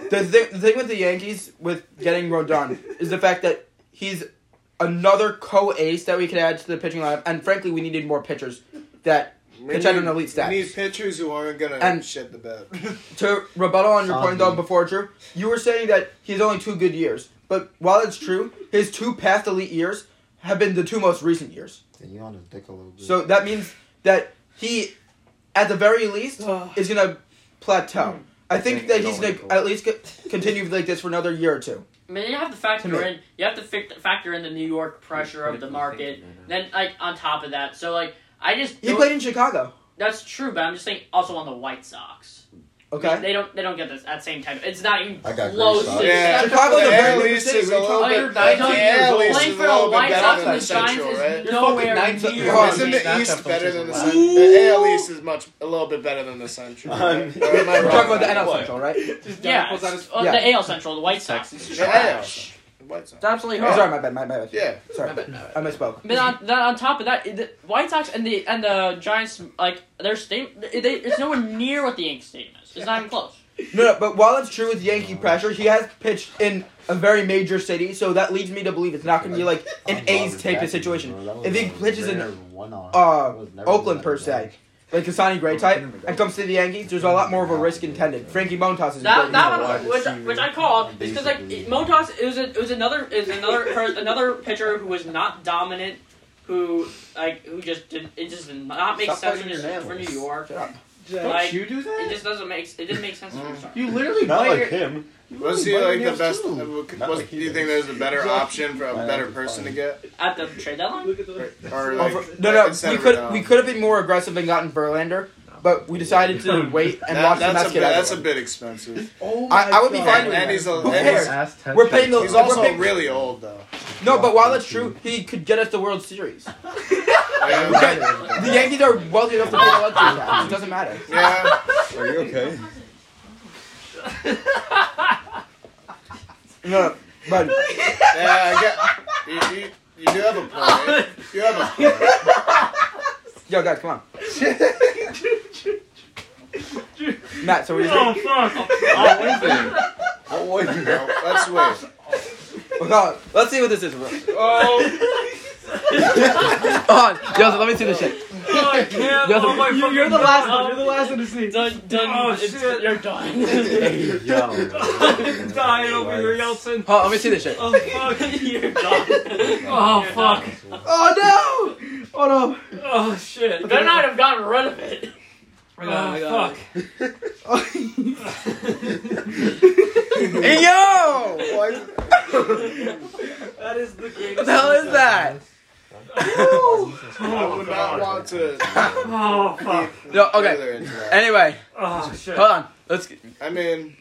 S4: The, thi- the thing with the Yankees with getting Rodon is the fact that he's another co ace that we could add to the pitching lineup, and frankly, we needed more pitchers that
S2: We
S4: Pitch at
S2: need-
S4: an elite status.
S2: We need pitchers who aren't gonna
S4: And-
S2: shit the bed.
S4: to rebuttal on your
S9: Zombie.
S4: point though before Drew, you were saying that he has only two good years. But while it's true, his two past elite years have been the two most recent years.
S9: You on his dick a little bit.
S4: So that means that he, at the very least,
S5: Oh.
S4: is gonna
S5: Hmm.
S4: plateau. I think that he's gonna at least co- continue like this for another year or two.
S8: I mean, you have to factor
S4: To me.
S8: in. You have to fic- factor in the New York pressure of the market. Then, like on top of that, so like I just
S4: He
S8: don't-
S4: played in Chicago.
S8: That's true, but I'm just saying also on the White Sox.
S4: Okay.
S8: They don't. They don't get this, that same type. Of, it's not even
S9: I got
S8: close.
S9: great
S8: To
S9: socks.
S2: Yeah,
S4: Chicago's a
S2: the
S4: very
S2: Air
S4: good
S2: Leafs
S4: city,
S2: is
S4: so
S2: a
S4: we
S2: little
S4: talk-
S2: bit.
S8: Like, I don't
S2: the
S8: know,
S2: Air
S8: playing
S2: Leafs is
S8: for
S2: a
S8: the
S2: little
S8: White
S2: bit better
S8: Sox
S2: than
S8: and the
S2: Central,
S8: Giants
S2: right?
S8: is nowhere
S10: fucking nine to-
S8: near.
S10: Come on,
S2: Isn't
S10: man.
S2: the East
S10: Snapchat
S2: better
S10: filters
S2: than the
S10: are
S2: Central? The AL East is much a little bit better than the Central.
S11: Um,
S2: Or am I
S4: We're talking
S2: wrong?
S4: about the NL Central, right?
S8: Yeah,
S5: pulls out his-
S8: uh,
S4: Yeah.
S8: the AL Central, the White Sox. It's
S2: The AL. White Sox.
S8: absolutely
S4: Oh,
S8: horrible.
S4: sorry, my bad, my, my bad.
S2: Yeah.
S4: Sorry, I misspoke.
S8: But on, then on top of that, the White Sox and the and the Giants, like their state, they, they, it's nowhere near what the Yankees stadium is. It's not even close.
S4: No, no, but while it's true with
S8: Oh.
S4: Yankee pressure, he has pitched in a very major city, so that leads me to believe it's not going to be like an A's type of situation. If he pitches in uh, Oakland per se, like Kasani Gray type, and comes to the Yankees, there's a lot more of a risk intended. Frankie Montas is a
S8: That,
S4: great
S8: that
S4: example.
S8: one, which, which I called, is because like it- Montas, it was a, it was another is another pers- another pitcher who was not dominant, who like who just did it just did not make
S10: Stop
S8: sense for,
S10: biting your
S8: New- for New
S10: nails.
S8: York.
S5: Jack.
S8: Like
S10: you do
S8: it just doesn't make it didn't make sense for
S2: Mm.
S8: Star.
S10: You literally
S11: Not
S10: bite
S11: like
S10: your-
S11: him.
S10: you
S2: Was he
S10: literally bite
S2: like the
S10: your
S2: best?
S10: nails too.
S11: Not
S2: Was,
S11: like
S2: do
S11: he
S2: you
S11: did.
S2: think there's a better
S10: Exactly.
S2: option for a
S11: Why
S2: better
S11: not?
S2: person to get?
S8: at the trade deadline.
S5: Look at the.
S2: Or
S4: Oh,
S2: like,
S4: for- no, no,
S2: instead
S4: we
S2: of
S4: could
S2: Rendon?
S4: we could have been more aggressive and gotten Verlander, but we decided to wait and
S2: That-
S4: watch the
S2: that's,
S4: Mets get
S2: a bit,
S4: out.
S2: that's a
S4: of it.
S2: bit expensive.
S5: Oh my
S4: I- I would be
S5: God.
S4: fine
S2: And,
S4: with
S2: and
S4: that.
S2: he's a,
S4: Who
S2: and
S4: cares?
S2: he's,
S10: Ass touch.
S4: We're paying the.
S2: he's
S4: we're
S2: also
S4: paying-
S2: really old though.
S4: No, but while that's true, he could get us the World Series.
S2: Yeah.
S4: The Yankees are wealthy enough to pay the World Series tax. It doesn't matter.
S2: yeah.
S7: Are you okay?
S4: No, but
S2: Yeah, I get, you, you, you do have a point. You have a point.
S4: yo, guys, come on. Matt, so we
S3: Oh fuck!
S7: What was it?
S2: No, let's wait.
S4: well, let's see what this is. Real.
S3: Oh,
S4: Hold on, yo, so let me see this shit.
S3: oh, I can't.
S4: You're the-
S3: Oh, my
S5: You- You're
S3: fucking
S5: the last one.
S3: God.
S5: You're the last one to see.
S8: Done, done,
S3: Oh,
S8: it's-
S3: shit.
S8: You're done.
S3: I'm dying over here, Yeltsin.
S4: Hold on, let me see this shit.
S3: Oh fuck!
S8: you're done.
S3: Oh fuck!
S5: Oh no! Oh no!
S3: Oh shit!
S8: Better not have gotten rid of it.
S3: Oh
S4: Yo, what
S5: That is the greatest.
S4: the hell is that?
S3: fuck!
S2: I would not want to.
S3: Oh fuck!
S4: No, okay.
S2: further into that.
S4: Anyway,
S3: Oh shit!
S4: hold on. Let's. get-
S2: I mean,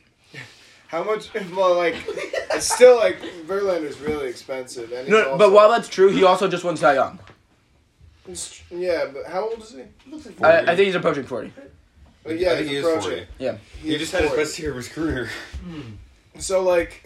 S2: how much? Well, like, it's still like Verlander's really expensive. And he's
S4: No,
S2: also,
S4: but while that's true, he also just won Cy Young.
S2: It's- yeah, but how old is he? Looks like
S4: I, I think he's approaching forty.
S2: Well, yeah,
S7: I think he
S2: he's
S7: is
S2: approaching.
S7: 40.
S4: Yeah.
S2: He
S7: He
S2: is
S7: just had his
S2: 40.
S7: best year of his career.
S2: So like,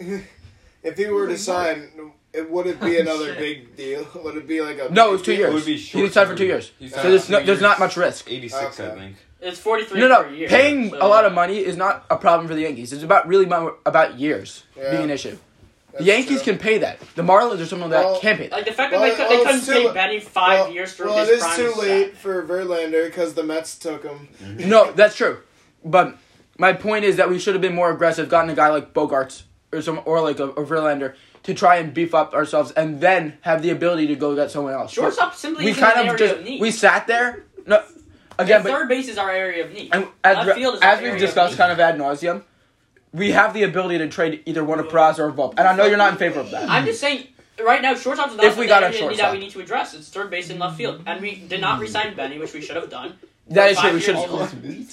S2: if he were to sign, it would it be another
S3: Shit.
S2: big deal? Would it be like a
S4: No, it
S2: big
S4: was two
S2: deal?
S4: years.
S7: It would be
S4: He
S7: short
S4: was signed for two
S7: term.
S4: years,
S7: He
S2: So
S4: so
S7: signed
S4: there's
S7: for
S4: no,
S7: two
S4: there's not
S7: years.
S4: much risk.
S7: 86, I
S2: Okay.
S7: think.
S8: It's 43
S4: No,
S8: per
S4: no,
S8: year.
S4: paying
S8: so-
S4: a lot of money is not a problem for the Yankees. It's about really mo- about years
S2: Yeah,
S4: being an issue. The
S2: That's
S4: Yankees
S2: true.
S4: can pay that. The Marlins are someone that
S2: Well,
S4: can't pay that.
S8: Like the fact
S2: Well,
S8: that they, could, they
S2: well,
S8: couldn't
S2: it's too-
S8: pay Betty five
S2: well-
S8: years through
S2: Well, it
S8: his
S2: is
S8: prime.
S2: too
S8: is
S2: late
S8: sad.
S2: for Verlander because the Mets took him.
S4: No, that's true. But my point is that we should have been more aggressive, gotten a guy like Bogarts or some or like a, a Verlander to try and beef up ourselves, and then have the ability to go get someone else. But
S8: Shortstop simply
S4: we
S8: isn't an
S4: kind
S8: area
S4: of just
S8: of need.
S4: we sat there. No, again,
S8: And
S4: but
S8: third base is our area of need.
S4: And as,
S8: Left field is
S4: as
S8: our
S4: we've
S8: area
S4: discussed
S8: of
S4: kind of ad nauseum, we have the ability to trade either one of Praz or Volpe. And I know you're not in favor of that.
S8: I'm just saying, right now, shortstop is not
S4: If we
S8: the
S4: got
S8: area
S4: a
S8: of need
S4: shortstop.
S8: that we need to address. It's third base and left field, and we did not resign Benny, which we should have done.
S4: that is
S8: five
S4: true. We should
S8: years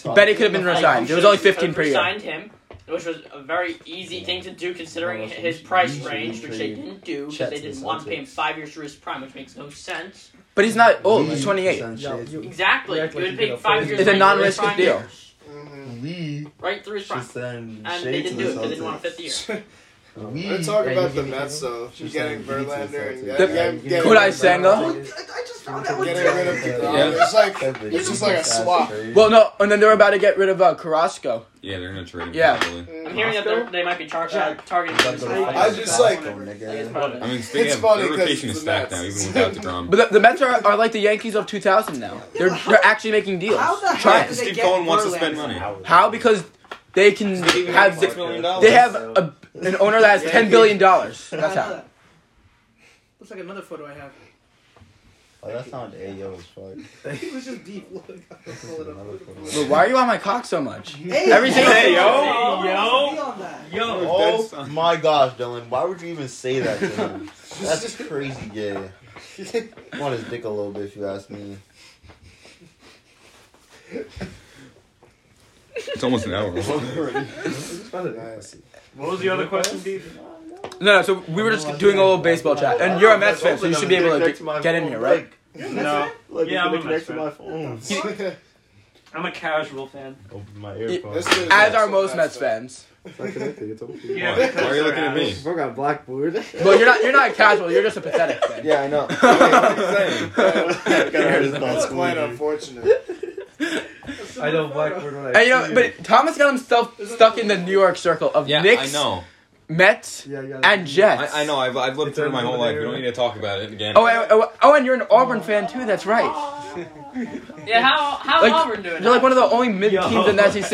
S4: have.
S8: old.
S4: Betty could have been
S8: Like, we
S4: resigned. It
S8: should
S4: was only
S8: have
S4: 15 per year.
S8: Resigned him, which was a very easy thing to do considering his price range, which they didn't do because
S9: Chet
S8: they
S9: to the
S8: didn't want to pay
S9: Celtics.
S8: him five years through his prime, which makes no sense.
S4: But he's not old. He's 28.
S8: Exactly,
S10: Correct,
S8: you
S10: like
S8: would
S10: you
S8: pay
S10: did a
S8: five
S10: first-
S8: years.
S4: It's a
S8: right through his
S4: non-risky
S8: prime
S4: deal.
S8: years.
S2: Mhm.
S9: We
S8: Right through his prime,
S9: should
S8: and
S9: send
S8: they
S9: shade to
S8: didn't do it.
S9: the
S8: They didn't want a
S9: Celtics.
S8: fifth year.
S9: We
S2: Let's talk
S10: Yeah,
S2: about
S10: you
S2: the
S10: give me
S2: Mets
S10: that.
S2: though.
S9: uh, Just
S2: getting
S9: like you need to
S2: Verlander and
S9: sell
S4: to
S2: getting,
S9: them.
S2: getting,
S9: Yeah,
S4: Could I sang
S5: I,
S4: though?
S5: I just found that one
S2: getting
S5: too.
S2: rid of the
S7: Yeah.
S2: It's like it's just like a swap.
S4: Well, no. And then they're about to get rid of uh, Carrasco.
S7: Yeah, they're gonna trade him.
S4: Yeah.
S7: probably.
S8: I'm hearing that they're- they might be char- uh, targeting.
S2: I just like-
S7: I mean, speaking
S2: It's
S7: of,
S2: funny
S7: their
S2: 'cause
S7: rotation
S2: it's
S7: is
S2: the
S7: stacked now,
S2: Mets.
S7: even without the drum.
S4: But the, the Mets are, are like the Yankees of 2000 now. They're, they're actually making deals.
S5: How the hell
S4: Try
S5: did
S4: it.
S5: they
S7: Steve
S5: get
S7: Cohen wants to
S5: Verlander?
S7: spend money.
S4: How? Because they can
S2: Mm.
S4: have
S7: six
S4: the,
S7: million dollars.
S4: they have a, an owner that has 10 billion dollars. That's
S5: I know
S4: how.
S5: that. Looks like another photo I have.
S9: Oh, that sounded ayo as fuck.
S5: It was just deep. Look, I'll pull it up.
S4: But why are you on my cock so much?
S5: Hey,
S4: Every single-
S5: hey,
S9: yo.
S5: Yo. Be on that.
S3: Yo.
S9: Oh my gosh, Dylan! Why would you even say that? to him? That's crazy gay. I want his dick a little bit, if you ask me.
S7: It's almost an hour.
S3: What was the other question, Deep?
S4: No, no. So we were just doing a little baseball chat, and you're a Mets fan, so you should be able to get, get in here, right?
S6: No.
S3: Yeah, I'm a Mets
S6: to
S3: fan.
S6: my phone.
S3: I'm a casual fan.
S6: Open my
S4: earphones.
S6: earphones.
S4: As are most Mets fans.
S3: Yeah,
S7: Why?
S3: because
S7: Why are you
S3: they're
S7: looking at me?
S3: ass.
S9: Bro got blackboard.
S4: Well, you're not. You're not casual. You're just a pathetic fan.
S9: Yeah, I know.
S2: That's quite unfortunate.
S10: I know Blackboard when I
S4: And you know, but Thomas got himself stuck in the New York circle of
S7: Yeah,
S4: Knicks,
S7: I know.
S4: Mets,
S10: Yeah, yeah.
S4: and Jets.
S7: I, I know. I've, I've lived
S10: It's
S7: through it my
S10: over
S7: whole life. We
S10: there.
S7: don't need to talk about it again.
S4: Oh, and- oh, oh, and you're an Auburn fan too. That's right.
S8: Yeah, how how
S4: Like,
S8: Auburn doing?
S4: You're like one of the only mid
S3: Yo.
S4: teams in the E SEC.
S7: Yes,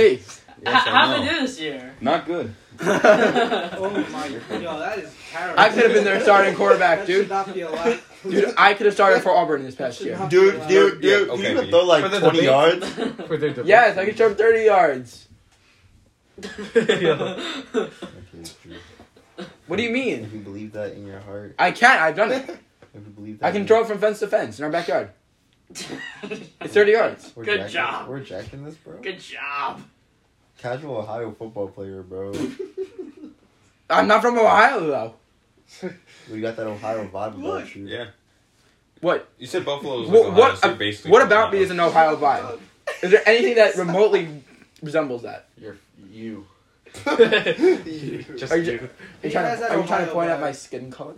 S7: I
S8: how they
S7: know.
S8: do this year?
S7: Not good.
S5: Oh my god, yo, that is terrible.
S4: I could have been their starting quarterback,
S5: That should
S4: dude.
S5: not be allowed.
S4: Dude, I could have started for Auburn this past
S5: Should
S4: year.
S5: not be
S9: Dude,
S5: allowed.
S9: dude,
S7: Yeah,
S9: dude.
S7: okay,
S9: you
S7: B.
S9: can throw
S10: For
S9: like
S10: the
S9: 20
S10: debate.
S9: yards?
S10: For their debate.
S4: Yes, I could throw 30 yards.
S10: Yo.
S4: What do you mean?
S9: If you believe that in your heart,
S4: I can't. I've done it.
S9: if you believe that
S4: I can
S9: in-
S4: throw it from fence to fence in our backyard. It's 30 yards.
S9: We're
S8: Good
S9: jacking-
S8: job.
S9: We're jacking this, bro.
S8: Good job.
S9: Casual Ohio football player, bro.
S4: I'm not from Ohio, though.
S9: we got that Ohio vibe about you.
S7: Yeah.
S4: What?
S7: You said Buffalo was like
S4: What,
S7: Ohio
S4: what,
S7: State, basically.
S4: what about me is an Ohio vibe? Is there anything that remotely resembles that?
S10: You're you.
S4: Are
S10: Just
S4: you-
S10: you.
S4: Are you
S5: He
S4: trying
S5: has that
S4: to, are you trying to
S5: Ohio
S4: point out
S5: vibe.
S4: my skin color?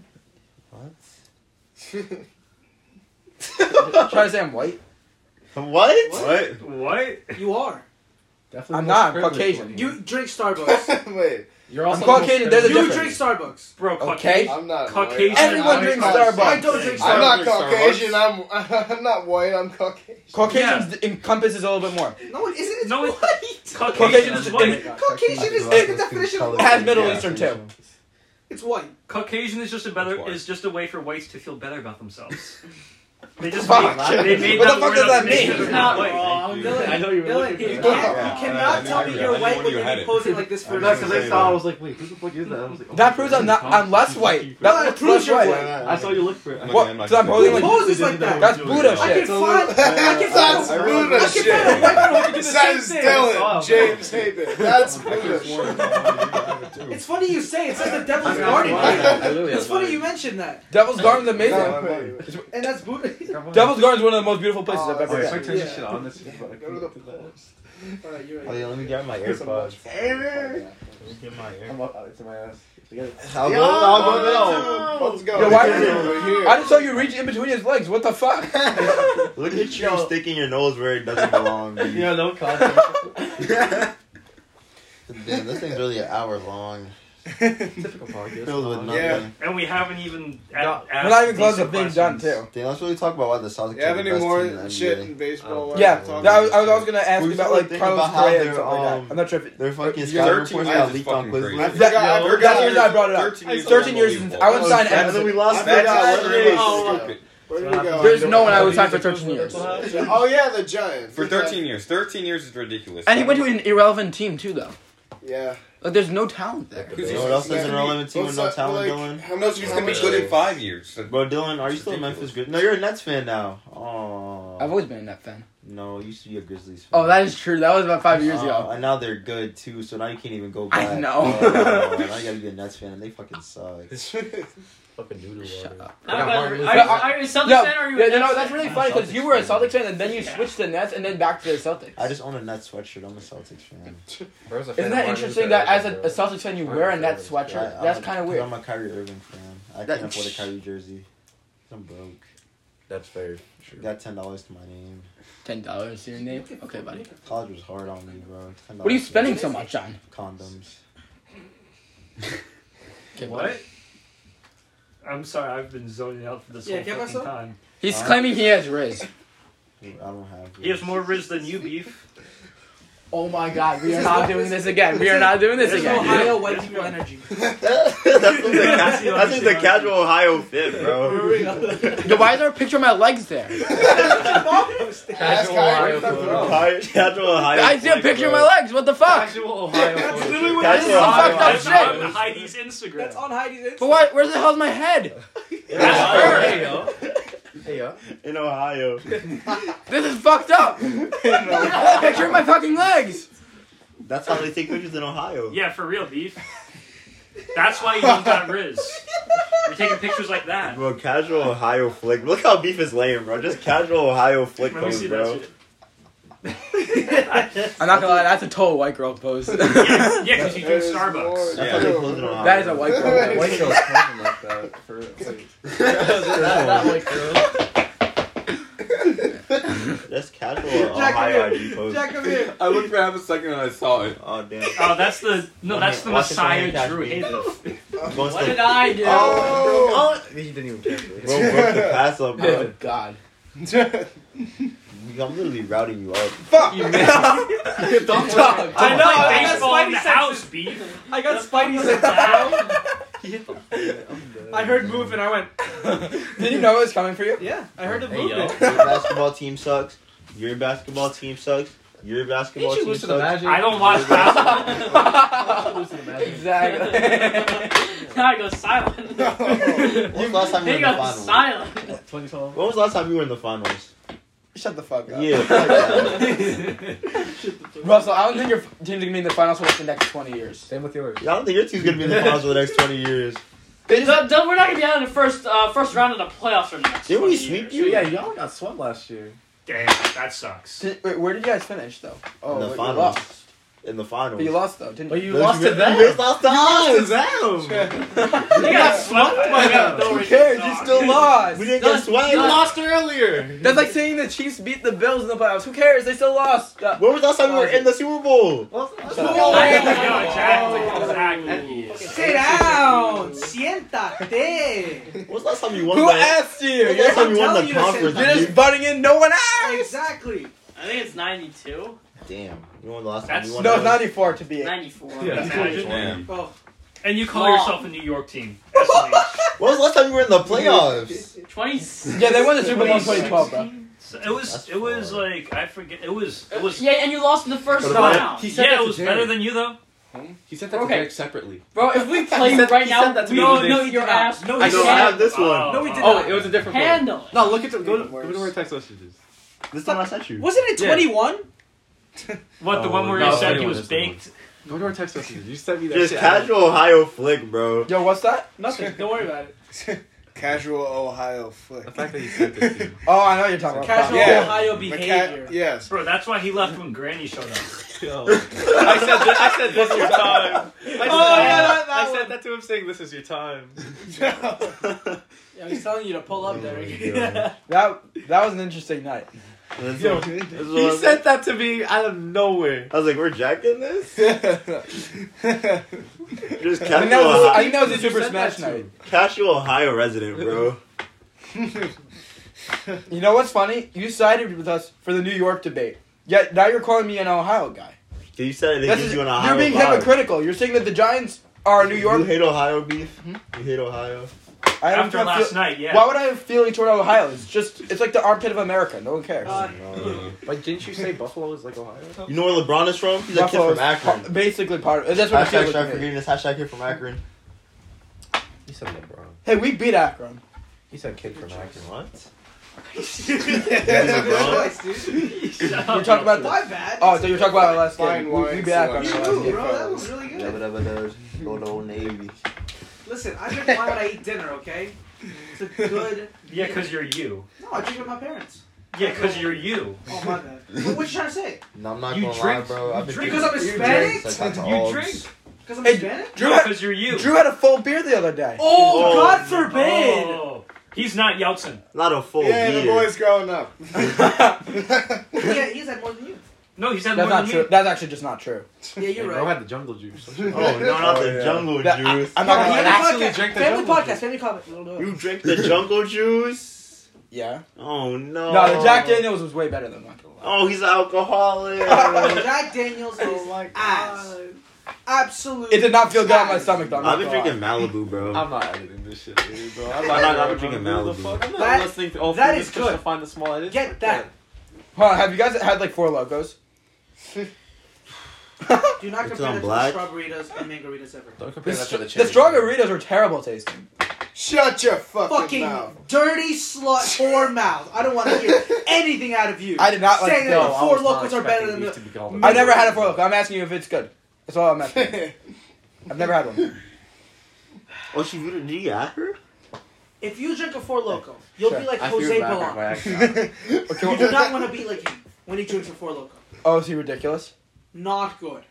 S9: What?
S4: trying to say I'm white?
S9: What?
S7: What?
S3: What?
S5: You are.
S10: Definitely
S4: I'm
S10: the most
S4: not, I'm
S10: privileged
S4: Caucasian.
S10: one here.
S5: You drink Starbucks.
S2: Wait,
S10: You're
S4: I'm
S10: also the most
S4: Caucasian, there's a
S5: you
S10: privileged.
S5: drink Starbucks.
S3: Bro,
S4: Okay.
S3: Caucasian.
S2: I'm not.
S3: Caucasian.
S2: white.
S4: Everyone
S2: I'm
S4: drinks
S2: not-
S4: Starbucks.
S5: I don't drink
S2: I'm
S5: Starbucks.
S2: not Caucasian. I'm I'm not white. I'm Caucasian.
S4: Caucasians encompasses a little bit more.
S5: No, it isn't. It's
S3: No, it-
S5: white.
S3: Caucasian is white.
S5: Caucasian is
S9: Right,
S5: the
S9: let's do
S5: definition of
S9: color.
S4: It has Middle
S7: Yeah.
S4: Eastern too.
S5: It's white.
S3: Caucasian is just a better
S7: That's why.
S3: is just a way for whites to feel better about themselves. They just
S4: Fuck.
S3: made, they made
S4: What
S3: that
S4: the fuck
S3: word
S4: does
S3: up to
S4: that
S3: make
S4: mean?
S3: sure they're
S8: It's
S3: not
S8: not
S3: white.
S8: wrong.
S5: Dylan,
S10: I know you were
S5: Dylan,
S10: looking for
S5: you
S10: that.
S5: can't-
S7: Yeah.
S5: you
S7: Yeah, I
S5: cannot
S7: knew
S5: tell me
S7: you had
S5: you're
S7: it. I
S5: white
S7: knew
S5: when
S7: you
S5: you're
S7: had it.
S5: posing like this for
S10: No,
S5: us.
S7: That's
S10: because I saw, I was like, wait, who the fuck is that? I was like, oh,
S4: That proves I'm not. I'm less white.
S5: No,
S4: That
S5: it
S4: looks
S5: proves
S4: less
S5: you're
S4: white.
S5: white.
S10: I saw you look for it.
S7: Look,
S4: What?
S7: I'm not-
S4: Because I'm holding
S5: Who
S4: like.
S5: poses like that?
S4: That's Buddha
S5: I can
S4: shit.
S5: find. I can
S2: That's
S5: find.
S2: Buddha
S5: I
S2: shit.
S5: can find a white girl who can do the
S2: That
S5: same
S2: is
S5: thing.
S2: Dylan James Haven. That's Buddha.
S5: It's funny you say it. It's like the devil's
S10: I'm not
S5: garden.
S10: lying. I literally
S5: It's
S10: am
S5: funny
S10: lying.
S5: you mentioned that.
S4: Devil's Garden's amazing.
S2: No,
S5: And that's Buddha.
S4: Devil's Garden is one of the most beautiful places I've
S10: Oh,
S4: ever
S10: if I
S4: been.
S10: turn
S5: Yeah.
S10: this shit on, this is what I
S2: Go to the
S10: can do that.
S5: Alright, you're
S9: Oh
S5: right.
S9: yeah, let me get my AirPods.
S10: I'm up, oh, it's in my ass.
S9: I'll go. I'll go now.
S2: Let's go.
S4: Yo, why-
S2: Over here.
S4: I just saw you reach in between his legs. What the fuck?
S9: Look at you sticking your nose where it doesn't belong. dude.
S10: Yeah, no contact.
S9: Damn, this thing's really an hour long.
S10: Typical podcast.
S9: Filled with nothing.
S2: Yeah.
S3: And we haven't even a-
S10: No,
S3: asked
S4: We're not even close to
S3: decent
S4: being done
S3: questions.
S4: too.
S9: Damn, let's really talk about why the Celtics
S2: You have
S9: are the
S2: any
S9: best
S2: more
S9: team in the
S2: shit
S9: NBA.
S2: in baseball?
S10: Oh.
S2: wise?
S4: Yeah, that
S9: Talking
S4: was, I was, I
S9: about-
S4: was gonna ask
S9: We
S4: about
S9: were
S4: like
S9: thinking
S4: Carlos
S9: about how
S4: Correa and
S9: they're,
S4: stuff like
S9: um,
S4: that. I'm not sure if it,
S9: Their fucking
S4: Your
S9: scouting
S7: 13
S9: reports
S7: years
S9: got
S7: is
S9: leaked on
S7: fucking
S9: Quizlet.
S7: crazy.
S4: that,
S2: forgot- I
S4: that's the
S2: forgot-
S4: reason I brought it up. 13 years since I would sign
S9: And Oh, then
S4: Emerson.
S9: we lost
S2: I forgot
S9: that
S2: what
S9: guy.
S2: it was.
S7: Stupid.
S2: Where did we go?
S4: There's no one I would sign for 13 years.
S2: Oh yeah, the Giants
S7: For 13 years. 13 years is ridiculous.
S4: And he went to an irrelevant team too, though.
S2: Yeah.
S4: Like, there's no talent there.
S7: Who's
S9: You
S7: he?
S9: know what else is an irrelevant team with no
S2: What's that,
S9: talent,
S2: like,
S9: Dylan?
S2: How much
S7: He's
S2: he's
S7: going to be good in five years. So-
S9: Bro, Dylan, are you still a
S7: Ridiculous.
S9: Memphis Grizzlies? No, you're a Nets fan now. Oh.
S4: I've always been a Net fan.
S9: No, you used to be a Grizzlies fan.
S4: Oh, that is true. That was about five years
S9: Uh,
S4: ago.
S9: And now they're good too, so now you can't even go
S4: I
S9: back.
S4: know.
S9: Oh, now you gotta be a Nets fan, and they fucking suck.
S10: Fucking noodle Shut up.
S8: Now, guys,
S10: Martin
S8: Are you-
S4: Luther-
S8: are you a Celtics
S4: No,
S8: fan or are you a
S4: yeah, no,
S8: Nets
S4: that's
S8: fan?
S4: really funny because you were a Celtics fan and then you switched to Nets and then back to the Celtics.
S9: I just own a Nets sweatshirt. I'm a Celtics fan.
S4: Isn't that interesting that uh, as a, a Celtics fan you wear a Nets sweatshirt?
S9: I-
S4: That's
S9: I'm a-
S4: kind of weird.
S9: I'm a Kyrie Irving fan. I
S4: That-
S9: can't afford a Kyrie jersey. I'm broke.
S10: That's fair.
S9: Got ten dollars to my name.
S4: Ten dollars to your name? Okay, buddy.
S9: College was hard on me, bro. $10
S4: What are you spending so much on?
S9: Condoms.
S3: What? I'm sorry, I've been zoning out for this
S5: Yeah,
S3: whole
S5: get
S3: fucking
S5: myself?
S3: time.
S4: He's
S9: Huh?
S4: claiming he has Riz.
S9: I don't have.
S3: He has more Riz than you, Beef.
S4: Oh my God, we
S12: This
S4: are
S12: is
S4: not
S12: what-
S4: doing this again. We
S12: this
S4: are
S12: is-
S4: not doing this
S12: this is
S4: again.
S12: Ohio
S4: white people energy.
S9: That's just a, ca- that's just a casual Ohio fit, bro.
S4: Yo, why is there a picture of my legs there?
S9: Casual Ohio fit. Casual Ohio
S4: I see a picture of my legs. What the fuck?
S3: That's
S4: literally what That's it is. Ohio. Some fucked up
S3: That's
S4: shit.
S3: on Heidi's Instagram. That's
S5: on Heidi's Instagram.
S4: But why, where the hell's my head?
S9: Hey,
S4: yo.
S9: In Ohio.
S4: This is fucked up. a picture of my fucking legs.
S9: That's how they take pictures in Ohio.
S3: Yeah, for real, beef. That's why you don't got Riz. You're taking pictures like that.
S9: Bro, casual Ohio flick. Look how beef is laying, bro. Just casual Ohio flick
S3: Let me
S9: pose,
S3: see
S9: bro.
S3: that shit.
S4: I'm not gonna lie, that's a total white girl pose.
S3: Yeah, yeah, 'cause you drink Starbucks.
S9: That's how they pose in Ohio.
S4: That is a white girl. pose.
S10: White girls coming like that for
S9: that
S10: white girl.
S9: That's casual Ohio IG pose.
S5: come here.
S10: I looked for half a second and I saw it.
S9: Oh damn.
S3: Oh, that's the no, that's the
S9: Watch this
S3: Messiah
S9: one, Cash
S3: Drew
S9: Me.
S3: Hayden.
S9: Wants
S8: What
S9: to-
S8: did I do?
S9: Oh,
S10: He didn't even care. for it.
S9: bro, broke the pass up, bro.
S4: God.
S9: I'm literally routing you up.
S4: Don't talk.
S3: I
S5: know,
S3: know
S5: I got
S3: baseball in the
S5: spidey senses.
S3: house, beef.
S5: I got Spidey sense. I heard movement. I went,
S4: Did you know it was coming for you?
S5: yeah. I heard the
S8: Hey, yo.
S5: movement.
S9: Your basketball team sucks. Your basketball team sucks. Your basketball
S10: Didn't
S9: team
S10: you lose to the
S9: sucks.
S10: Magic?
S3: I don't watch basketball.
S8: Now I go silent.
S9: When was the last time you
S8: He
S9: were in the
S8: got
S9: finals?
S8: silent.
S10: 2012.
S9: When was the last time you were in the finals?
S4: Shut the fuck up.
S9: Yeah. fuck that.
S4: Russell, I don't think your f- team's gonna be in the finals for like the next 20 years.
S10: Same with yours.
S9: I don't think your team's gonna be in the finals for the next 20 years.
S4: They just-
S8: Don't- don't- We're not gonna be out in the first uh, first round of the playoffs or next.
S9: Didn't we
S8: 20
S9: sweep
S8: years.
S9: you?
S10: Yeah, y'all got swept last year.
S3: Damn, that sucks.
S4: Did- wait, where did you guys finish though? Oh,
S9: In the
S4: wait,
S9: finals.
S4: you lost.
S9: In the finals.
S4: But you lost though, didn't you?
S10: But you
S9: Those
S10: lost
S9: you-
S10: to them.
S9: You guys lost to us.
S8: They got swept. by the
S4: Who
S8: Norwich
S4: cares? You
S8: Dogs.
S4: still
S9: We
S4: lost.
S9: didn't get swept.
S10: earlier.
S4: That's like saying the Chiefs beat the Bills in the playoffs. Who cares? They still lost. Uh,
S9: When was the last time we were in the Super Bowl?
S3: I know, exactly, exactly.
S5: Sit down. Siéntate.
S9: When was the last time you won
S4: who
S9: the
S4: asked you?
S9: When was the
S4: You're,
S9: last time you won
S5: telling
S9: the
S5: you to sit
S9: conference?
S4: you're just
S9: dude?
S4: butting in. No one asked.
S5: Exactly.
S8: I think it's 92,
S9: Damn. You won the last time
S3: That's-
S9: you won
S4: No,
S9: the
S4: it's 94 to be.
S8: 94.
S3: Yeah.
S7: Damn.
S5: Well,
S3: And you call
S8: Mom.
S3: yourself a New York team. SMH.
S9: When was the last time you were in the playoffs?
S8: 20.
S4: Yeah, they won the Super Bowl in 2012, bro.
S3: So it was
S9: That's
S3: it was
S9: far.
S3: like I forget it was it was
S8: Yeah, and you lost in the first
S10: Could've won it.
S8: round.
S10: He said
S3: yeah
S10: that
S3: it
S10: to
S3: was
S10: Jay.
S3: better than you though.
S10: He said that
S8: Okay.
S10: to Nick separately.
S8: Bro, if we play you right now,
S10: that to me
S8: no,
S10: the
S8: no,
S10: next-
S8: your ass. No,
S9: I don't have this one.
S3: No, we
S8: did
S10: Oh, it was a different one.
S8: Handle it.
S10: No, look at the go to,
S4: Even worse.
S10: go to our text messages.
S9: This time I sent you.
S5: wasn't it
S10: Yeah.
S5: 21?
S3: What the
S10: Oh,
S3: one where
S10: no,
S3: you said he
S10: anyone
S3: was
S10: is the one.
S3: baked?
S10: Go to our text messages. You sent me that
S9: Just
S10: shit.
S9: casual Ohio flick, bro.
S4: Yo, what's that?
S5: Nothing. Don't worry about it.
S2: Casual Ohio flick.
S10: The fact that you sent this to me.
S4: Oh, I know what you're talking about.
S5: Casual
S2: Yeah.
S5: Ohio
S2: Maca-
S5: behavior.
S2: yes.
S3: Bro, that's why he left when Granny showed up.
S10: Yo. I said this, I said this is your time. I said,
S5: Oh, yeah, that- that
S10: I
S5: one.
S10: said that to him saying this is your time.
S5: Yeah, he's telling you to pull up, Derek.
S4: That that was an interesting night.
S9: This
S10: Yo,
S9: one- this one-
S10: He sent that to me out of nowhere.
S9: I was like, we're jacking this? Just
S4: I think
S9: casual,
S4: that was, I
S9: Ohio,
S4: think that was a
S10: Who said
S4: Super
S10: that
S4: Smash
S10: to?
S4: night.
S9: casual Ohio resident, bro.
S4: You know what's funny? You sided with us for the New York debate. Yet now you're calling me an Ohio guy.
S9: You said they
S4: This
S9: give
S4: is-
S9: you an Ohio
S4: you're being
S9: vibe.
S4: hypocritical. You're saying that the Giants are New
S9: You
S4: York.
S9: hate Ohio beef? You hate Ohio?
S4: I don't
S3: After
S4: feel-
S3: last night, yeah.
S4: Why would I have feelings toward Ohio? It's just it's like the armpit of America. No one cares.
S5: Uh,
S10: Like, didn't you say Buffalo is like Ohio?
S9: You know where LeBron is from? He's a kid
S4: Buffalo's
S9: from Akron.
S4: pa- basically part of That's what it
S9: Hashtag
S4: feels
S9: start
S4: like to me.
S9: forgetting this hashtag kid from Akron.
S10: He said LeBron.
S4: Hey, we beat Akron.
S10: He said kid from Akron.
S9: What?
S5: Nice, dude.
S4: You're talking about the.
S5: My bad.
S4: Oh, so you're talking about uh, our last
S2: Fine
S4: game. We, we
S2: wine
S4: beat Akron.
S5: you
S4: our
S2: selection.
S4: last
S5: too,
S4: game.
S5: bro. That was really
S9: Never,
S5: good.
S9: never, never. Go to Old Navy.
S5: Listen, I drink wine when I eat dinner, okay? It's a good.
S3: Yeah, because you're you.
S5: No, I drink with my parents.
S3: Yeah, because you're you.
S5: Oh, my bad. What, what you trying to say?
S9: No, I'm not
S3: You
S9: gonna lie,
S3: drink-
S9: bro. I've been
S3: drink-
S5: Because I'm Hispanic?
S3: You drink.
S5: Because I'm
S4: Hey,
S5: Hispanic?
S4: Drew, had-
S3: Because you're you.
S4: Drew had a full beer the other day.
S5: Oh,
S9: Oh,
S5: God forbid!
S3: Oh, he's not Yeltsin.
S9: Not a full
S2: yeah,
S9: beer.
S2: the boy's growing up.
S5: Yeah, he's had more than you.
S3: No, he's had
S4: That's
S3: more
S4: not
S3: than
S4: true.
S3: you.
S4: That's actually just not true.
S5: Yeah, you're
S10: Hey,
S5: right.
S10: Bro had the jungle juice.
S9: Oh, no, not the jungle
S4: That-
S9: juice.
S4: I'm not
S5: Yeah,
S4: gonna
S5: family
S10: actually
S5: podcast,
S10: drink the
S5: family
S10: jungle
S5: podcast,
S10: juice.
S5: family comment. Little
S9: you drink the jungle juice?
S4: Yeah.
S9: Oh no.
S4: No, the Jack Daniels was way better than one.
S9: Oh, he's an alcoholic.
S5: Jack Daniels is ass. Absolute.
S4: It did not feel good on my stomach though.
S9: I've been drinking Malibu, bro.
S10: I'm not editing this shit, dude, bro. I'm
S9: I'm not-
S10: not,
S9: I'm drinking
S10: Who the
S9: Malibu.
S10: fuck- I'm not
S5: That-
S10: listening to all
S5: that
S10: through
S5: is
S10: this just to
S5: good.
S10: find the small edits.
S5: Get
S10: Fuck
S5: that.
S4: Hold on, have you guys had like four locos?
S5: Do not compare that
S9: It's on
S5: to the
S9: black.
S5: strawberritas and mangaritas ever.
S10: Don't compare
S4: The,
S10: that to the
S4: str-
S10: cherry.
S4: the strawberry Doritos were terrible tasting.
S2: Shut your fucking,
S5: Fucking
S2: mouth.
S5: dirty slut whore mouth. I don't want to hear anything out of you.
S4: I did not like
S5: saying
S4: No,
S5: that
S10: No,
S5: the
S10: I
S5: four
S10: was not
S5: locals are
S10: expecting
S5: better than
S10: these
S5: the.
S10: to be called
S4: I never had a four loco. I'm asking you if it's good. That's all I'm asking. I've never had one.
S9: Oh, she viewed a G at her?
S5: If you drink a four loco, you'll
S4: Sure.
S5: be like
S10: I threw
S5: Jose
S10: it back at my
S5: Balan.
S10: ex.
S5: You do not want to be like him when he drinks a four loco.
S4: Oh, is he ridiculous?
S5: Not good.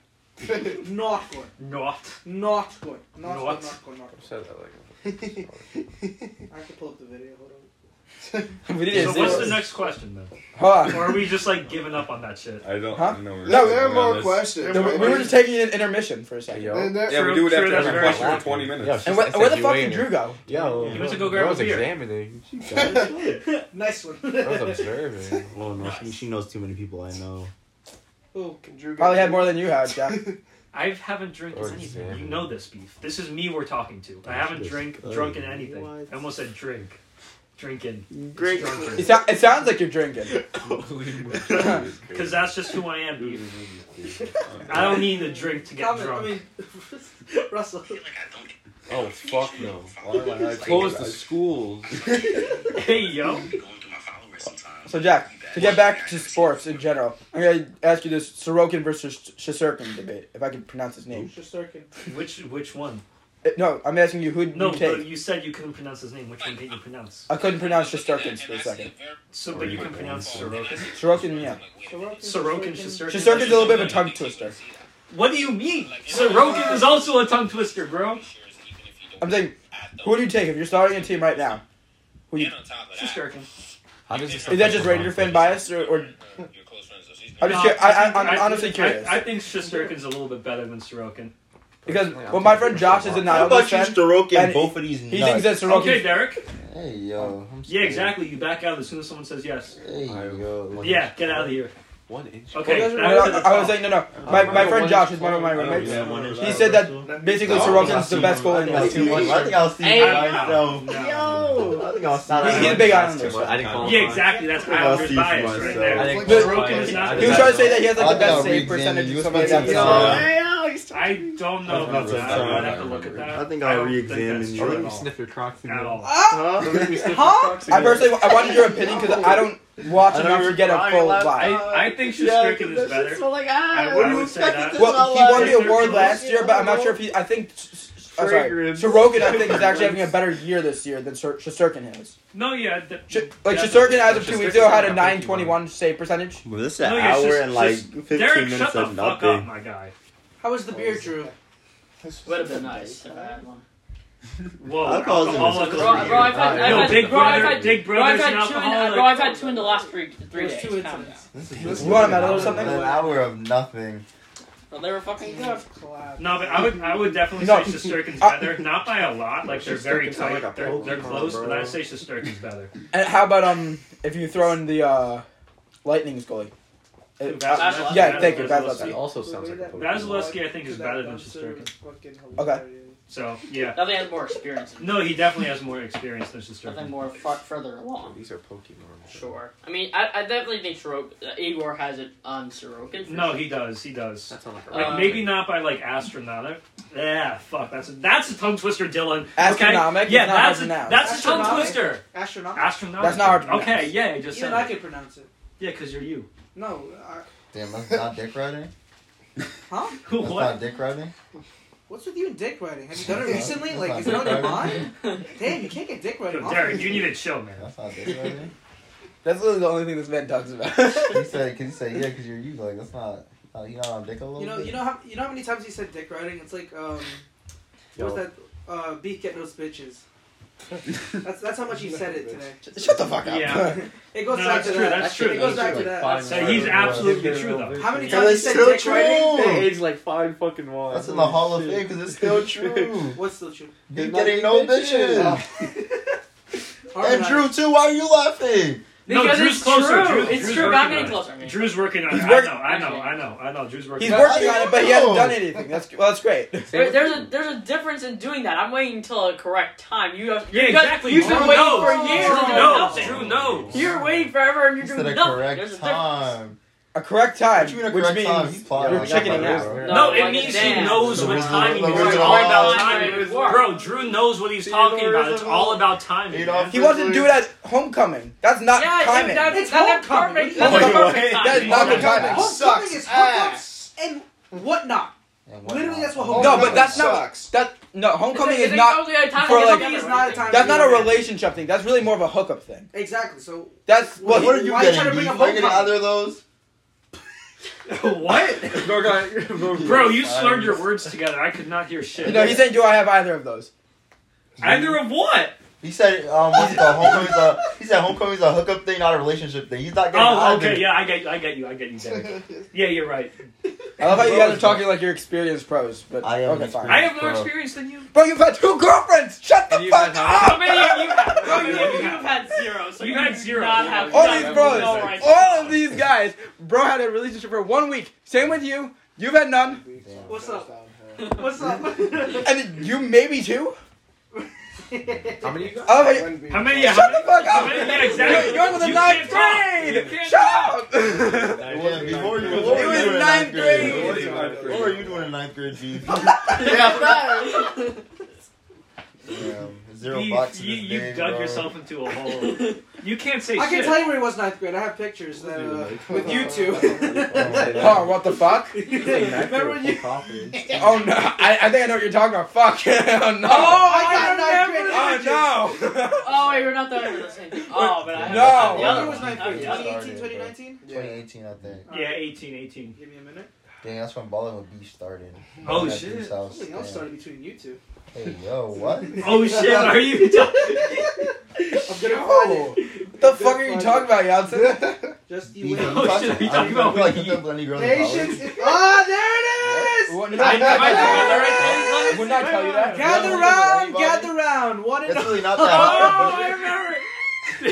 S5: Not good.
S3: Not.
S5: Not good. Not
S3: Not.
S5: good. Not good. Not
S10: I said that like.
S5: good. I have to pull up the video. Hold on.
S4: We need to
S3: So
S4: see
S3: what's
S4: this.
S3: the next question then?
S4: Hold on.
S3: Or are we just like giving up on that shit?
S7: I don't
S4: Huh?
S7: know. where
S2: No,
S7: we're
S2: there are
S7: going on
S2: more
S7: this.
S2: questions.
S4: No, we we were just taking an intermission for a second.
S10: Yo.
S2: And there-
S7: Yeah,
S3: True-
S7: we do it
S3: true,
S7: after
S3: that's
S7: every
S3: very
S7: question
S10: true.
S7: for 20 minutes.
S10: Yeah,
S4: And where,
S10: It's
S4: where the
S10: like
S4: fuck
S10: you
S4: did
S10: ain't
S4: Drew go?
S10: Yo,
S3: He went to go
S10: I
S3: grab
S10: was
S3: a beer.
S10: examining.
S5: Nice one.
S10: I was observing.
S9: Oh no, she, she knows too many people I know.
S5: Oh,
S4: Probably had more than you had, Jack.
S3: I haven't drinking
S10: Or
S3: anything.
S10: examine.
S3: You know this beef. This is me we're talking to. I haven't drink drunken anything. I almost said drink. Drinking.
S9: Great.
S4: It, sou- it sounds like you're drinking.
S3: Because that's just who I am, beef. I don't need a drink to get
S5: Calvin,
S3: drunk.
S5: I mean, Russell.
S10: Oh fuck no!
S7: Why would I
S10: Close the
S7: think
S10: schools.
S3: hey yo.
S4: So, Jack, to get back to sports in general, I'm going to ask you this Sorokin versus Shiserkin debate, if I can pronounce his name.
S5: Shisterkin.
S3: Which which one?
S4: Uh, No, I'm asking you, who'd
S3: No,
S4: you
S3: but
S4: take?
S3: you said you couldn't pronounce his name. Which one can you pronounce?
S4: I couldn't pronounce Shisterkin for a second.
S3: So, but you can pronounce Sorokin.
S4: Sorokin, yeah.
S3: Sorokin, Shisterkin.
S4: Shisterkin's a little bit of a tongue twister.
S3: What do you mean? Sorokin is also a tongue twister, bro.
S4: I'm saying, who do you take if you're starting a team right now? Who you,
S3: Shisterkin.
S10: How does this?
S4: is that just Raider fan bias, or, or I'm just curi- I, I, I'm honestly curious
S3: Uh, I, I think Shisterkin's a little bit better than Sorokin.
S4: because well, my friend Josh is a
S9: How
S4: Nautilus
S9: about you
S4: fan.
S9: Sorokin
S4: and
S9: both of these nuts?
S4: He thinks that Sorokin.
S3: Okay, Derek.
S9: Hey yo. I'm
S3: Yeah,
S9: sorry.
S3: exactly. You back out as soon as someone says yes.
S9: Hey yo.
S3: Yeah, get out of here.
S10: One inch.
S3: Okay,
S4: No, no,
S3: back to
S4: no,
S3: the
S4: I
S3: top.
S4: was saying no, no. My, my friend Josh is one of my
S10: Oh,
S7: I don't
S4: roommates.
S7: even know.
S4: He said that basically
S9: No,
S4: Sorokin's the best goalie in the
S9: I
S4: league.
S9: think I'll see
S8: Hey,
S9: by myself.
S3: no.
S9: Yo. I think I'll see
S4: He's, he's a
S9: myself.
S4: big Islander.
S10: I didn't call him.
S3: Yeah, exactly. That's
S9: I'll
S3: Islanders
S9: see for
S3: bias right
S9: myself.
S3: there.
S10: I think
S4: But-
S3: Sorokin is not.
S10: I
S4: He was
S10: didn't-
S4: trying to say that he has like the
S9: I think
S4: best
S9: I'll
S4: save
S9: re-examine
S4: percentage
S9: you
S4: of
S9: as
S4: somebody
S9: much
S4: that's
S9: as
S4: not.
S3: I don't know about that. I would have to look at that.
S9: I think I'll
S3: don't think
S9: re-examine
S3: that's
S9: you.
S3: true
S10: Don't make
S3: at
S10: me
S3: all.
S10: sniff your crocs
S3: At
S10: again.
S3: all.
S5: Ah!
S10: Don't make me sniff your
S5: Huh?
S10: Crocs
S4: I
S10: again.
S4: personally, I wanted your opinion because I don't watch
S9: I
S4: enough to
S9: remember
S4: get a
S9: Brian
S4: full
S9: last-
S4: vibe.
S3: I, I think Shisterkin is better. I,
S9: What
S3: I
S9: do you
S3: would say
S9: expect
S3: that.
S9: it to
S4: Well, he
S9: Not
S4: won the
S9: last
S4: award
S9: year.
S4: last year, but I'm not sure if he. I think. I'm sorry.
S10: Fragrance.
S4: Sorokin, I think, is actually having a better year this year than Sher- Shesterkin is.
S3: No, yeah. The,
S4: Sh- like,
S3: yeah,
S4: Shesterkin, as of two weeks ago, had a
S10: Shesterkin's
S4: 921 save percentage.
S9: Bro, this is
S3: No,
S9: an
S3: yeah, it's
S9: hour
S3: just-
S9: and like
S3: just-
S9: 15
S3: Derek, shut
S9: minutes
S3: the
S9: of
S3: fuck up,
S9: nothing.
S3: my guy.
S5: How was the beer, Drew?
S8: Would have been nice. if I had one.
S3: Whoa,
S9: Alcohol's in his
S3: alcoholic
S8: Bro,
S3: over
S8: bro,
S3: here.
S8: I've had, I've
S3: No,
S8: had,
S3: Big
S8: bro, I've
S3: Brother-
S8: had,
S3: Big
S8: bro, I've
S3: Brother's an
S8: had two, in,
S3: alcoholic.
S8: bro, I've had two in the last three, three
S5: There's
S8: days.
S5: two in
S8: Calm
S5: some-
S8: down.
S4: You want a medal or
S9: An
S4: something?
S9: hour of nothing.
S8: Bro, they were fucking good.
S5: Collab.
S3: No, but I would, I would definitely
S4: No.
S3: say Shisterkin's
S4: I-
S3: better. Not by a lot. Like they're very
S10: Shesterkin's not
S3: tight.
S10: like a
S3: they're, they're
S10: Pokemon,
S3: close, but
S10: bro.
S3: I'd say Shisterkin's better.
S4: And how about um, if you throw in the uh, Lightning's goalie? Uh, uh,
S8: Vasilevsky.
S4: yeah, thank you,
S10: That
S4: Vasilevsky.
S10: also sounds like a Pokemon.
S3: Vasilevsky, I think, is better than Shisterkin. So yeah.
S8: Nothing has more experience. than-
S3: No, he definitely has more experience than
S8: Nothing
S3: Shisterkin.
S8: more far, further along.
S10: These are Pokemon.
S8: Sure. I mean, I, I definitely think Sorok, uh, Igor has it on Sorokin. for
S3: No,
S8: sure.
S3: he does. He does.
S10: That's not like a
S3: Like
S8: Um,
S3: maybe not by like astronomic. Yeah, fuck. That's a, that's a tongue twister, Dylan. Okay?
S4: Astronomic?
S3: Yeah,
S4: It's not
S3: that's a,
S4: hard to pronounce.
S3: that's a tongue
S5: Astronomic?
S3: twister.
S5: Astronaut.
S3: Astronomic.
S4: That's not hard to pronounce.
S3: Okay, yeah, I just
S5: Even
S3: said.
S5: I
S3: It.
S5: can pronounce it.
S3: Yeah, because you're you.
S5: No, I,
S9: Damn, that's not dick riding?
S5: huh?
S3: Who
S9: That's
S3: what?
S9: not dick riding?
S5: What's with you and dick writing? Have you done it
S9: That's
S5: recently?
S9: not-
S5: Like,
S9: that's
S5: is it
S9: not
S5: on your
S9: dick
S5: mind? Damn, you can't get dick writing
S3: Yo,
S5: off.
S3: Derek, you need to chill, man.
S9: That's not dick riding?
S4: That's literally the only thing this man talks about.
S9: He said, cause he said, yeah, cause you're you. Like, that's not, uh, you know, I'm dick a little
S5: You know,
S9: bit.
S5: you know how you know how many times he said dick riding? It's like um, what's that? Uh, beat get those bitches. That's that's how much he said it today.
S4: Shut the fuck up.
S3: Yeah.
S5: It goes
S3: No,
S5: back
S3: that's
S5: to
S3: true,
S5: that.
S3: that's true,
S5: It goes
S3: that's
S5: back
S3: true.
S5: to that.
S10: Like,
S5: That's-
S3: So he's
S10: Fine.
S3: absolutely true, though.
S5: How many times
S9: Yeah,
S5: he
S9: that's
S5: said
S9: so
S5: dick writing?
S9: true.
S10: They age like five fucking one.
S9: That's in the Hall of Fame, cause it's still true.
S5: What's still true?
S9: He's
S10: Not
S9: getting
S10: even
S9: no
S10: bitches.
S9: bitches. And Drew too. Why are you laughing?
S3: No,
S8: Because
S3: Drew's
S8: it's
S3: closer.
S8: true.
S3: Drew,
S8: It's
S3: Drew's
S8: true.
S3: working
S8: We're not getting
S3: on it.
S8: closer. I mean.
S3: Drew's working on it.
S4: He's
S3: I
S4: working-
S3: know, I know, I know, I know. Drew's working
S4: He's
S3: on
S4: working on it, but he hasn't done anything. That's well, that's great.
S8: There, there's a there's a difference in doing that. I'm waiting until the correct time. You have
S3: Yeah,
S8: you guys-
S3: exactly.
S8: You've been
S3: Drew
S8: waiting
S3: knows.
S8: for years
S3: Drew
S8: and doing
S3: knows.
S8: nothing.
S3: Drew knows.
S8: You're waiting forever and you're
S9: Instead
S8: doing
S9: of
S8: nothing.
S9: correct
S8: There's a difference.
S9: time.
S4: A correct time,
S9: What you mean a
S4: which
S9: correct
S4: means
S9: time? He's plotting
S4: you're
S9: like
S4: chickening
S9: that,
S4: out.
S9: bro.
S3: No,
S8: like
S3: it
S8: a
S3: means he
S8: dam.
S3: knows
S9: So
S3: what
S9: we're-
S3: timing
S9: we're
S3: is. It's
S9: gonna
S3: all
S9: all
S3: about
S8: time
S3: timing.
S8: it works.
S3: Bro, Drew knows what he's
S13: See,
S3: talking
S13: there
S3: about.
S13: is
S3: It's
S13: a-
S3: all about timing.
S13: Eight
S3: man.
S13: off-
S4: He wants to do it at homecoming. That's not
S8: yeah,
S4: timing.
S8: That, Oh,
S5: It's
S8: that's
S5: homecoming.
S3: Oh,
S8: perfect.
S5: Wait,
S8: That's not
S13: what?
S8: perfect timing.
S4: That is not good
S2: Homecoming
S4: timing.
S2: sucks
S5: is
S2: ass.
S5: and whatnot.
S9: And what
S5: Literally,
S9: not?
S5: that's what
S2: Oh,
S4: No,
S5: homecoming.
S4: but that's not
S2: sucks.
S4: that. No, homecoming
S8: It's a-
S4: is
S8: it's a
S4: not.
S8: totally other timing.
S4: for, like-
S8: It's
S5: It's not a time.
S4: That's not a
S5: relation.
S4: relationship thing. That's really more of a hookup thing.
S5: Exactly. So
S4: That's
S5: Well,
S4: well.
S9: What are you
S5: Why you
S9: getting?
S5: trying to
S9: Beef?
S5: bring up
S9: Are you getting
S5: homecoming?
S9: either of those?
S3: What? Bro, you slurred your words together. I could not hear
S4: You
S3: shit.
S4: know, he's saying, "Do I have either of those?"
S3: Either of what?
S9: He said, um, what's it called? Homecoming's a, he said homecoming's a hookup thing, not a relationship thing. He's not getting
S3: Oh,
S9: either.
S3: okay. Yeah, I get, I get you. I get you, Derek. Yeah, you're right.
S4: I love how you guys are talking like you're experienced pros, but
S9: I am
S4: okay,
S9: experienced.
S4: fine.
S3: I have more
S9: Bro.
S3: experience than you.
S4: Bro, you've had two girlfriends. Shut the
S10: And you've
S4: fuck
S10: had how
S4: up.
S8: How many have you had?
S3: Bro,
S8: you,
S3: you-
S8: have had zero. So
S3: you
S8: you
S3: had
S8: do
S3: zero.
S8: Not have
S4: All
S8: none.
S4: these bros,
S8: No right.
S4: all of these guys, bro had a relationship for one week. Same with you. You've had none,
S5: What's up? what's up?
S4: and you maybe two.
S10: How many you got?
S4: I love how you-
S3: How many?
S4: Shut
S3: how
S4: the fuck
S3: how
S4: up.
S3: many- yeah, exactly.
S4: You're- You're in the
S3: You can't
S4: ninth
S3: talk.
S4: grade.
S3: You can't
S4: Shut up.
S9: It was before you. What
S4: It
S9: were
S4: was
S9: you doing in
S4: ninth
S9: grade?
S4: grade.
S9: What were you doing in ninth grade, G? Damn, zero
S3: You,
S9: bucks. in
S3: you,
S9: his
S3: you
S9: name,
S3: dug
S9: bro.
S3: yourself into a hole. You can't say
S5: I can
S3: shit.
S5: tell you where he was ninth grade. I have pictures that, uh, with you two.
S4: Oh, what the fuck?
S5: Remember when you?
S4: Oh no, I, I think I know what you're talking about. Fuck. oh no.
S5: Oh, I got ninth grade.
S4: Oh no.
S8: Oh wait, we're not done with the same thing. Oh, but I have
S4: No.
S8: The
S5: When
S8: other
S5: he was
S8: one.
S5: ninth grade?
S8: Oh, the other-
S5: 2018, 2019.
S9: 2018, I think.
S3: Yeah, 18, 18.
S5: Give me a minute.
S9: Dang, that's when Ball and Beef started.
S3: Oh,
S9: That
S3: shit.
S9: Beef's house,
S5: Something else
S9: damn.
S5: started between you two.
S9: Hey, yo, what?
S3: Oh shit, are you
S5: I'm gonna find it.
S4: Yo, Oh, what the fuck are you talking about, Yeltsin?
S5: Just
S9: You
S5: you
S9: know,
S5: wait.
S3: Oh, shit,
S9: I
S3: you talking
S9: feel
S3: about
S9: like
S3: weed.
S9: you have any girl in
S5: Patience.
S9: college.
S5: is- Ah, there it is.
S4: Would
S3: I know, I know, I know.
S4: I would not tell you that.
S5: Gather
S4: Would not tell
S5: round,
S4: anybody.
S5: gather round. One and
S9: It's
S5: all.
S9: really not that hard.
S3: Oh, I remember it. yeah,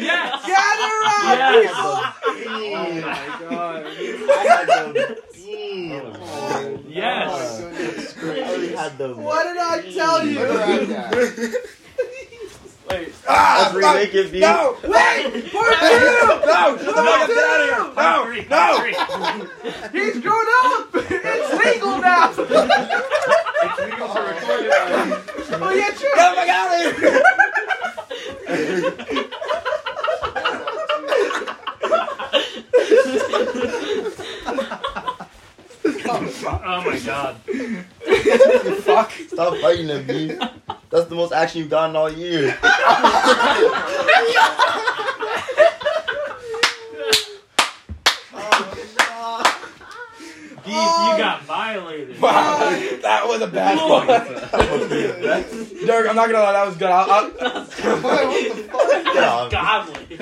S3: yes.
S5: Gather round.
S3: Yes.
S5: Oh my god.
S3: Yes.
S9: I already had those.
S5: What did I tell you?
S9: Let's remake it, B.
S4: No!
S5: Wait, part two.
S4: No! No! Shut the fuck up! Get out of
S3: Top three,
S4: here!
S3: top three.
S5: He's grown up. It's legal now. Oh yeah, true.
S4: Get the fuck out of here!
S3: Oh my god.
S4: Fuck.
S9: Stop fighting it, B. That's the most action you've gotten all year.
S3: Beef, you got violated.
S4: Wow, that was a bad one. Dirk, I'm not gonna lie, that was good. I'll, I'll,
S9: Yeah,
S8: Godly.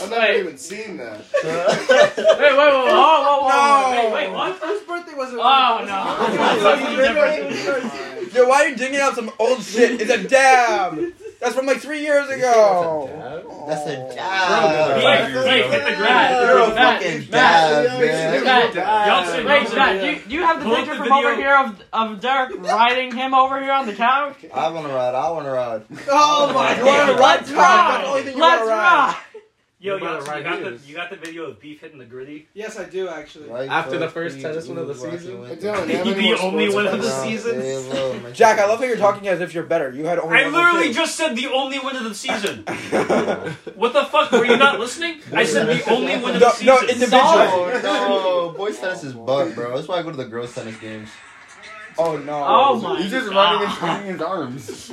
S2: I've never even seen that.
S8: Wait, wait, wait, whoa, whoa, whoa,
S4: No.
S8: wait, wait, what?
S5: Whose birthday was it?
S8: Oh no.
S4: yo, why are you digging out some old shit? It's a dab. That's from like three years ago.
S9: That's a
S3: Beef,
S9: dab.
S10: Five years
S3: Beef,
S10: ago.
S3: hit the ground.
S9: You're a
S8: Matt,
S9: fucking
S8: Matt,
S9: dab, man.
S8: Matt,
S3: Yeltsin,
S8: Wait,
S3: Yeltsin.
S8: Matt, do you, do you have the
S3: Pull up
S8: picture
S3: the
S8: from over
S3: video.
S8: here of of Dirk riding him over here on the couch?
S9: I want to ride. I want to ride.
S5: Oh my
S4: You want to
S5: god.
S4: ride?
S8: Let's
S4: That's the only
S8: ride!
S4: thing you want
S8: Let's
S4: to ride.
S8: ride!
S3: Yo,
S10: You're about to
S3: Yeltsin, you got
S10: ride
S3: the you got the video of Beef hitting the gritty.
S5: Yes, I do actually.
S9: Right
S10: After
S9: foot,
S10: the first
S9: please,
S10: tennis win of the
S9: who's rocking
S10: season?
S9: with
S2: Hey,
S9: it?
S2: Dylan,
S3: You the
S2: you have any more
S3: only
S2: sports
S3: one
S2: about
S3: of the
S2: that?
S3: season?
S9: Hey, look, man.
S4: Jack, I love how you're talking as if you're better. You had only.
S3: I
S4: one
S3: literally
S4: kid.
S3: just said the only one of the season. what the fuck? Were you not listening? I said the only one of the
S4: No,
S3: season.
S4: no, individual.
S9: Oh no, boys tennis is butt, bro. That's why I go to the girls tennis games.
S4: Oh no.
S8: Oh my
S10: He's just
S8: God.
S10: running and swinging his arms.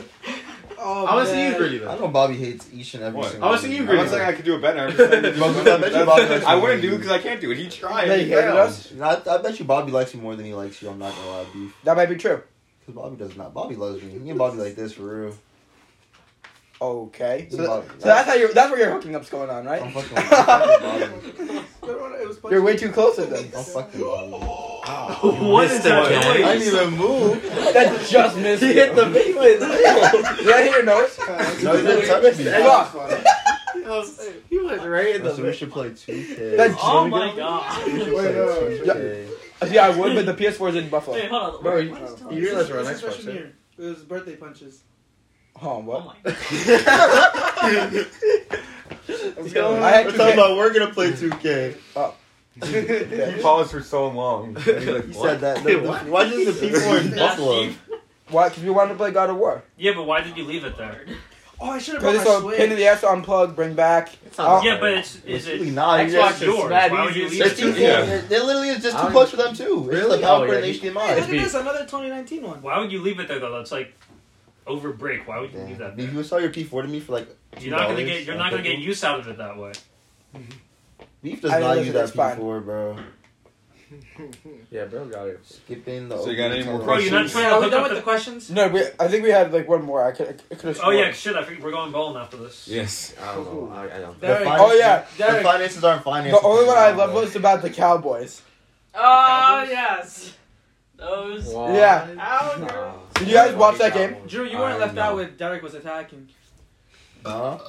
S5: Oh,
S10: I want to see you
S5: man.
S10: gritty
S9: I
S10: though.
S9: know Bobby hates each and every
S7: What?
S9: single.
S10: I want to see you
S9: one.
S7: I'm not
S10: gritty.
S7: saying I could do it better. I'm just saying that-
S9: Bobby, I bet you Bobby likes
S7: I
S9: you
S7: wouldn't
S9: more
S7: do
S9: than
S7: because I can't do it. He tried.
S4: They
S7: he
S4: hated
S7: failed.
S4: us?
S9: you. I, I bet you Bobby likes you more than he likes you. I'm not gonna lie, beef.
S4: That might be true.
S9: Because Bobby does not. Bobby loves me. Me and Bobby like this for real.
S4: Okay.
S9: Me
S4: So,
S9: and Bobby,
S4: so that's how you're. That's where your hooking up's going on,
S9: I'm
S4: right?
S9: fucking. I'm fucking Bobby.
S5: It was
S4: You're way too close to them.
S9: I'm fucking Bobby.
S3: What is that noise?
S9: I didn't even move.
S4: That just missed
S9: He
S4: you.
S9: hit the big one.
S4: Yeah, your nose.
S9: No, he didn't touch me.
S4: Look,
S5: He was right in the.
S9: So we should play 2K.
S4: That-
S8: Oh my god.
S9: We should
S2: Wait,
S9: play
S2: no, no,
S9: 2K.
S4: yeah, I would, but the PS4 is in
S8: Wait,
S4: Buffalo.
S8: hold on.
S10: Bro,
S8: Wait,
S10: you,
S8: what is
S10: you
S8: telling?
S10: realize we're on
S5: This is
S10: Xbox,
S5: freshman
S10: right?
S5: year. It was birthday punches.
S4: Oh,
S8: Oh
S4: what?
S8: my god.
S2: Let's
S9: Yo,
S2: go.
S4: I had
S9: we're
S4: 2K.
S9: talking about we're gonna play 2K.
S14: He paused for so long. He, like,
S9: He
S14: what?
S9: said that. The, the, why did the people in
S8: That's
S9: Buffalo?
S8: deep.
S4: Why? Because we wanted to play God of War.
S3: Yeah, but why did you leave it there?
S5: Oh, I should have
S4: Because
S5: brought
S4: it's
S5: my
S4: a pin in
S5: Switch.
S4: the ass, unplug, bring back. Oh.
S3: Yeah, but it's is it
S9: Really not,
S3: Xbox
S9: Ah, you guys-
S3: yours?
S10: mad
S3: Why would
S10: easy.
S3: you leave
S9: It's
S3: it?
S9: too
S3: there?
S9: cool.
S10: Yeah.
S9: It it literally is just
S10: I
S9: too
S10: don't
S9: close for them too. It's
S10: Really?
S9: the power
S10: Oh, yeah,
S9: coordination in
S5: Hey, look at
S9: mind.
S5: this, another 2019 one.
S3: Why would you leave it there though? That's like over break. Why would you leave that
S9: Damn.
S3: there?
S9: If you sell your P4 to me for like,
S3: You're not gonna
S9: $2,
S3: get you're not gonna
S9: okay.
S3: get use out of it that way.
S9: Beef does
S4: I mean,
S9: not
S4: listen,
S9: use that
S4: it's fine.
S9: P4, bro.
S10: Yeah, bro, got it.
S9: Skipping the.
S7: So you got any more
S3: Bro, you're not
S7: questions?
S3: trying to
S5: Are we
S3: hook
S5: done
S3: up
S5: with
S3: the.
S5: the questions?
S4: No, we, I think we had like one more. I could. I could have.
S3: Oh yeah, shit! I forget, we're going bowling after this.
S7: Yes.
S10: I don't know. I, I don't.
S9: The
S5: Derek,
S9: finances-
S4: Oh, yeah.
S9: The
S5: Derek.
S9: finances aren't finances.
S4: The only one I
S9: now,
S4: loved
S9: bro.
S4: was about the Cowboys.
S8: Cowboys?
S5: yes.
S8: Oh, Those.
S4: Yeah.
S5: Ow,
S4: Did you guys watch that game?
S5: Drew. Drew, you weren't left out when Derek was attacking.
S9: Huh?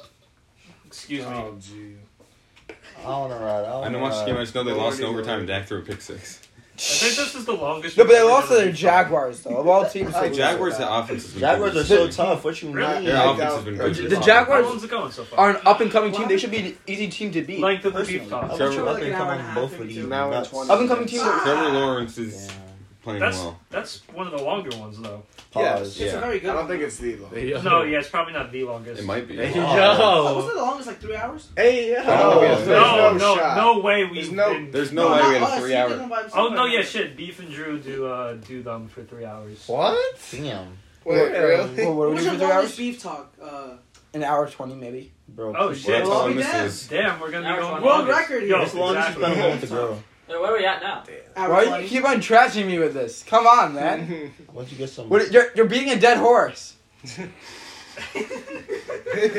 S3: Excuse me.
S2: Oh, gee.
S9: I don't know. Right. I don't
S7: I
S9: know.
S7: don't watch the game. I
S9: right.
S7: just know they
S2: Uh, Lord
S7: lost in
S2: is
S7: overtime.
S2: Lord.
S7: and Dak threw a pick six.
S3: I think this is the longest.
S4: No, but
S3: we've
S4: they
S3: ever
S4: lost to
S3: done
S4: the
S3: this.
S4: Jaguars though. Of all teams,
S7: The
S4: to lose.
S7: Jaguars' the offense has been
S9: Jaguars are
S7: good.
S9: so tough. What you mean?
S3: Really?
S7: Their
S2: Yeah,
S7: offense has been
S2: Jaguars-
S7: good.
S4: The
S3: How
S4: Jaguars
S3: long's it going so far?
S4: are an up and coming team. They should be an easy team to beat. Up
S3: Length of the beef
S9: I'm
S3: talk.
S5: Trevor-
S9: sure
S5: like
S9: I
S5: an
S9: can
S5: hour
S9: come
S5: and a
S9: on
S5: half
S9: both
S5: into
S9: of
S5: it.
S9: these.
S2: Now
S9: nuts.
S2: it's one.
S4: and coming team. that-
S7: Trevor Lawrence is
S9: Yeah.
S7: playing
S3: That's
S7: well.
S3: that's one of the longer ones though.
S9: Pause.
S5: It's
S7: Yeah.
S5: a very good
S2: I don't
S5: one.
S2: think it's the long.
S3: No, yeah, it's probably not the longest.
S7: It might be.
S10: Hey,
S9: Oh.
S5: Oh, wasn't it the longest, like three hours?
S2: Hey, yeah.
S4: Oh,
S7: No,
S2: there's
S3: No,
S2: no,
S3: no,
S2: shot.
S3: no way
S2: There's
S3: we've
S2: no-
S3: been.
S7: There's no way we
S5: not
S7: had a
S5: us. He
S7: three
S5: did
S7: hour.
S5: one by himself.
S3: Oh no, yeah, shit. Beef and Drew do uh do them for three hours.
S10: What?
S9: Damn,
S2: Wait, really?
S4: What, what are we
S5: What's your
S4: do for three
S5: longest
S4: hours?
S5: beef talk? Uh,
S4: An hour twenty maybe.
S9: bro.
S3: Oh,
S9: please.
S3: shit.
S7: Well, that's
S5: Well,
S7: all
S5: we did.
S7: misses.
S3: Damn, we're gonna be
S8: Hour
S3: going
S8: 20.
S3: world
S5: World
S3: record.
S5: record
S3: Yo,
S5: here.
S9: As long as you
S3: exactly.
S9: spend home to grow.
S8: Hey, where are we at now?
S5: hour
S4: Why do you
S5: 20.
S4: keep on trashing me with this? Come on, man.
S9: Once you get some.
S4: What, you're you're beating a dead horse.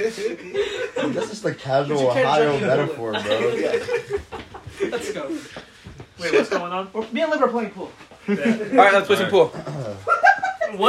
S9: That's just the casual
S5: You can't
S9: Ohio
S5: drink it.
S9: metaphor, bro.
S5: Let's go.
S3: Wait, what's going on?
S5: We're- Me and Liv are playing pool.
S4: All right, let's play some pool.